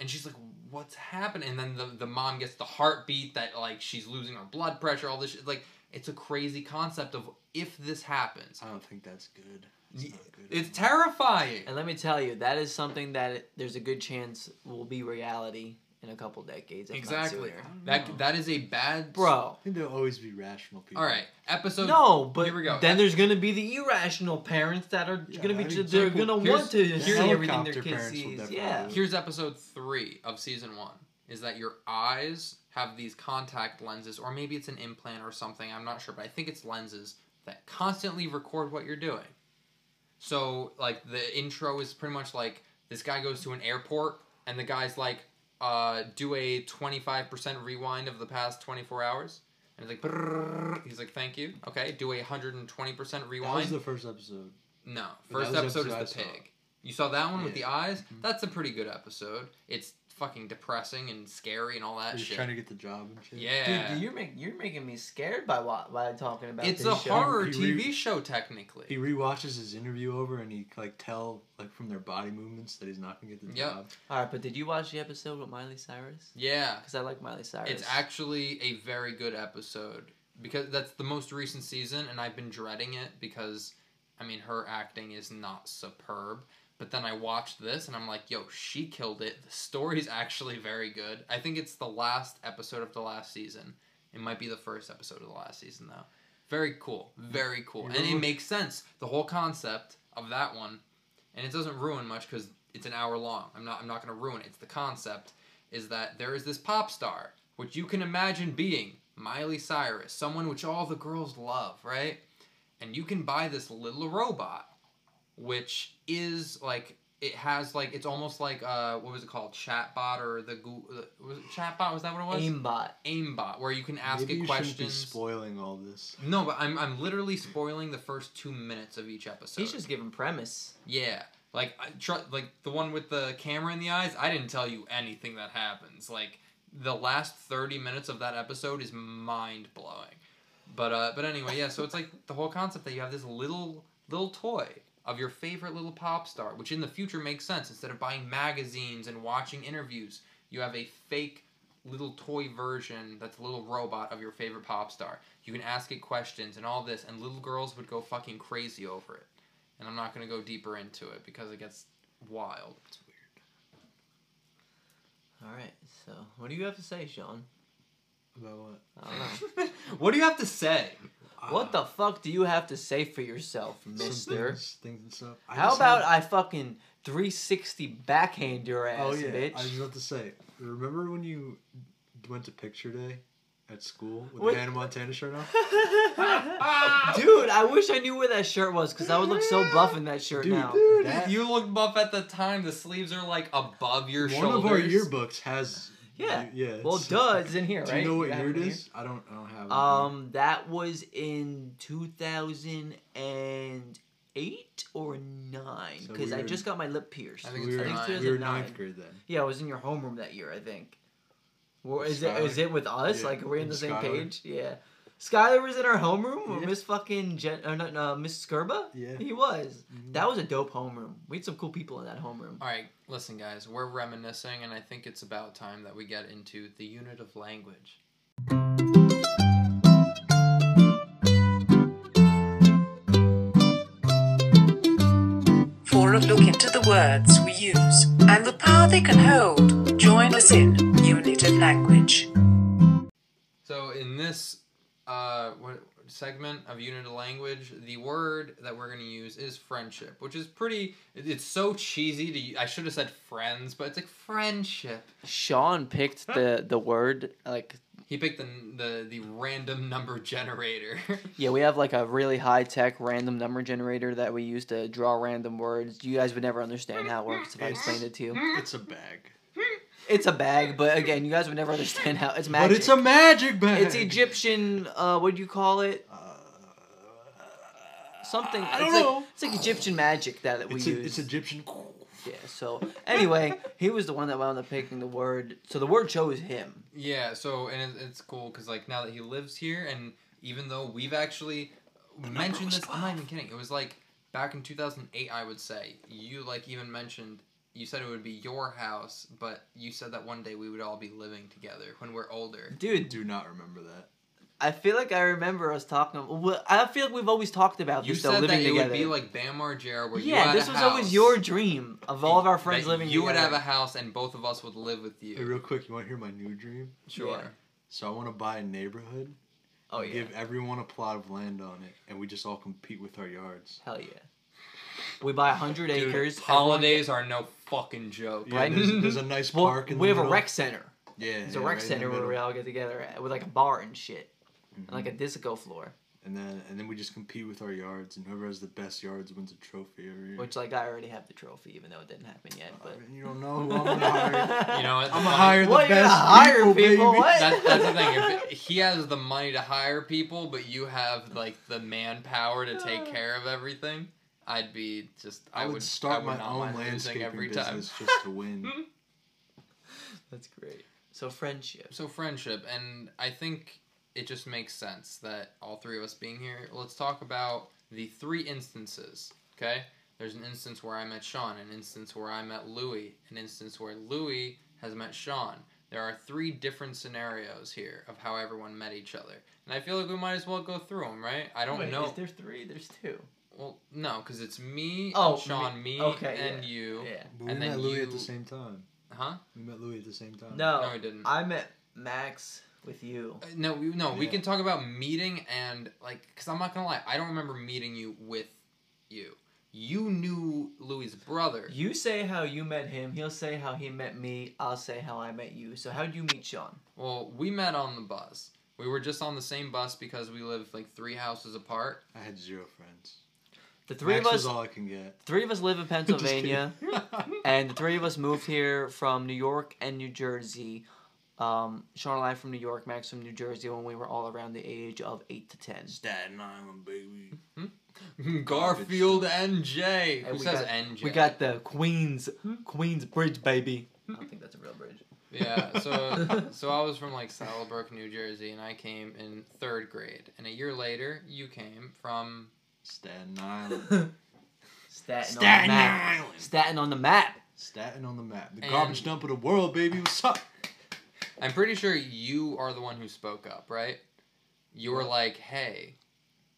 A: and she's like, "What's happening?" And then the the mom gets the heartbeat that like she's losing her blood pressure. All this shit. like it's a crazy concept of if this happens.
B: I don't think that's good. It's not good.
A: It's terrifying.
C: And let me tell you, that is something that it, there's a good chance will be reality in a couple decades. If
A: Exactly.
C: Not sooner.
A: That that is a bad
C: Bro.
B: I think there'll always be rational people.
A: All right, episode.
C: no, but
A: here we go.
C: then there's gonna be the irrational parents that are
B: Yeah,
C: gonna be
B: I mean,
C: they're
B: people-
C: gonna
A: here's-
C: want to
A: here's
C: see everything their
B: helicopter
C: kid
B: parents will
C: sees.
B: definitely
C: Yeah,
B: do it.
A: Here's episode three of season one. Is that your eyes have these contact lenses, or maybe it's an implant or something? I'm not sure, but I think it's lenses that constantly record what you're doing. So like the intro is pretty much like this guy goes to an airport, and the guy's like, uh, "Do a 25% rewind of the past 24 hours." And he's like, "Brrrr." he's like, "Thank you." Okay, do a 120%
B: That
A: rewind.
B: was the first episode.
A: No,
B: But that
A: first
B: was
A: episode,
B: episode
A: is the
B: I
A: pig.
B: saw.
A: You saw that one with the
B: Yeah.
A: eyes.
B: Mhm.
A: That's a pretty good episode. It's fucking depressing and scary and all that
B: He's
A: shit.
B: trying to get the job and shit.
A: yeah,
C: dude, you're making you're making me scared by what by talking about
A: it's
C: this
A: a
C: show.
A: horror
B: He re-
A: TV show technically.
B: He rewatches his interview over and he like tell like from their body movements that he's not gonna get the
A: Yep.
B: job.
C: All right, but did you watch the episode with Miley Cyrus?
A: yeah,
C: Because I like Miley Cyrus.
A: it's actually a very good episode because that's the most recent season, and I've been dreading it because, I mean, her acting is not superb. But then I watched this and I'm like, yo, she killed it. The story's actually very good. I think it's the last episode of the last season. It might be the first episode of the last season, though. Very cool. Very cool. And it
B: You're-
A: makes sense. The whole concept of that one, and it doesn't ruin much because it's an hour long. I'm not I'm not gonna ruin it. It's the concept is that there is this pop star, which you can imagine being Miley Cyrus, someone which all the girls love, right? And you can buy this little robot, which is like it has like it's almost like uh what was it called chatbot or the Goo- uh, was it chatbot was that what it was
C: aimbot.
A: aimbot where you can ask
B: Maybe
A: it
B: you shouldn't be
A: questions.
B: spoiling all this.
A: no, but I'm I'm literally spoiling the first two minutes of each episode.
C: He's just giving premise.
A: Yeah, like I tr- like the one with the camera in the eyes. I didn't tell you anything that happens. Like the last thirty minutes of that episode is mind blowing. But uh, but anyway, yeah. So it's like the whole concept that you have this little little toy of your favorite little pop star, which in the future makes sense. Instead of buying magazines and watching interviews, you have a fake little toy version that's a little robot of your favorite pop star. You can ask it questions and all this, and little girls would go fucking crazy over it and I'm not gonna go deeper into it because it gets wild.
B: It's weird.
C: All right, so what do you have to say, Sean?
B: About what? Ah,
C: I don't know.
A: what do you have to say?
C: What the fuck do you have to say for yourself,
B: Some
C: mister?
B: things, things and stuff. I
C: How
B: just
C: about
B: have-
C: I fucking 360 backhand your ass,
B: Oh yeah, I was
C: bitch?
B: about to say. Remember when you went to picture day at school with
C: What-
B: the Hannah Montana shirt on?
C: Dude, I wish I knew where that shirt was because I would look so buff in that shirt
B: Dude,
C: now.
A: Dude,
B: That-
A: you look buff at the time. The sleeves are like above your
B: One
A: shoulders.
B: of our yearbooks has.
C: Yeah.
B: Yeah. it's-
C: Well, duh, it's in here, right?
B: Do you know what
C: have
B: year it
C: in here?
B: is? I don't. I don't have. it.
C: Um, that was in 2008 or 9
B: So
C: because
B: we
C: I
B: were-
C: just got my lip pierced.
A: I
B: we
A: think
B: were,
A: it's
B: in-
A: nine.
B: we were
C: 2009.
B: ninth grade then.
C: Yeah, I was in your homeroom that year, I think. Well,
B: With
C: is it
B: Skylar?
C: is it with us?
B: Yeah,
C: Like we're in
B: and
C: the same
B: Skylar.
C: page? Yeah. Skylar was in our homeroom. or
B: Yeah.
C: Miss fucking Jen, or not, uh, Miss Skirba.
B: Yeah.
C: He was.
B: Mhm.
C: That was a dope homeroom. We had some cool people in that homeroom.
A: All right, listen, guys. We're reminiscing, and I think it's about time that we get into the unit of language.
E: For a look into the words we use and the power they can hold, join us in Unit of Language.
A: So in this uh, what, segment of unit of language, the word that we're going to use is friendship, which is pretty. it- It's so cheesy to. I should have said friends, but it's like friendship.
C: Sean picked the the word like
A: He picked the the, the random number generator.
C: yeah we have like a really high tech random number generator that we use to draw random words. You guys would never understand how it works if I explained it to you.
B: It's a bag.
C: It's a bag, but again, you guys would never understand how it's magic.
B: But it's a magic bag.
C: It's Egyptian. Uh, what do you call it? Something.
B: I don't
C: it's like,
B: know.
C: It's like Egyptian magic that we
B: It's, a,
C: use.
B: it's Egyptian.
C: yeah. So anyway, he was the one that wound up picking the word. So the word chose him.
A: yeah. So and it, it's cool because like now that he lives here, and even though we've actually mentioned
B: was
A: this, I'm not even kidding. It was like back in 2008, I would say you like even mentioned. You said it would be your house, but you said that one day we would all be living together when we're older.
C: Dude,
B: Do not remember that.
C: I feel like I remember us talking. Well, I feel like we've always talked about
A: You
C: this though,
A: said
C: living
A: that it
C: together.
A: would be like Bam Margera, where you
C: yeah,
A: had
C: this
A: a
C: was
A: house,
C: always your dream of all of our friends
A: that
C: living
A: You would
C: together.
A: have a house, and both of us would live with
B: Hey,
A: you.
B: real quick, you want to hear my new dream?
A: Sure.
C: Yeah.
B: So I want to buy a neighborhood.
C: oh
B: and
C: yeah,
B: Give everyone a plot of land on it, and we just all compete with our yards.
C: hell yeah. We buy hundred
A: Dude,
C: acres. everyone
A: holidays are no fucking joke.
B: Yeah,
C: Right.
B: there's, there's a nice
C: Well,
B: park. in the
C: we have a
B: middle.
C: rec center.
B: Yeah,
C: It's
B: yeah,
C: a rec
B: right in the
C: center where
B: middle.
C: we all get together at, with like a bar and shit,
B: Mhm.
C: and like a disco floor,
B: and then and then we just compete with our yards, and whoever has the best yards wins a trophy every year.
C: which like I already have the trophy, even though it didn't happen yet.
B: Uh,
C: But
B: you don't know who I'm gonna hire.
A: You know, it's
B: I'm
A: funny.
B: gonna hire the
C: What, you're gonna
B: best
C: hire
B: people,
C: people?
B: baby.
C: What?
A: That, that's the thing. If it- he has the money to hire people, but you have like the manpower to take care of everything, I'd be just. I,
B: I would start
A: I would
B: my
A: not
B: own
A: mind losing
B: landscaping
A: every time.
B: business just to win.
C: that's great. So friendship.
A: So friendship, and I think it just makes sense that all three of us being here, let's talk about the three instances. Okay, there's an instance where I met Sean, an instance where I met Louie, an instance where Louie has met Sean. There are three different scenarios here of how everyone met each other, and I feel like we might as well go through them, right? I don't
C: Wait,
A: know.
C: Is there three? There's two.
A: Well, no, because it's me,
C: Oh,
A: and Sean, me,
C: me- okay,
A: and
C: yeah,
A: you.
C: Yeah.
B: But we
A: And
B: met
A: then
B: Louis at
A: you-
B: the same time.
A: Huh?
B: We met Louis at the same time.
C: No.
A: No, I didn't.
C: I met Max with you.
A: Uh, No, we, no, we
B: Yeah.
A: can talk about meeting and like, because I'm not gonna lie, I don't remember meeting you with you. You knew Louis's brother.
C: You say how you met him. He'll say how he met me. I'll say how I met you. So how did you meet Sean?
A: Well, we met on the bus. We were just on the same bus because we live like three houses apart.
B: I had zero friends.
C: The three
B: Max
C: of
B: was
C: us.
B: all I can get.
C: Three of us live in
B: kidding.
C: Pennsylvania, and the three of us moved here from New York and New Jersey. Um, Sean and I from New York, Max from New Jersey, when we were all around the age of eight to ten.
B: Staten Island, baby.
A: Garfield NJ. Who
C: And we
A: says
C: got-
A: NJ?
C: We got the Queens, Queens Bridge, baby. I don't think that's a real bridge.
A: Yeah, so so I was from like Saddlebrook, New Jersey, and I came in third grade. And a year later, you came from
B: Staten Island.
C: Staten, on the
B: Staten
C: map.
B: Island.
C: Staten on the map.
B: Staten on the map. The
A: And-
B: garbage dump of the world, baby. What's up?
A: I'm pretty sure you are the one who spoke up, right? You were like, "Hey,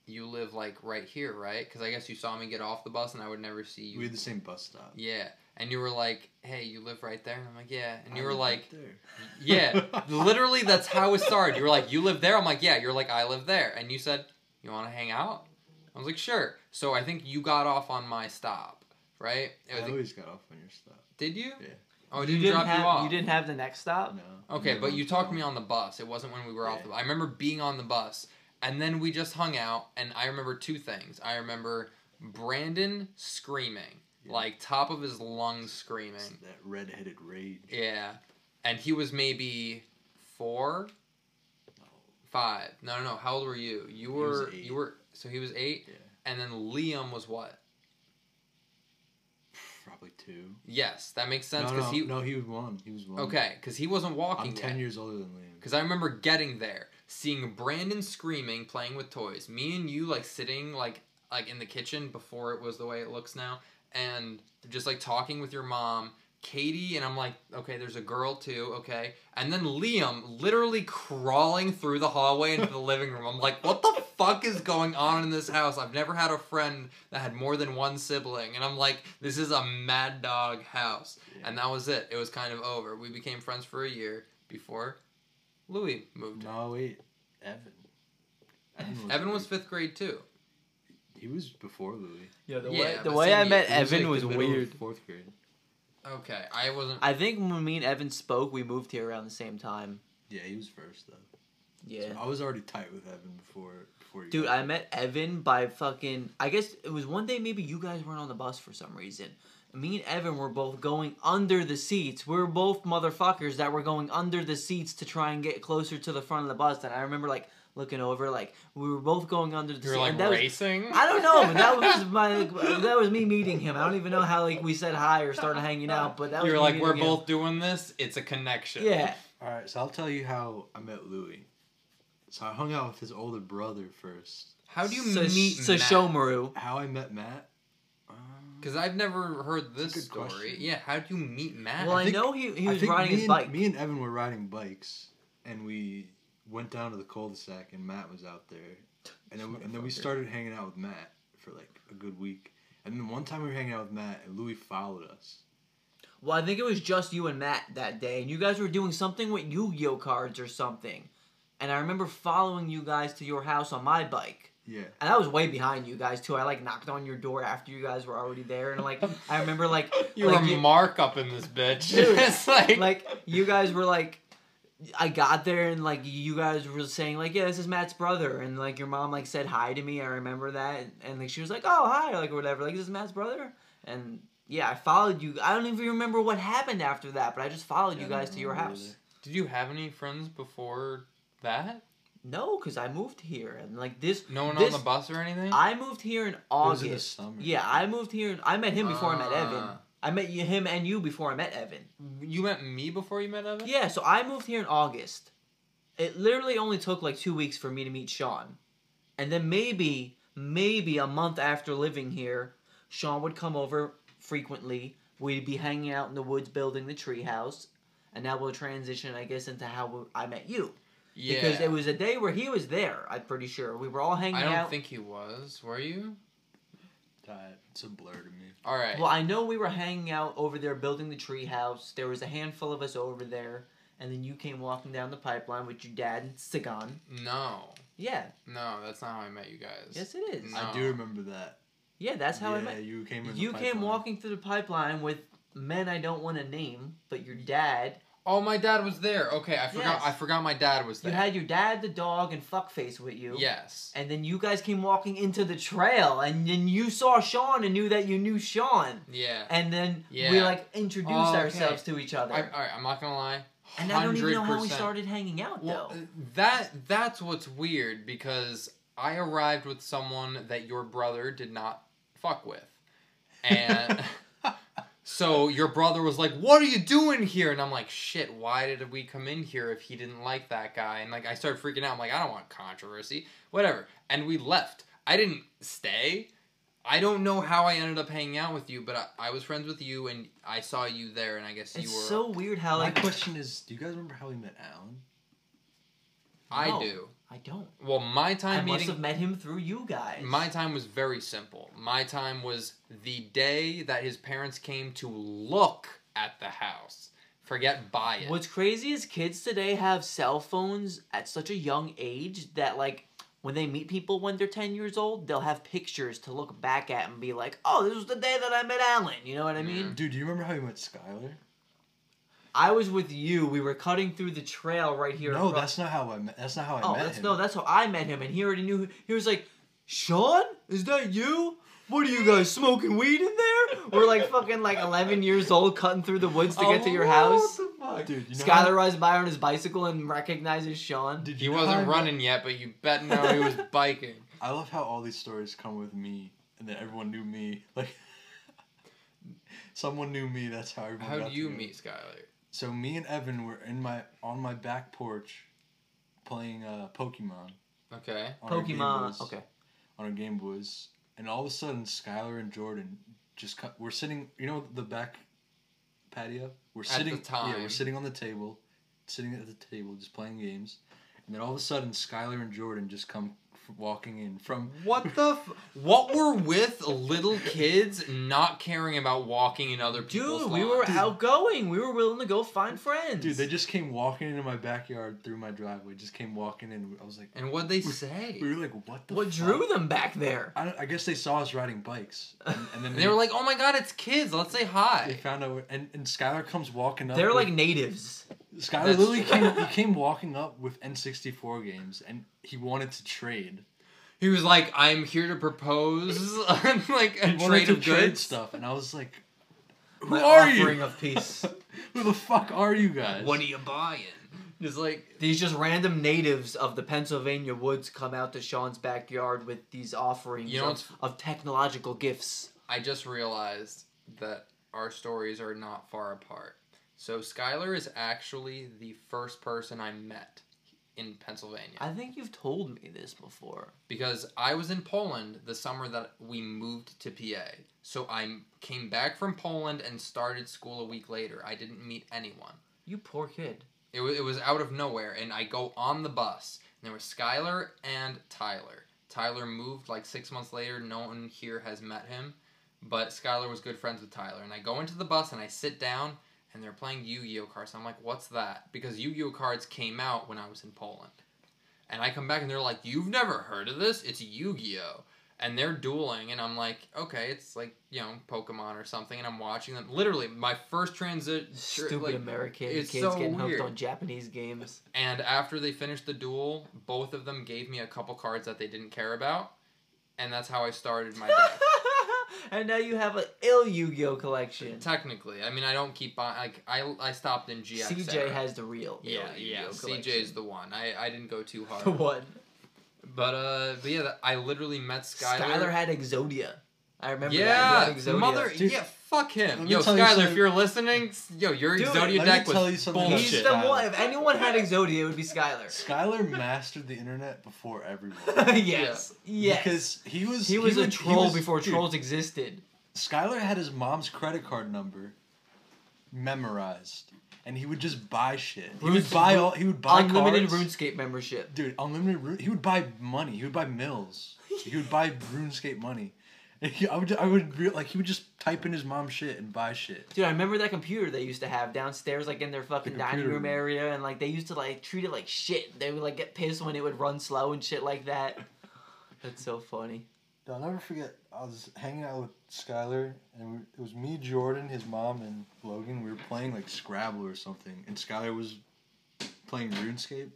A: you live like right here, right?" Because I guess you saw me get off the bus, and I would never see you.
B: We had the same bus stop.
A: yeah, and you were like, "Hey, you live right there," and I'm like, "Yeah," and you
B: I
A: were
B: lived
A: like,
B: up there.
A: "Yeah." Literally, that's how it started. You were like, "You live there," I'm like, "Yeah." You're like, "I live there," and you said, "You want to hang out?" I was like, "Sure." So I think you got off on my stop, right? I
B: I
A: think-
B: always got off on your stop.
A: did you?
B: Yeah.
A: Oh, I didn't, drop
C: have,
A: you off.
C: didn't have the next stop.
B: No.
A: Okay,
B: Never
A: but you
B: was
A: talked
B: wrong.
A: me on the bus. It wasn't when we were off
B: Yeah.
A: the bus. I remember being on the bus, and then we just hung out, and I remember two things. I remember Brandon screaming,
B: Yeah.
A: like top of his lungs screaming.
B: that red-headed rage.
A: Yeah. And he was maybe four,
B: Oh,
A: five. No, no, no. How old were you? You
B: He was
A: were,
B: eight.
A: you were, so he was eight,
B: Yeah.
A: and then Liam was what?
B: Probably two.
A: Yes, that makes sense.
B: No,
A: Because
B: no,
A: he,
B: no, he was one. He was one.
A: okay, because he wasn't walking
B: I'm ten
A: yet.
B: years older than Liam.
A: Because I remember getting there, seeing Brandon screaming, playing with toys. Me and you like sitting like like in the kitchen before it was the way it looks now, and just like talking with your mom, Katie, and I'm like, okay, there's a girl too, okay, and then Liam literally crawling through the hallway into the living room. I'm like, what the fuck is going on in this house? I've never had a friend that had more than one sibling, and I'm like, this is a mad dog house, and that was it. It was kind of over. We became friends for a year before Louis moved.
B: No, wait, Evan.
A: in. Evan was fifth grade too.
B: He was before Louis.
C: Yeah, the
A: Yeah,
C: way, the
A: but
C: way
A: same
C: I
A: year.
C: met
A: It
B: He
C: Evan
B: like,
C: was
B: the middle of
C: weird.
B: Fourth grade.
A: Okay, I wasn't.
C: I think when me and Evan spoke, we moved here around the same time.
B: Yeah, he was first though.
C: Yeah.
B: So I was already tight with Evan before before you.
C: Dude,
B: got
C: I met Evan by fucking. I guess it was one day maybe you guys weren't on the bus for some reason. Me and Evan were both going under the seats. We were both motherfuckers that were going under the seats to try and get closer to the front of the bus. And I remember like looking over, like we were both going under the
A: you were
C: seat.
A: like
C: and that was-
A: racing.
C: I don't know. but That was my. like, that was me meeting him. I don't even know how like we said hi or started hanging out. But that
A: you
C: was
A: were
C: me
A: like, we're
C: meeting him."
A: both doing this. It's a connection.
C: Yeah.
B: All right, so I'll tell you how I met Louis. So I hung out with his older brother first.
A: How do you
C: so,
A: meet
C: so
A: Matt?
C: Shomaru.
B: How I met Matt. Um,
A: Because I've never heard this
B: good
A: story.
B: question.
A: Yeah, how do you meet Matt?
C: Well, I,
B: think-
C: know he, he
B: I
C: was
B: think
C: riding
B: me
C: his
B: and-
C: bike.
B: Me and Evan were riding bikes, and we went down to the cul-de-sac and Matt was out there, and then we, and then we started hanging out with Matt for like a good week. And then one time we were hanging out with Matt, and Louis followed us.
C: Well, I think it was just you and Matt that day, and you guys were doing something with Yu-Gi-Oh cards or something. And I remember following you guys to your house on my bike.
B: Yeah,
C: And I was way behind you guys too. I like knocked on your door after you guys were already there, and like I remember like
A: You're
C: like,
A: a
C: you-
A: mark up in this bitch.
C: Dude,
A: it's like,
C: like you guys were like I got there and like you guys were saying like yeah this is Matt's brother and like your mom like said hi to me I remember that and, like she was like oh hi or, like or whatever like this is Matt's brother and yeah I followed you I don't even remember what happened after that but I just followed
B: Yeah,
C: you
B: I don't
C: guys to your
B: remember
C: house
B: either.
A: did you have any friends before that?
C: no because I moved here and like this
A: No one
C: this,
A: on the bus or anything?
C: I moved here in
B: was
C: August
B: in the summer.
C: yeah I moved here in, I met him before I met Evan
A: Ah.
C: I met you, him and you before I met Evan
A: you met me before you met Evan?
C: Yeah, so I moved here in August. It literally only took like two weeks for me to meet Sean. And then maybe, maybe a month after living here, Sean would come over frequently. We'd be hanging out in the woods building the treehouse. And that will transition, I guess, into how I met you.
A: Yeah.
C: Because it was a day where he was there, I'm pretty sure. We were all hanging
A: I don't
C: out.
A: think he was. Were you?
B: Ty, it's a blur to me.
A: All right.
C: Well, I know we were hanging out over there building the treehouse. There was a handful of us over there. And then you came walking down the pipeline with your dad and Sagan.
A: no.
C: Yeah,
A: No, that's not how I met you guys.
C: Yes, it is.
A: No.
B: I do remember that.
C: Yeah, that's how
B: yeah,
C: I met.
B: you came. in the
C: You came
B: pipeline.
C: walking through the pipeline with men I don't want to name, but your dad.
A: Oh, my dad was there. Okay, I forgot.
C: Yes.
A: I forgot my dad was
C: You
A: there.
C: had your dad, the dog, and fuckface with you.
A: yes.
C: And then you guys came walking into the trail, and then you saw Sean and knew that you knew Sean.
A: Yeah.
C: And then we
A: Yeah.
C: like introduced
A: Oh, okay.
C: ourselves to each other.
A: I, all right. I'm not gonna lie.
C: and I don't even know how we
A: 100%.
C: started hanging out
A: Well, uh,
C: though.
A: that that's what's weird because I arrived with someone that your brother did not fuck with, and so your brother was like, "What are you doing here?" And I'm like, "Shit, why did we come in here if he didn't like that guy?" And like I started freaking out. I'm like, "I don't want controversy, whatever." And we left. I didn't stay. I don't know how I ended up hanging out with you, but I, I was friends with you, and I saw you there, and I guess you
C: It's
A: were.
C: so weird how
B: My
C: like
B: question is, do you guys remember how we met Alan?
A: I
C: No.
A: do.
C: I don't.
A: Well, my time
C: I must
A: meeting
C: have met him through you guys.
A: My time was very simple. My time was the day that his parents came to look at the house. Forget buy it.
C: What's crazy is kids today have cell phones at such a young age that like when they meet people when they're 10 years old, they'll have pictures to look back at and be like, "Oh, this was the day that I met Alan." You know what I mean?
B: Dude, do you remember how we met Skylar?
C: I was with you. We were cutting through the trail right here.
B: No,
C: across-
B: that's not how I met. That's not how I
C: Oh,
B: met
C: that's
B: him.
C: no, that's how I met him and he already knew. He was like, "Sean, is that you?" What are you guys smoking weed in there? We're like fucking like 11 years old cutting through the woods to get
B: Oh,
C: to your house.
B: Dude, you know
C: Skylar rides by on his bicycle and recognizes Sean.
B: Did
A: he
B: you know how I
A: wasn't
B: met-
A: running yet, but you bet no he was biking.
B: I love how all these stories come with me, and then everyone knew me. Like, someone knew me. That's how everyone.
A: How
B: got
A: do
B: to
A: you
B: know.
A: meet Skylar?
B: So me and Evan were in my on my back porch, playing uh, Pokemon.
A: Okay.
B: On our Game
C: Pokemon.
B: Boys-
C: Okay.
B: On our Game Boys, and all of a sudden, Skylar and Jordan just cut. We're sitting. You know the back patio. We're
A: At the
B: sitting. Yeah, we're
A: time.
B: sitting on the table, sitting at the table, just playing games. And then all of a sudden, Skylar and Jordan just come f- walking in from
A: What the? F- what were with little kids not caring about walking in other people's
C: Dude, we were
A: lawns?
C: outgoing. We were willing to go find friends.
B: Dude, they just came walking into my backyard through my driveway. Just came walking in. I was like,
A: And what'd they say?
B: we were like, what the? fuck?
C: what drew them back there?
B: I, don't- I guess they saw us riding bikes, and, and then
A: And they were like, "Oh my God, it's kids. Let's say
B: they
A: hi."
B: found out. we're- And and Skylar comes walking up.
C: They're
B: with-
C: like natives.
B: Skylar
A: That's
B: literally
A: true.
B: came. He came walking up with N sixty four games, and he wanted to trade.
A: He was like, "I'm here to propose, like a
B: He wanted
A: trade
B: to
A: of
B: trade
A: goods."
B: stuff, and I was like, who
C: My
B: are
C: offering e-
B: you?
C: of peace.
B: who the fuck are you guys?
A: What are you buying? Just like
C: These just random natives of the Pennsylvania woods come out to Sean's backyard with these offerings
A: You know
C: of, of technological gifts.
A: I just realized that our stories are not far apart. So Skylar is actually the first person I met in Pennsylvania
C: I think you've told me this before.
A: because I was in Poland the summer that we moved to PA. So I came back from Poland and started school a week later. I didn't meet anyone.
C: You poor kid.
A: It, w- it was out of nowhere, and I go on the bus, and there was Skylar and Tyler. Tyler moved like six months later. No one here has met him, but Skylar was good friends with Tyler. And I go into the bus and I sit down, and they're playing Yu-Gi-Oh cards. I'm like, what's that? Because Yu-Gi-Oh cards came out when I was in Poland, and I come back and they're like, you've never heard of this? It's Yu-Gi-Oh. And they're dueling, and I'm like, okay, it's like you know Pokemon or something, and I'm watching them. Literally, my first transit.
C: Stupid
A: like,
C: American
A: it's
C: kids
A: so
C: getting
A: weird.
C: hooked on Japanese games.
A: And after they finished the duel, both of them gave me a couple cards that they didn't care about, and that's how I started my deck.
C: and now you have an ill Yu-Gi-Oh collection.
A: Technically, I mean, I don't keep buying. Like, I I stopped in GX.
C: CJ
A: era.
C: has the real. ill
A: Yeah,
C: Yu-Gi-Oh
A: yeah. CJ's the one. I, I didn't go too
C: the
A: hard.
C: one.
A: but uh, but yeah, that- I literally met Skylar.
C: Skylar, had Exodia. I remember.
A: yeah,
C: that. He had Exodia.
A: mother.
B: Dude,
A: yeah, fuck him.
B: let me
A: Yo,
B: tell you
A: Skylar, if
B: something.
A: you're listening, s- yo, your
C: Dude,
A: Exodia
B: let me
A: deck
B: tell
A: was
B: you something about
A: bullshit.
C: He's the
B: Skylar.
C: one. If anyone had Exodia, it would be Skylar.
B: Skylar mastered the internet before everyone.
C: yes. Yes.
B: Because he was
C: he was a
B: would-
C: troll
B: was-
C: before
B: dude,
C: trolls existed.
B: Skylar had his mom's credit card number memorized, and he would just buy shit. He
C: Runes-
B: would buy all. He would buy
C: Unlimited
B: cards.
C: RuneScape membership.
B: Dude, unlimited rune. He would buy money. He would buy mills. He would buy RuneScape money. And he- I would. I would re- like. He would just type in his mom's shit and buy shit.
C: Dude, I remember that computer they used to have downstairs, like in their fucking dining
B: computer
C: room
B: room.
C: area, and like they used to like treat it like shit. They would like get pissed when it would run slow and shit like that. That's so funny.
B: Dude, I'll never forget. I was hanging out with Skylar, and we, it was me, Jordan, his mom, and Logan. We were playing like Scrabble or something, and Skylar was playing RuneScape,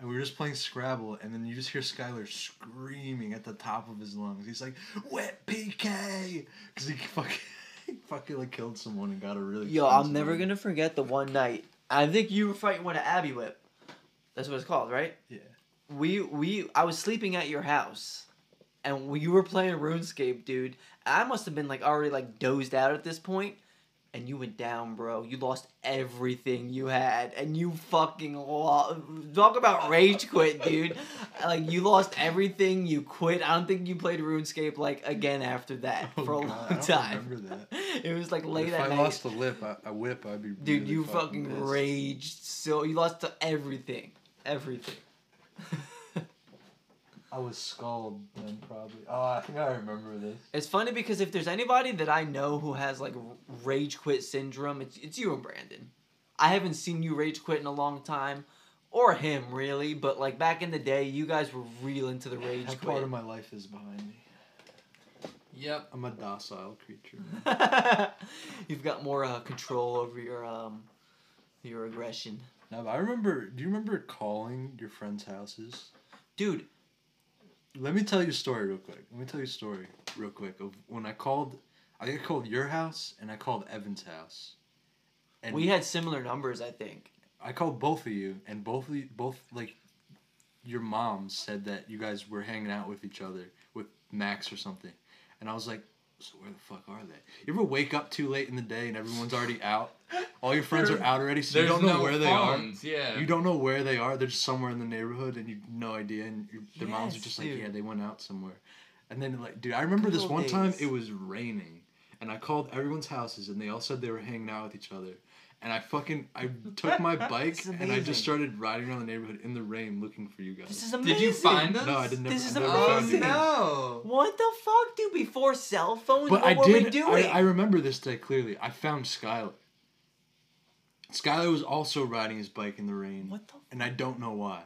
B: and we were just playing Scrabble. And then you just hear Skylar screaming at the top of his lungs. He's like, "Wet PK," because he fucking, he fucking like killed someone and got a really.
C: Yo, I'm
B: expensive
C: never
B: one.
C: gonna forget the one night. I think you were fighting with an Abbey whip. That's what it's called, right?
B: Yeah.
C: We we I was sleeping at your house, and we you were playing RuneScape, dude. I must have been like already like dozed out at this point, and you went down, bro. You lost everything you had, and you fucking lost. Talk about rage quit, dude. Like you lost everything. You quit. I don't think you played RuneScape like again after that
B: Oh,
C: for a
B: God, I
C: long
B: don't
C: time.
B: remember that.
C: It was like late
B: if
C: at
B: I
C: night.
B: lost a lip, I, a whip, I'd be.
C: Dude,
B: really
C: you fucking,
B: pissed.
C: raged so you lost to everything, everything.
B: I was scalded then, probably. Oh, I think I remember this.
C: it's funny because if there's anybody that I know who has like r- rage quit syndrome, it's it's you and Brandon. I haven't seen you rage quit in a long time, or him really, but like back in the day, you guys were real into the rage
B: That part
C: quit.
B: of my life is behind me.
A: Yep.
B: I'm a docile creature.
C: You've got more uh, control over your um your aggression.
B: now, I remember. Do you remember calling your friends' houses?
C: Dude,
B: Let me tell you a story real quick. Let me tell you a story real quick of when I called. I think I called your house and I called Evan's house. And
C: we had similar numbers, I think.
B: I called both of you, and both of you, both like your mom said that you guys were hanging out with each other with Max or something, and I was like, so where the fuck are they? You ever wake up too late in the day and everyone's already out? All your friends are out already, so you don't know where they
A: phones, Yeah.
B: are. You don't know where they are. They're just somewhere in the neighborhood, and you have no idea. And your, their moms are
C: Yes,
B: just
C: dude.
B: like, yeah, they went out somewhere. And then like, dude, I remember this
C: Cool
B: one time
C: days.
B: it was raining, and I called everyone's houses, and they all said they were hanging out with each other. And I fucking I took my bike
C: It's
B: and I
C: amazing.
B: just started riding around the neighborhood in the rain looking for you guys.
C: This is amazing.
A: Did you find us?
B: no, I didn't. Never,
C: This is
B: I never found
A: Oh
B: you
C: amazing.
B: guys.
A: no.
C: What the fuck, dude? Before cell phones,
B: But
C: what
B: I
C: were we
B: did.
C: doing?
B: I, I remember this day clearly. I found Skylar. Skylar was also riding his bike in the rain.
C: What the f-
B: And I don't know why,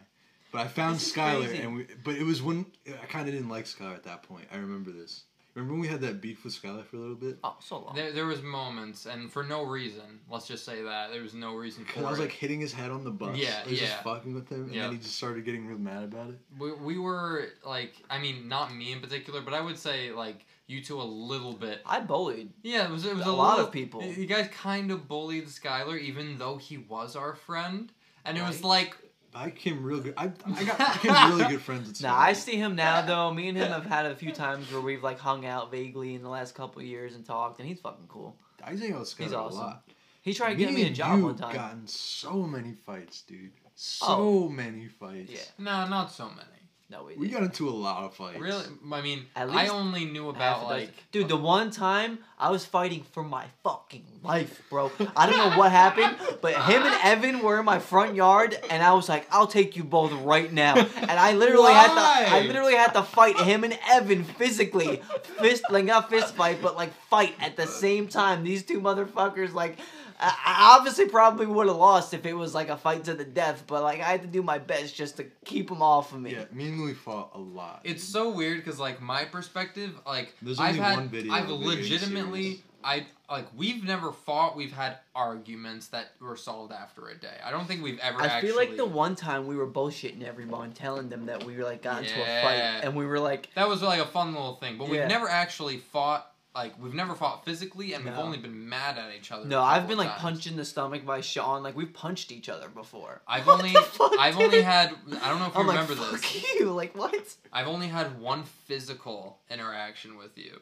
B: but I found
C: This is
B: Skylar,
C: crazy.
B: and we. But it was when I kind of didn't like Skylar at that point. I remember this. Remember when we had that beef with Skylar for a little bit?
C: oh, so long.
A: There, there was moments, and for no reason. Let's just say that there was no reason for
B: Because I was
A: it.
B: like hitting his head on the bus.
A: Yeah,
B: I was
A: yeah.
B: just fucking with him, and
A: Yeah.
B: then he just started getting real mad about it.
A: we, we were like, I mean, not me in particular, but I would say like you two a little bit.
C: I bullied.
A: Yeah, it was it was
C: A
A: a,
C: lot
A: little-
C: of people.
A: You guys kind of bullied Skylar, even though he was our friend, and it was
C: Right.
A: like
B: I became real good. I, I got I became really good friends with Skylar.
C: Nah, I see him now though. Me and him have had a few times where we've like hung out vaguely in the last couple years and talked, and he's fucking cool.
B: I hang out with Skylar
C: He's
B: a
C: awesome.
B: lot.
C: He tried to get me a
B: and
C: job
B: you
C: one time.
B: gotten so many fights, dude. So
C: Oh.
B: many fights.
C: Yeah.
A: no, not so many.
C: No, we.
B: We
C: didn't.
B: got into a lot of fights.
A: Really, I mean,
C: At
A: I
C: least
A: only knew
C: Half
A: about
C: a
A: like
C: dozen. dude, the one time I was fighting for my fucking life, bro. I don't know what happened, but him and Evan were in my front yard, and I was like, "I'll take you both right now." And I literally had to, I
A: Why?
C: literally had to fight him and Evan physically, fist like not fist fight, but like fight at the same time. These two motherfuckers like. I I obviously probably would have lost if it was like a fight to the death, but like I had to do my best just to keep them off of me.
B: Yeah, me and Louis fought a lot.
A: It's
B: dude.
A: so weird because like my perspective, like
B: There's
A: I've
B: only
A: had,
B: one video
A: I've
B: of the game
A: legitimately,
B: series.
A: I like we've never fought. We've had arguments that were solved after a day. I don't think we've ever.
C: I
A: actually...
C: feel like the one time we were bullshitting everyone, telling them that we were like got into a
A: Yeah.
C: fight, and we were like,
A: that was like a fun little thing, but
C: Yeah.
A: we've never actually fought. Like we've never fought physically, and we've
C: No.
A: only been mad at each other. a
C: "No, I've
A: couple
C: been
A: of
C: like
A: times.
C: punched in the stomach by Sean. Like we've punched each other before."
A: I've
C: What
A: only,
C: the fuck,
A: I've
C: dude?
A: only had. I don't know if you
C: I'm like,
A: remember
C: "Fuck
A: this.
C: you!" Like what?
A: I've only had one physical interaction with you.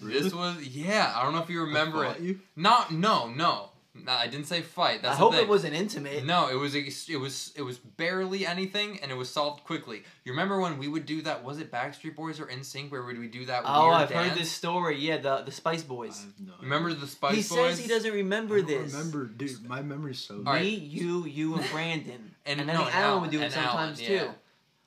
B: Really?
A: This was yeah. I don't know if you
B: I
A: remember
B: fought
A: it.
B: You?
A: Not no no. No, I didn't say fight. That's
C: I
A: the
C: hope it
A: thing.
C: wasn't intimate.
A: No, it was ex- it was it was barely anything, and it was solved quickly. You remember when we would do that? Was it Backstreet Boys or NSYNC? Where would we do that?
C: oh,
A: weird
C: I've
A: dance?
C: heard this story. Yeah, the the Spice Boys.
B: I've no.
A: Remember the Spice
C: he
A: Boys?
C: says he doesn't remember
B: I don't
C: this.
B: Remember, dude, my memory's so.
A: All right.
C: Me, you, you, and Brandon, and,
A: And
C: I
A: no,
C: think
A: and
C: Alan
A: Alan,
C: would do it
A: and
C: sometimes
A: Alan, yeah.
C: too.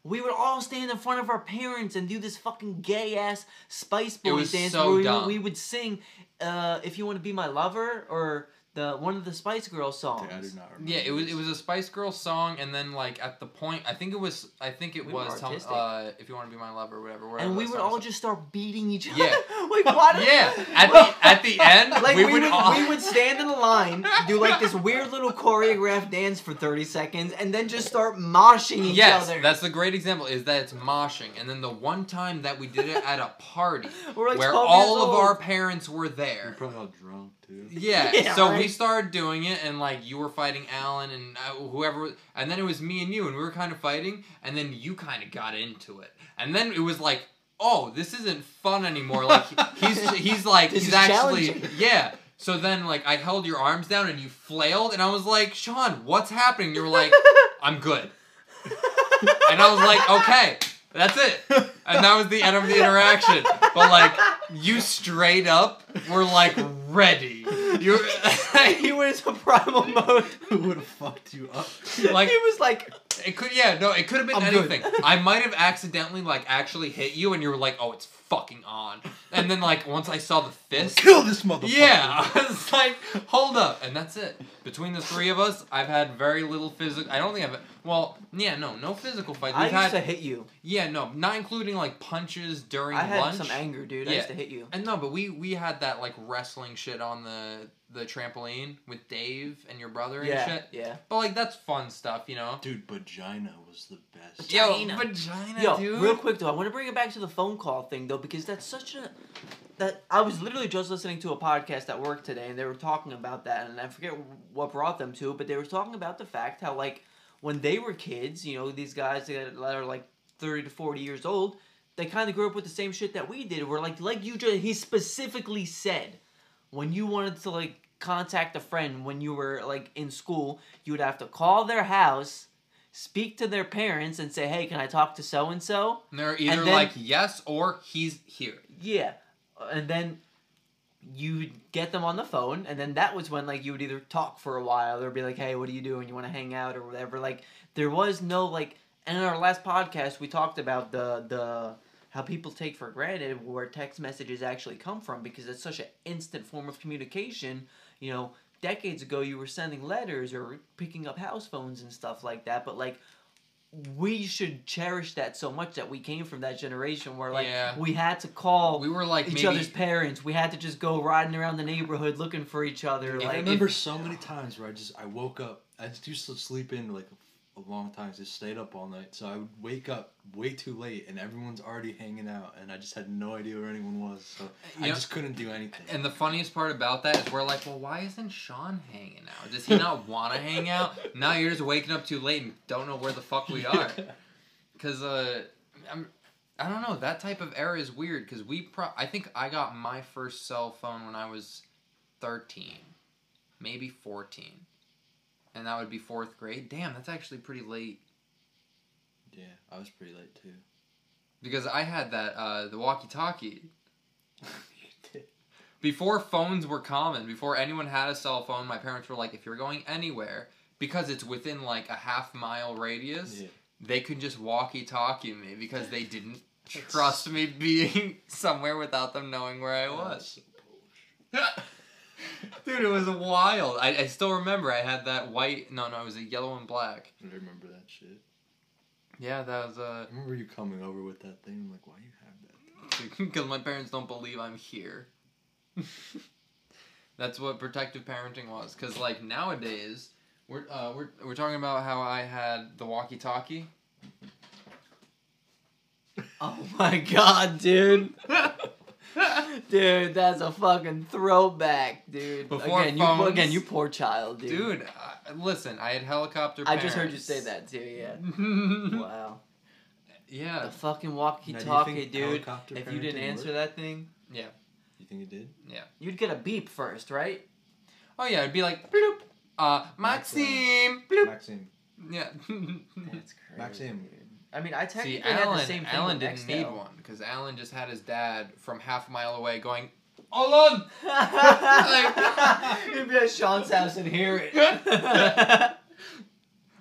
C: We would all stand in front of our parents and do this fucking gay ass Spice
A: It
C: Boys
A: was
C: dance
A: so
C: where we,
A: dumb.
C: we would sing uh, "If You Want to Be My Lover" or the one of the Spice Girls songs.
B: Dude, I do not remember.
A: Yeah, it was
B: this.
A: it was a Spice Girl song, and then like at the point, I think it was I think it
C: We were
A: was tell,
C: artistic.
A: uh, if you want to be my lover, whatever. whatever
C: and we
A: that
C: would
A: song
C: all
A: is.
C: just start beating each other.
A: Yeah.
C: like why? do-
A: yeah at the at the end
C: Like we, would,
A: all-
C: we would stand in a line, do like this weird little choreographed dance for thirty seconds, and then just start moshing each
A: yes
C: other.
A: that's a great example is that it's moshing and then the one time that we did it at a party
C: We're like
A: where
C: 12
A: all
C: years
A: of
C: old.
A: our parents were
B: You're
A: there
B: probably all drunk too.
A: Yeah.
C: Yeah,
A: so we
C: right.
A: started doing it, and like you were fighting Alan and uh, whoever, and then it was me and you, and we were kind of fighting, and then you kind of got into it, and then it was like, oh, this isn't fun anymore. Like he's he's like
C: This
A: he's
C: is
A: actually
C: challenging.
A: yeah. So then like I held your arms down and you flailed, and I was like, Sean, what's happening? You were like, I'm good, and I was like, okay. That's it. And that was the end of the interaction. But like you straight up were like ready. You
C: he was in primal mode.
B: Who would have fucked you up?
A: Like-
C: he was like,
A: it could yeah, no, it could have been
C: I'm good.
A: anything. I might have accidentally like actually hit you and you were like, "Oh, it's fucking on." And then like once I saw the fist,
B: Kill this motherfucker.
A: yeah, I was like, "Hold up." And that's it. Between the three of us, I've had very little physical I don't think I've well, yeah, no, no physical fights.
C: I
A: We've
C: used
A: had
C: to hit you.
A: yeah, no, not including like punches during
C: I had
A: lunch.
C: some anger, dude. I
A: Yeah.
C: used to hit you.
A: And no, but we we had that like wrestling shit on the the trampoline with Dave and your brother and
C: Yeah,
A: shit.
C: yeah.
A: But like that's fun stuff, you know.
B: Dude, vagina was the best.
A: Yo,
C: Vagina.
A: vagina,
C: Yo,
A: dude.
C: real quick though, I want to bring it back to the phone call thing though, because that's such a that I was literally just listening to a podcast at work today, and they were talking about that, and I forget what brought them to it, but they were talking about the fact how like when they were kids, you know, these guys that are like thirty to forty years old, they kind of grew up with the same shit that we did. Where like like you just he specifically said when you wanted to like contact a friend when you were like in school, you would have to call their house. Speak to their parents and say, "Hey, can I talk to so and so?"
A: And they're either
C: And then-
A: like yes or he's here.
C: Yeah, Uh, and then you get them on the phone, and then that was when like you would either talk for a while or be like, "Hey, what are you doing? You want to hang out or whatever." Like there was no like. And in our last podcast, we talked about the the how people take for granted where text messages actually come from because it's such an instant form of communication. You know, decades ago, you were sending letters or picking up house phones and stuff like that, but like. We should cherish that so much that we came from that generation where like
A: Yeah.
C: we had to call
A: We were like
C: each
A: maybe
C: other's parents. We had to just go riding around the neighborhood looking for each other.
A: Yeah,
B: I
C: Like,
B: remember so many times where I just I woke up. I just used to sleep in like a long time. Just stayed up all night. So I would wake up way too late, and everyone's already hanging out, and I just had no idea where anyone was. So I
A: Yeah.
B: just couldn't do anything.
A: And the funniest part about that is we're like, well, why isn't Sean hanging out? Does he not want to hang out? Now you're just waking up too late and don't know where the fuck we are. Cause uh, I'm, I don't know. That type of era is weird. Cause we pro, I think I got my first cell phone when I was thirteen, maybe fourteen, and that would be fourth grade. Damn, that's actually pretty late.
B: Yeah, I was pretty late too.
A: because I had that uh, the walkie-talkie
B: you did.
A: before phones were common, before anyone had a cell phone, my parents were like, if you're going anywhere, because it's within like a half mile radius,
B: Yeah.
A: they could just walkie talkie me because they didn't trust me being somewhere without them knowing where I was.
B: That's so bullshit.
A: Dude, it was wild. I, I still remember I had that white, no, no, it was a yellow and black.
B: I remember that shit.
A: Yeah, that was uh,
B: I remember you coming over with that thing. I'm like, why you have that? Thing?
A: because my parents don't believe I'm here. That's what protective parenting was. Because like nowadays, we're uh, we're we're talking about how I had the walkie-talkie.
C: Oh my god, dude. dude, that's a fucking throwback, dude.
A: Before
C: again, you
A: phones.
C: again, you poor child, dude.
A: Dude, I, listen, I had helicopter.
C: I just heard you
A: parents.
C: say that too. Yeah. wow. The
A: yeah,
C: fucking
B: Now, do you
C: walkie-talkie,
B: think
C: dude.
B: helicopter
C: If you didn't
B: parenting
C: answer
B: worked?
C: that thing,
B: You think it did?
C: you'd get a beep first, right?
A: oh yeah, it'd be like bloop, uh, Maxime, bloop.
B: Maxim.
A: Yeah.
C: That's crazy.
B: Maxim.
C: I mean, I technically
A: See,
C: had the
A: Alan,
C: same thing.
A: Alan
C: with
A: didn't need
C: Nextel.
A: one because Alan just had his dad from half a mile away going, Alan,
C: You'd be at Sean's house and hear it.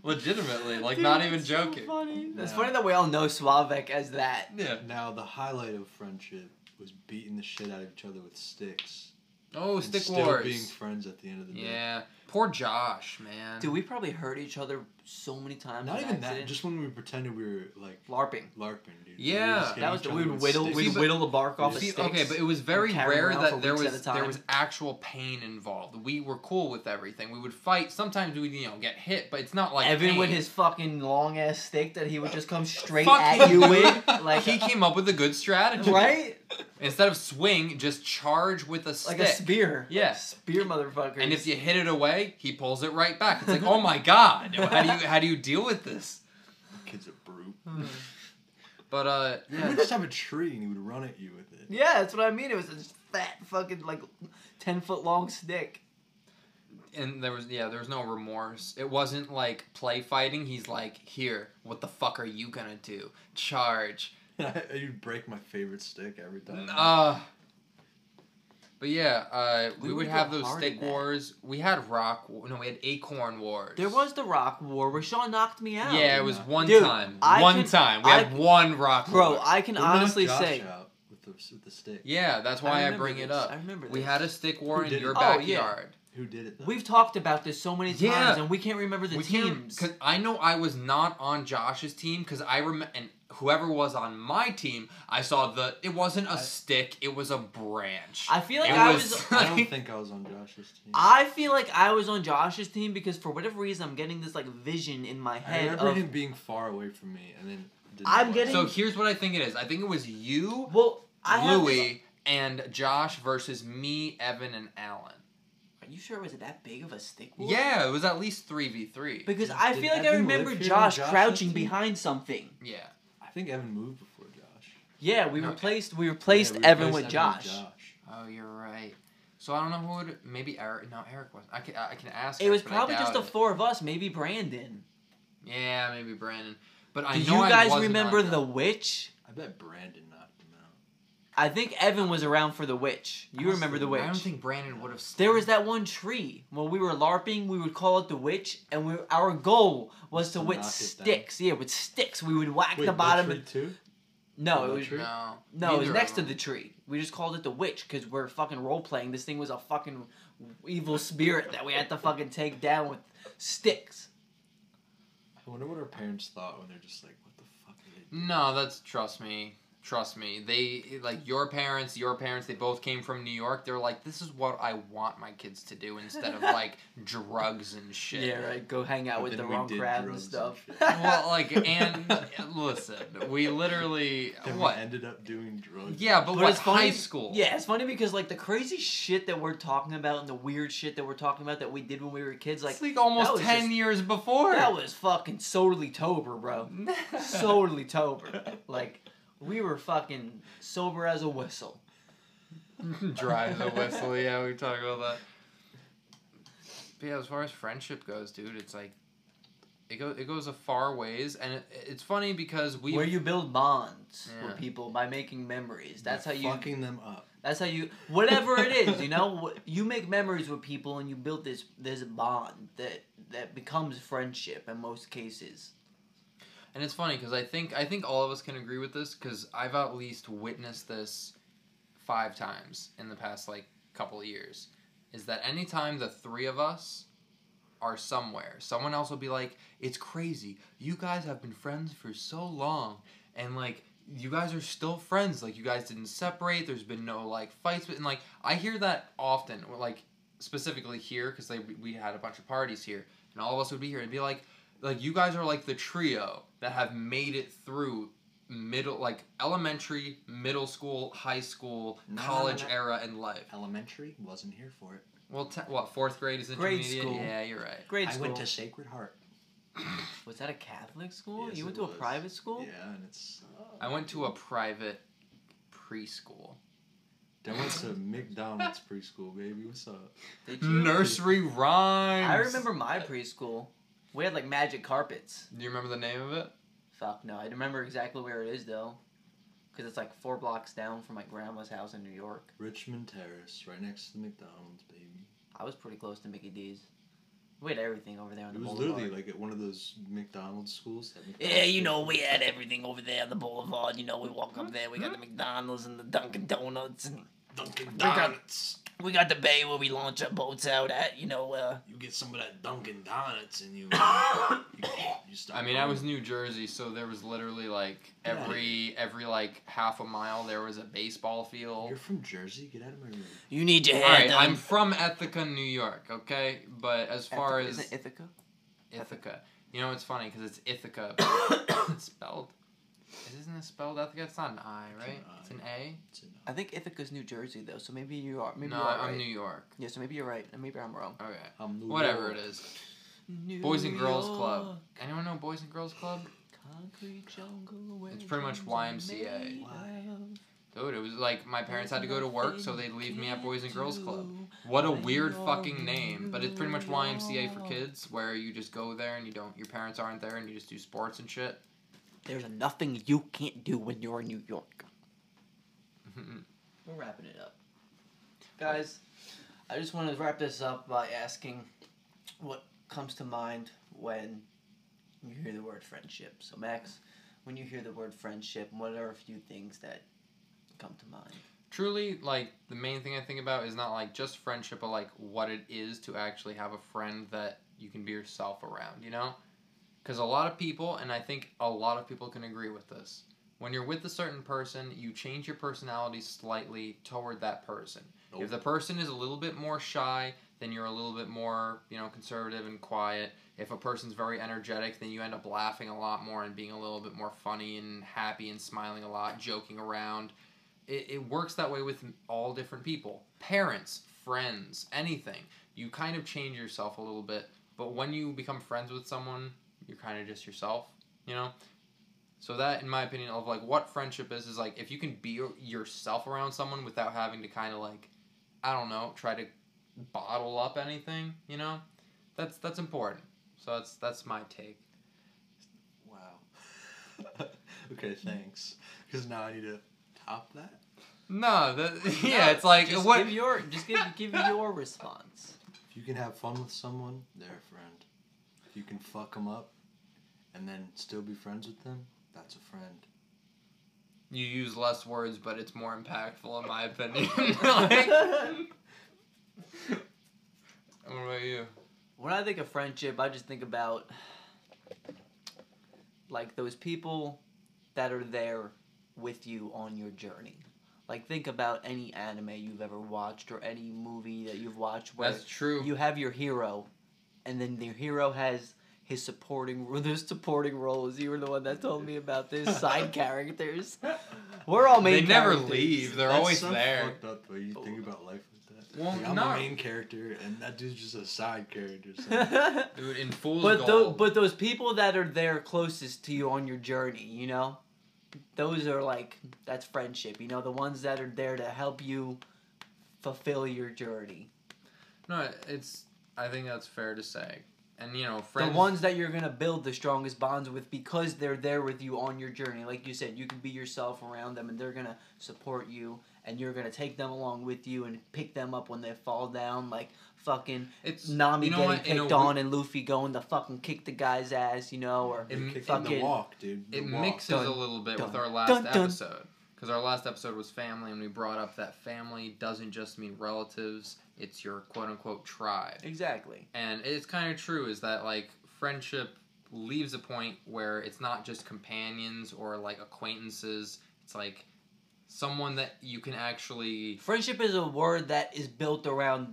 A: Legitimately, like not
C: Dude,
A: even
C: it's so
A: joking.
C: funny. It's
B: Yeah.
C: funny that we all know Suavec as that.
A: yeah.
B: Now the highlight of friendship was beating the shit out of each other with sticks.
A: Oh,
B: and
A: stick
B: still
A: wars.
B: being friends at the end of the day.
A: yeah. Poor Josh, man.
C: Dude, we probably hurt each other so many times.
B: Not
C: in
B: even that.
C: accident.
B: Just when we pretended we were like
C: larping.
B: larping, dude.
A: Yeah.
C: That was the we would whittle,
A: See,
C: we'd
A: but-
C: whittle the bark off
B: Yeah.
C: of
A: See,
C: sticks.
A: okay, but it was very
C: carry
A: rare
C: around for
A: that there
C: weeks at
A: was
C: a
A: there was
C: time.
A: actual pain involved. We were cool with everything. We would fight. Sometimes we you know get hit, but it's not like
C: Evan
A: pain.
C: with his fucking long ass stick that he would just come straight
A: Fuck
C: at you
A: you.
C: with, like
A: he came up with a good strategy.
C: right,
A: Instead of swing, just charge with a
C: like
A: stick.
C: a spear.
A: Yeah.
C: spear, motherfucker.
A: and if you hit it away, he pulls it right back. It's like, oh my god, how do you how do you deal with this?
B: Kid's a brute.
A: But uh,
B: We
A: yeah,
B: would just have a tree and he would run at you with it.
C: yeah, that's what I mean. It was this fat fucking like ten foot long stick.
A: and there was yeah there was no remorse it wasn't like play fighting he's like here what the fuck are you gonna do charge
B: You'd break my favorite stick every time.
A: uh but yeah uh we,
C: We
A: would
C: would
A: have
C: go
A: those
C: hard
A: stick
C: in that.
A: wars we had rock wa- no we had acorn wars
C: There was the rock war where Sean knocked me out.
A: yeah it was one
C: Dude,
A: time
C: I
A: one
C: can-
A: time we
C: I
A: had
C: can-
A: one rock
C: bro.
A: war.
C: I can
B: We knocked
C: honestly
B: Josh
C: say.
B: out with the, with the stick.
A: yeah that's why i,
C: remember
A: bring it
C: this.
A: up
C: I remember
A: we
C: this.
A: had a stick war
B: Who
A: in
B: did
A: your
B: it?
C: Oh, yeah.
A: backyard
B: Who did it? though?
C: We've talked about this so many times,
A: Yeah.
C: and we can't remember the
A: we
C: teams.
A: Because I know I was not on Josh's team because I remember, and whoever was on my team, I saw the. It wasn't a
B: I-
A: stick. It was a branch.
C: I feel like
A: It
C: I
A: was-
C: was.
B: I don't think I was on Josh's team.
C: I feel like I was on Josh's team because for whatever reason I'm getting this like vision in my
B: I
C: head
B: remember
C: of
B: him being far away from me and then. didn't
C: I'm
B: know it.
C: getting-
A: so here's what I think it is. I think it was you,
C: well I have this-
A: Louie, and Josh versus me, Evan, and Alan.
C: Are you sure was it that big of a stick? war?
A: Yeah, it was at least three v three.
C: Because
B: Did-
C: I
B: did
C: feel like I
B: Evan
C: remember
B: live here
C: Josh,
B: when Josh
C: crouching
B: lived here?
C: behind something.
A: Yeah,
B: I think Evan moved before Josh.
C: Yeah, we
A: No.
C: replaced we replaced
B: Yeah, we
C: Evan
B: replaced
C: with Josh.
A: Oh, you're right. So I don't know who would maybe Eric. No, Eric wasn't. I can I can ask.
C: It
A: Eric,
C: was
A: but I
C: probably just
A: doubt
C: the four of us, maybe Brandon.
A: it. Yeah, maybe Brandon. But I
C: Do
A: know
C: you
A: I
C: guys
A: wasn't
C: remember
A: on
C: the witch?
B: I bet Brandon knocked him out.
C: I think Evan was around for the witch. You
A: I
C: remember the
A: don't-
C: witch?
A: I don't think Brandon would have.
C: There was that one tree. When we were LARPing, we would call it the witch, and we, our goal was to,
B: To
C: with
B: knock it down.
C: sticks. Yeah, with sticks, we would whack
B: Wait,
C: the
B: that
C: bottom.
B: tree
C: and-
B: too?
C: no,
B: the
C: it was
B: tree?
A: No,
C: no, it was
A: neither
C: next
A: of
C: to
A: them.
C: the tree. We just called it the witch because we're fucking role playing. This thing was a fucking evil spirit that we had to fucking take down with sticks.
B: I wonder what our parents thought when they're just like, "What the fuck are they?" doing?"
A: No, that's trust me. Trust me. They like your parents, your parents, they both came from New York. They're like, this is what I want my kids to do instead of like drugs and shit.
C: Yeah, right. Go hang out
B: But
C: with the
B: then we
C: wrong
B: did
C: crowd and
B: drugs and
C: stuff.
B: shit.
A: Well, like and listen, we literally
B: Then we
A: what?
B: ended up doing drugs.
A: Yeah, but,
C: But
A: what
C: it's funny-
A: high school?
C: Yeah, it's funny because like the crazy shit that we're talking about and the weird shit that we're talking about that we did when we were kids, like
A: It's like almost
C: was
A: ten
C: just-
A: years before.
C: That was fucking totally tober, bro. totally tober. Like we were fucking sober as a whistle.
A: Drive the whistle, yeah, we talk about that. But yeah, as far as friendship goes, dude, it's like It goes it goes a far ways, and it, it's funny because we
C: where you build bonds
A: Yeah.
C: with people by making memories. That's how
B: By
C: you.
B: fucking them up.
C: That's how you. Whatever it is, you know, wh- you make memories with people, and you build this this bond that that becomes friendship in most cases.
A: And it's funny because I think I think all of us can agree with this because I've at least witnessed this five times in the past like couple of years. Is that anytime the three of us are somewhere, someone else will be like, "It's crazy. You guys have been friends for so long, and like." You guys are still friends. Like you guys didn't separate. There's been no like fights, but and like I hear that often. Like specifically here, because they we had a bunch of parties here, and all of us would be here. It'd be like, like you guys are like the trio that have made it through middle like elementary middle school high school
B: No, no,
A: college
B: no, no.
A: era and life
B: Elementary wasn't here for it.
A: well te- what fourth grade is
C: Grade
A: intermediate
C: school.
A: yeah you're right
C: Grade
B: I
C: school.
B: went to Sacred Heart.
C: was that a Catholic school?
B: Yes,
C: you went
B: it
C: to a
B: was.
C: private school.
B: Yeah, and it's.
A: i went to a private preschool
B: I went to McDonald's preschool, baby. What's up?
C: Did you?
A: nursery rhymes
C: I remember my preschool. We had like magic carpets.
A: do you remember the name of it
C: Fuck no, I remember exactly where it is though, because it's like four blocks down from my grandma's house in New York.
B: Richmond Terrace, right next to the McDonald's, baby.
C: I was pretty close to Mickey D's. We had everything over there on
B: It
C: the
B: was
C: boulevard.
B: literally like at one of those McDonald's schools. That
C: yeah,
B: McDonald's
C: you know,
B: was-
C: we had everything over there on the boulevard. You know, we walk up there, we got
A: Mm-hmm.
C: the McDonald's and the Dunkin' Donuts, and
B: Dunkin'
C: got-
B: Donuts.
C: we got the bay where we launch our boats out at. You know, uh,
B: You get some of that Dunkin' Donuts, and you. you, you start
A: I mean, I
C: Um,
A: was
B: going.
A: New Jersey, so there was literally like
B: Yeah.
A: every every like half a mile there was a baseball field.
B: You're from Jersey. Get out of my room.
C: you need your
A: All
C: hair
A: right,
C: done.
A: I'm from Ithaca, New York. Okay, but as far
C: Ithaca-
A: as
C: isn't Ithaca.
A: Ithaca. You know, it's funny because it's Ithaca. but it's spelled. Isn't it spelled Ithaca? It's not an I, right? It's
B: It's
A: an
B: an
A: A.
B: It's enough.
C: I think Ithaca's New Jersey though, so maybe you are. Maybe
A: no,
C: you are
A: I'm
C: right.
A: New York.
C: Yeah, so maybe you're right. and Maybe I'm wrong.
A: Okay,
B: uh, I'm New
A: whatever
B: York.
A: it is. Boys and Girls Club. Anyone know Boys and Girls Club?
C: Concrete jungle where
A: It's pretty much
C: dreams are
A: YMCA.
C: made
B: Why?
C: of.
A: Dude, it was like my parents had to go to work, so they'd leave me at Boys and Girls Club. What a
C: when
A: weird
C: you're
A: fucking name, but it's pretty much
C: blue.
A: YMCA for kids, where you just go there and you don't, your parents aren't there, and you just do sports and shit.
C: There's nothing you can't do when you're in New York. We're wrapping it up. Guys, I just want to wrap this up by asking what comes to mind when you hear the word friendship. So, Max, when you hear the word friendship, what are a few things that come to mind?
A: truly like the main thing i think about is not like just friendship but like what it is to actually have a friend that you can be yourself around you know because a lot of people and i think a lot of people can agree with this when you're with a certain person you change your personality slightly toward that person if
B: Nope.
A: the person is a little bit more shy then you're a little bit more you know conservative and quiet if a person's very energetic then you end up laughing a lot more and being a little bit more funny and happy and smiling a lot joking around it, it works that way with all different people parents friends anything you kind of change yourself a little bit but when you become friends with someone you're kind of just yourself you know so that in my opinion of like what friendship is is like if you can be your- yourself around someone without having to kind of like i don't know try to bottle up anything you know that's that's important so that's that's my take
B: Wow. okay, thanks. Because now I need to top that.
A: no that yeah it's like
C: just
A: what
C: Give your, just give, give your response.
B: If you can have fun with someone, they're a friend. If you can fuck them up, and then still be friends with them, that's a friend.
A: you use less words but it's more impactful in my opinion Like- What about you?
C: When I think of friendship, I just think about like those people that are there with you on your journey. Like think about any anime you've ever watched or any movie that you've watched where
A: That's true.
C: you have your hero and then your hero has his supporting those supporting roles. You were the one that told me about this side characters. We're all
A: they
C: main
A: never
C: characters.
A: leave. They're
B: That's
A: always
B: so
A: there.
B: Fucked up the way you think about life like that.
A: Well,
B: Like, I'm
A: no.
B: a main character, and that dude's just a side character. So.
A: Dude, in Fool's
C: but those
A: Gold.
C: but those people that are there closest to you on your journey, you know, those are like that's friendship. You know, the ones that are there to help you fulfill your journey.
A: no, it's. I think that's fair to say. and you know friends.
C: The ones that you're gonna build the strongest bonds with because they're there with you on your journey. Like you said, you can be yourself around them and they're gonna support you and you're gonna take them along with you and pick them up when they fall down like fucking
A: it's
C: Nami
A: you know
C: getting
A: what, in a
C: picked
A: w-
C: on and Luffy going to fucking kick the guy's ass, you know, or
A: It-
B: It,
C: fucking-
B: the walk, dude. The
A: It
B: walk.
A: mixes
C: Dun,
A: a little bit with
C: dun,
A: our last
C: dun, dun.
A: episode because our last episode was family, and we brought up that family doesn't just mean relatives; it's your quote unquote tribe.
C: Exactly.
A: and it's kind of true is that like friendship leaves a point where it's not just companions or like acquaintances it's like someone that you can actually
C: Friendship is a word that is built around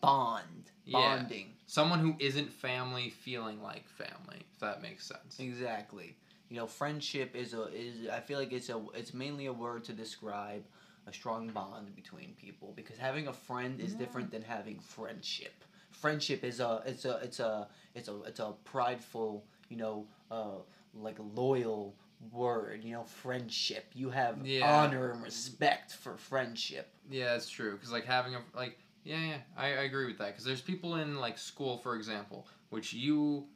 C: bond.
A: Yeah.
C: Bonding.
A: someone who isn't family feeling like family if that makes sense
C: Exactly. You know, friendship is a is I feel like it's a it's mainly a word to describe a strong bond between people because having a friend is different than having friendship. Friendship is a it's a it's a it's a it's a prideful, you know, uh like loyal word, you know, friendship. You have
A: Yeah.
C: honor and respect for friendship.
A: yeah that's true because like having a like yeah yeah i, I agree with that because there's people in like school for example which you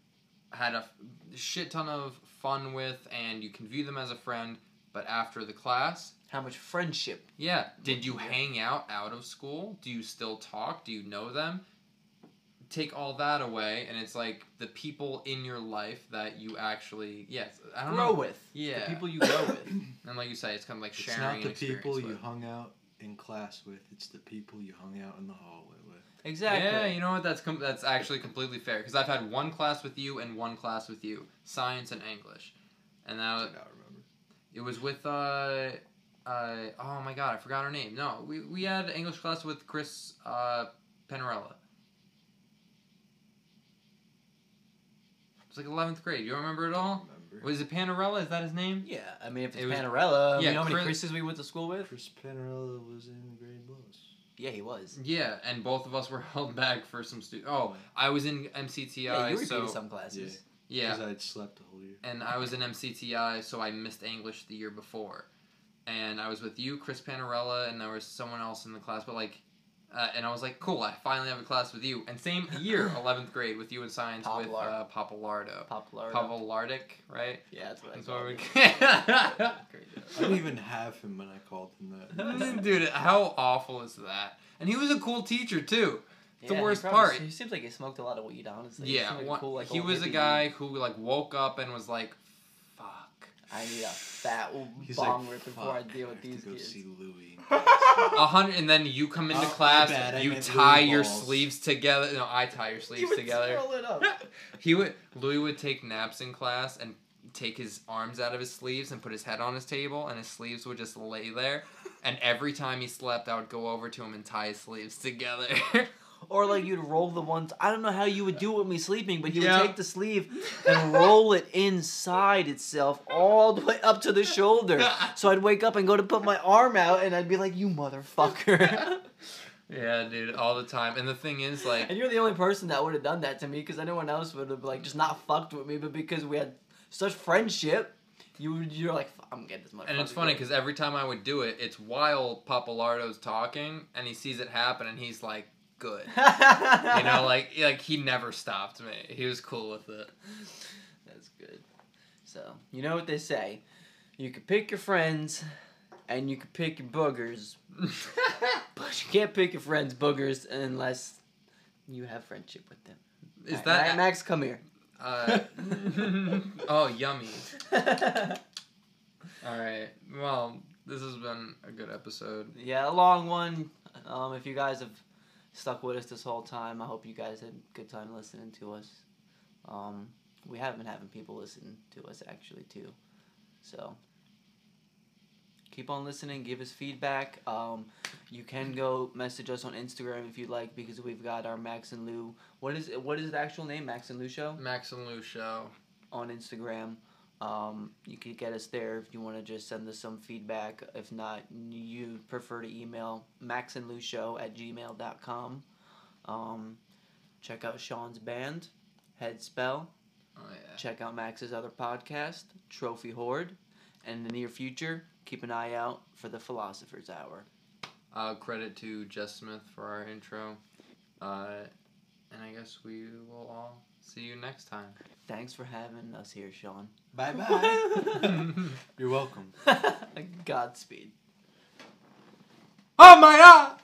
A: had a f- shit ton of fun with and you can view them as a friend but after the class
C: How much friendship
A: Yeah. Did you
C: Yeah.
A: hang out out of school? Do you still talk? Do you know them? Take all that away, and it's like the people in your life that you actually yes, I don't
C: grow
A: know.
C: with.
A: Yeah,
C: The people you grow with.
A: and like you say, it's kind of like
B: It's
A: sharing.
B: not
A: an
B: the
A: experience
B: people you
A: with.
B: hung out in class with. It's the people you hung out in the hallway with.
C: Exactly.
A: Yeah, you know what? That's com- that's actually completely fair because I've had one class with you and one class with you, science and English, and
B: I
C: Uh,
A: that
B: don't remember.
A: it was with uh, uh, oh my god, I forgot her name. No, we we had English class with Chris uh, Penarella. It's like eleventh grade. You don't remember it all?
B: Remember.
A: Was it Panarella? Is that his name?
C: Yeah, I mean, if it's
A: It was-
C: Panarella,
A: yeah,
C: you know how many
A: Chris-
C: Chris's we went to school with?
B: Chris Panarella was in grade plus.
C: Yeah, he was.
A: Yeah, and both of us were held back for some stu. Oh, I was in MCTI,
C: Yeah, you repeated
A: so
C: some classes.
A: yeah,
B: Because I'd slept the whole year.
A: and I was in MCTI, so I missed English the year before. And I was with you, Chris Panarella, and there was someone else in the class, but like, uh, and I was like, cool, I finally have a class with you. And same year, 11th grade, with you in science with
C: Poplar.
A: uh, Papalardo.
C: Popular.
A: Papalardic, right?
C: yeah, that's what I
A: That's
C: call
A: what we
C: it.
B: I didn't even have him when I called him that.
A: Dude, how awful is that? And he was a cool teacher, too. It's the
C: Yeah, he
A: worst
C: probably-
A: part.
C: He seems like he smoked a lot of weed, honestly. He
A: yeah,
C: seemed like a
A: one-
C: cool, like,
A: he
C: old
A: was a
C: hippie
A: guy
C: dude.
A: who like woke up and was like, fuck.
C: I need a fat
B: He's
C: bong
B: like,
C: rip before I
B: "Fuck,
C: deal
B: have
C: with
B: to
C: these
B: go
C: kids.
B: see Louis.
A: A hundred, and then you come into
B: Oh, my
A: class,
B: bad, I
A: you
B: meant
A: tie
B: Louis
A: your
B: balls.
A: sleeves together. No, I tie your
C: He
A: sleeves
C: would
A: together.
C: swirl it up.
A: He would. Louis would take naps in class and take his arms out of his sleeves and put his head on his table, and his sleeves would just lay there. And every time he slept, I would go over to him and tie his sleeves together.
C: Or like you'd roll the ones. I don't know how you would do it with me sleeping, but you
A: Yeah.
C: would take the sleeve and roll it inside itself all the way up to the shoulder. So I'd wake up and go to put my arm out, and I'd be like, "You motherfucker!"
A: yeah, dude, all the time. And the thing is, like,
C: and you're the only person that would have done that to me because anyone else would have like just not fucked with me, but because we had such friendship, you would- you're like, "F- "I'm gonna get this motherfucker."
A: and it's funny because every time I would do it, it's while Papalardo's talking, and he sees it happen, and he's like, "Good." you know, like like he never stopped me. He was cool with it.
C: That's good. So you know what they say: you could pick your friends, and you could pick your boogers, but you can't pick your friends' boogers unless you have friendship with them.
A: Is
C: Alright, Ma-
A: that
C: Max? Come here.
A: uh, oh yummy? All right. Well, this has been a good episode.
C: Yeah, a long one. Um, if you guys have stuck with us this whole time, I hope you guys had a good time listening to us. Um, we have been having people listen to us actually too, so keep on listening. Give us feedback. Um, you can go message us on Instagram if you'd like because we've got our Max and Lou. What is what is the actual name? Max and Lou show
A: Max and Lou show.
C: on Instagram. Um, you could get us there if you want to just send us some feedback. If not, you prefer to email maxandlushow at gmail.com. Um, check out Sean's band, Head Spell.
A: Oh yeah.
C: Check out Max's other podcast, Trophy Horde. And in the near future, keep an eye out for the Philosopher's Hour.
A: Uh, credit to Jess Smith for our intro. Uh, And I guess we will all see you next
C: Thanks for having us here, Sean.
B: Bye bye.
A: time.
B: You're welcome.
C: Godspeed.
B: Oh my god!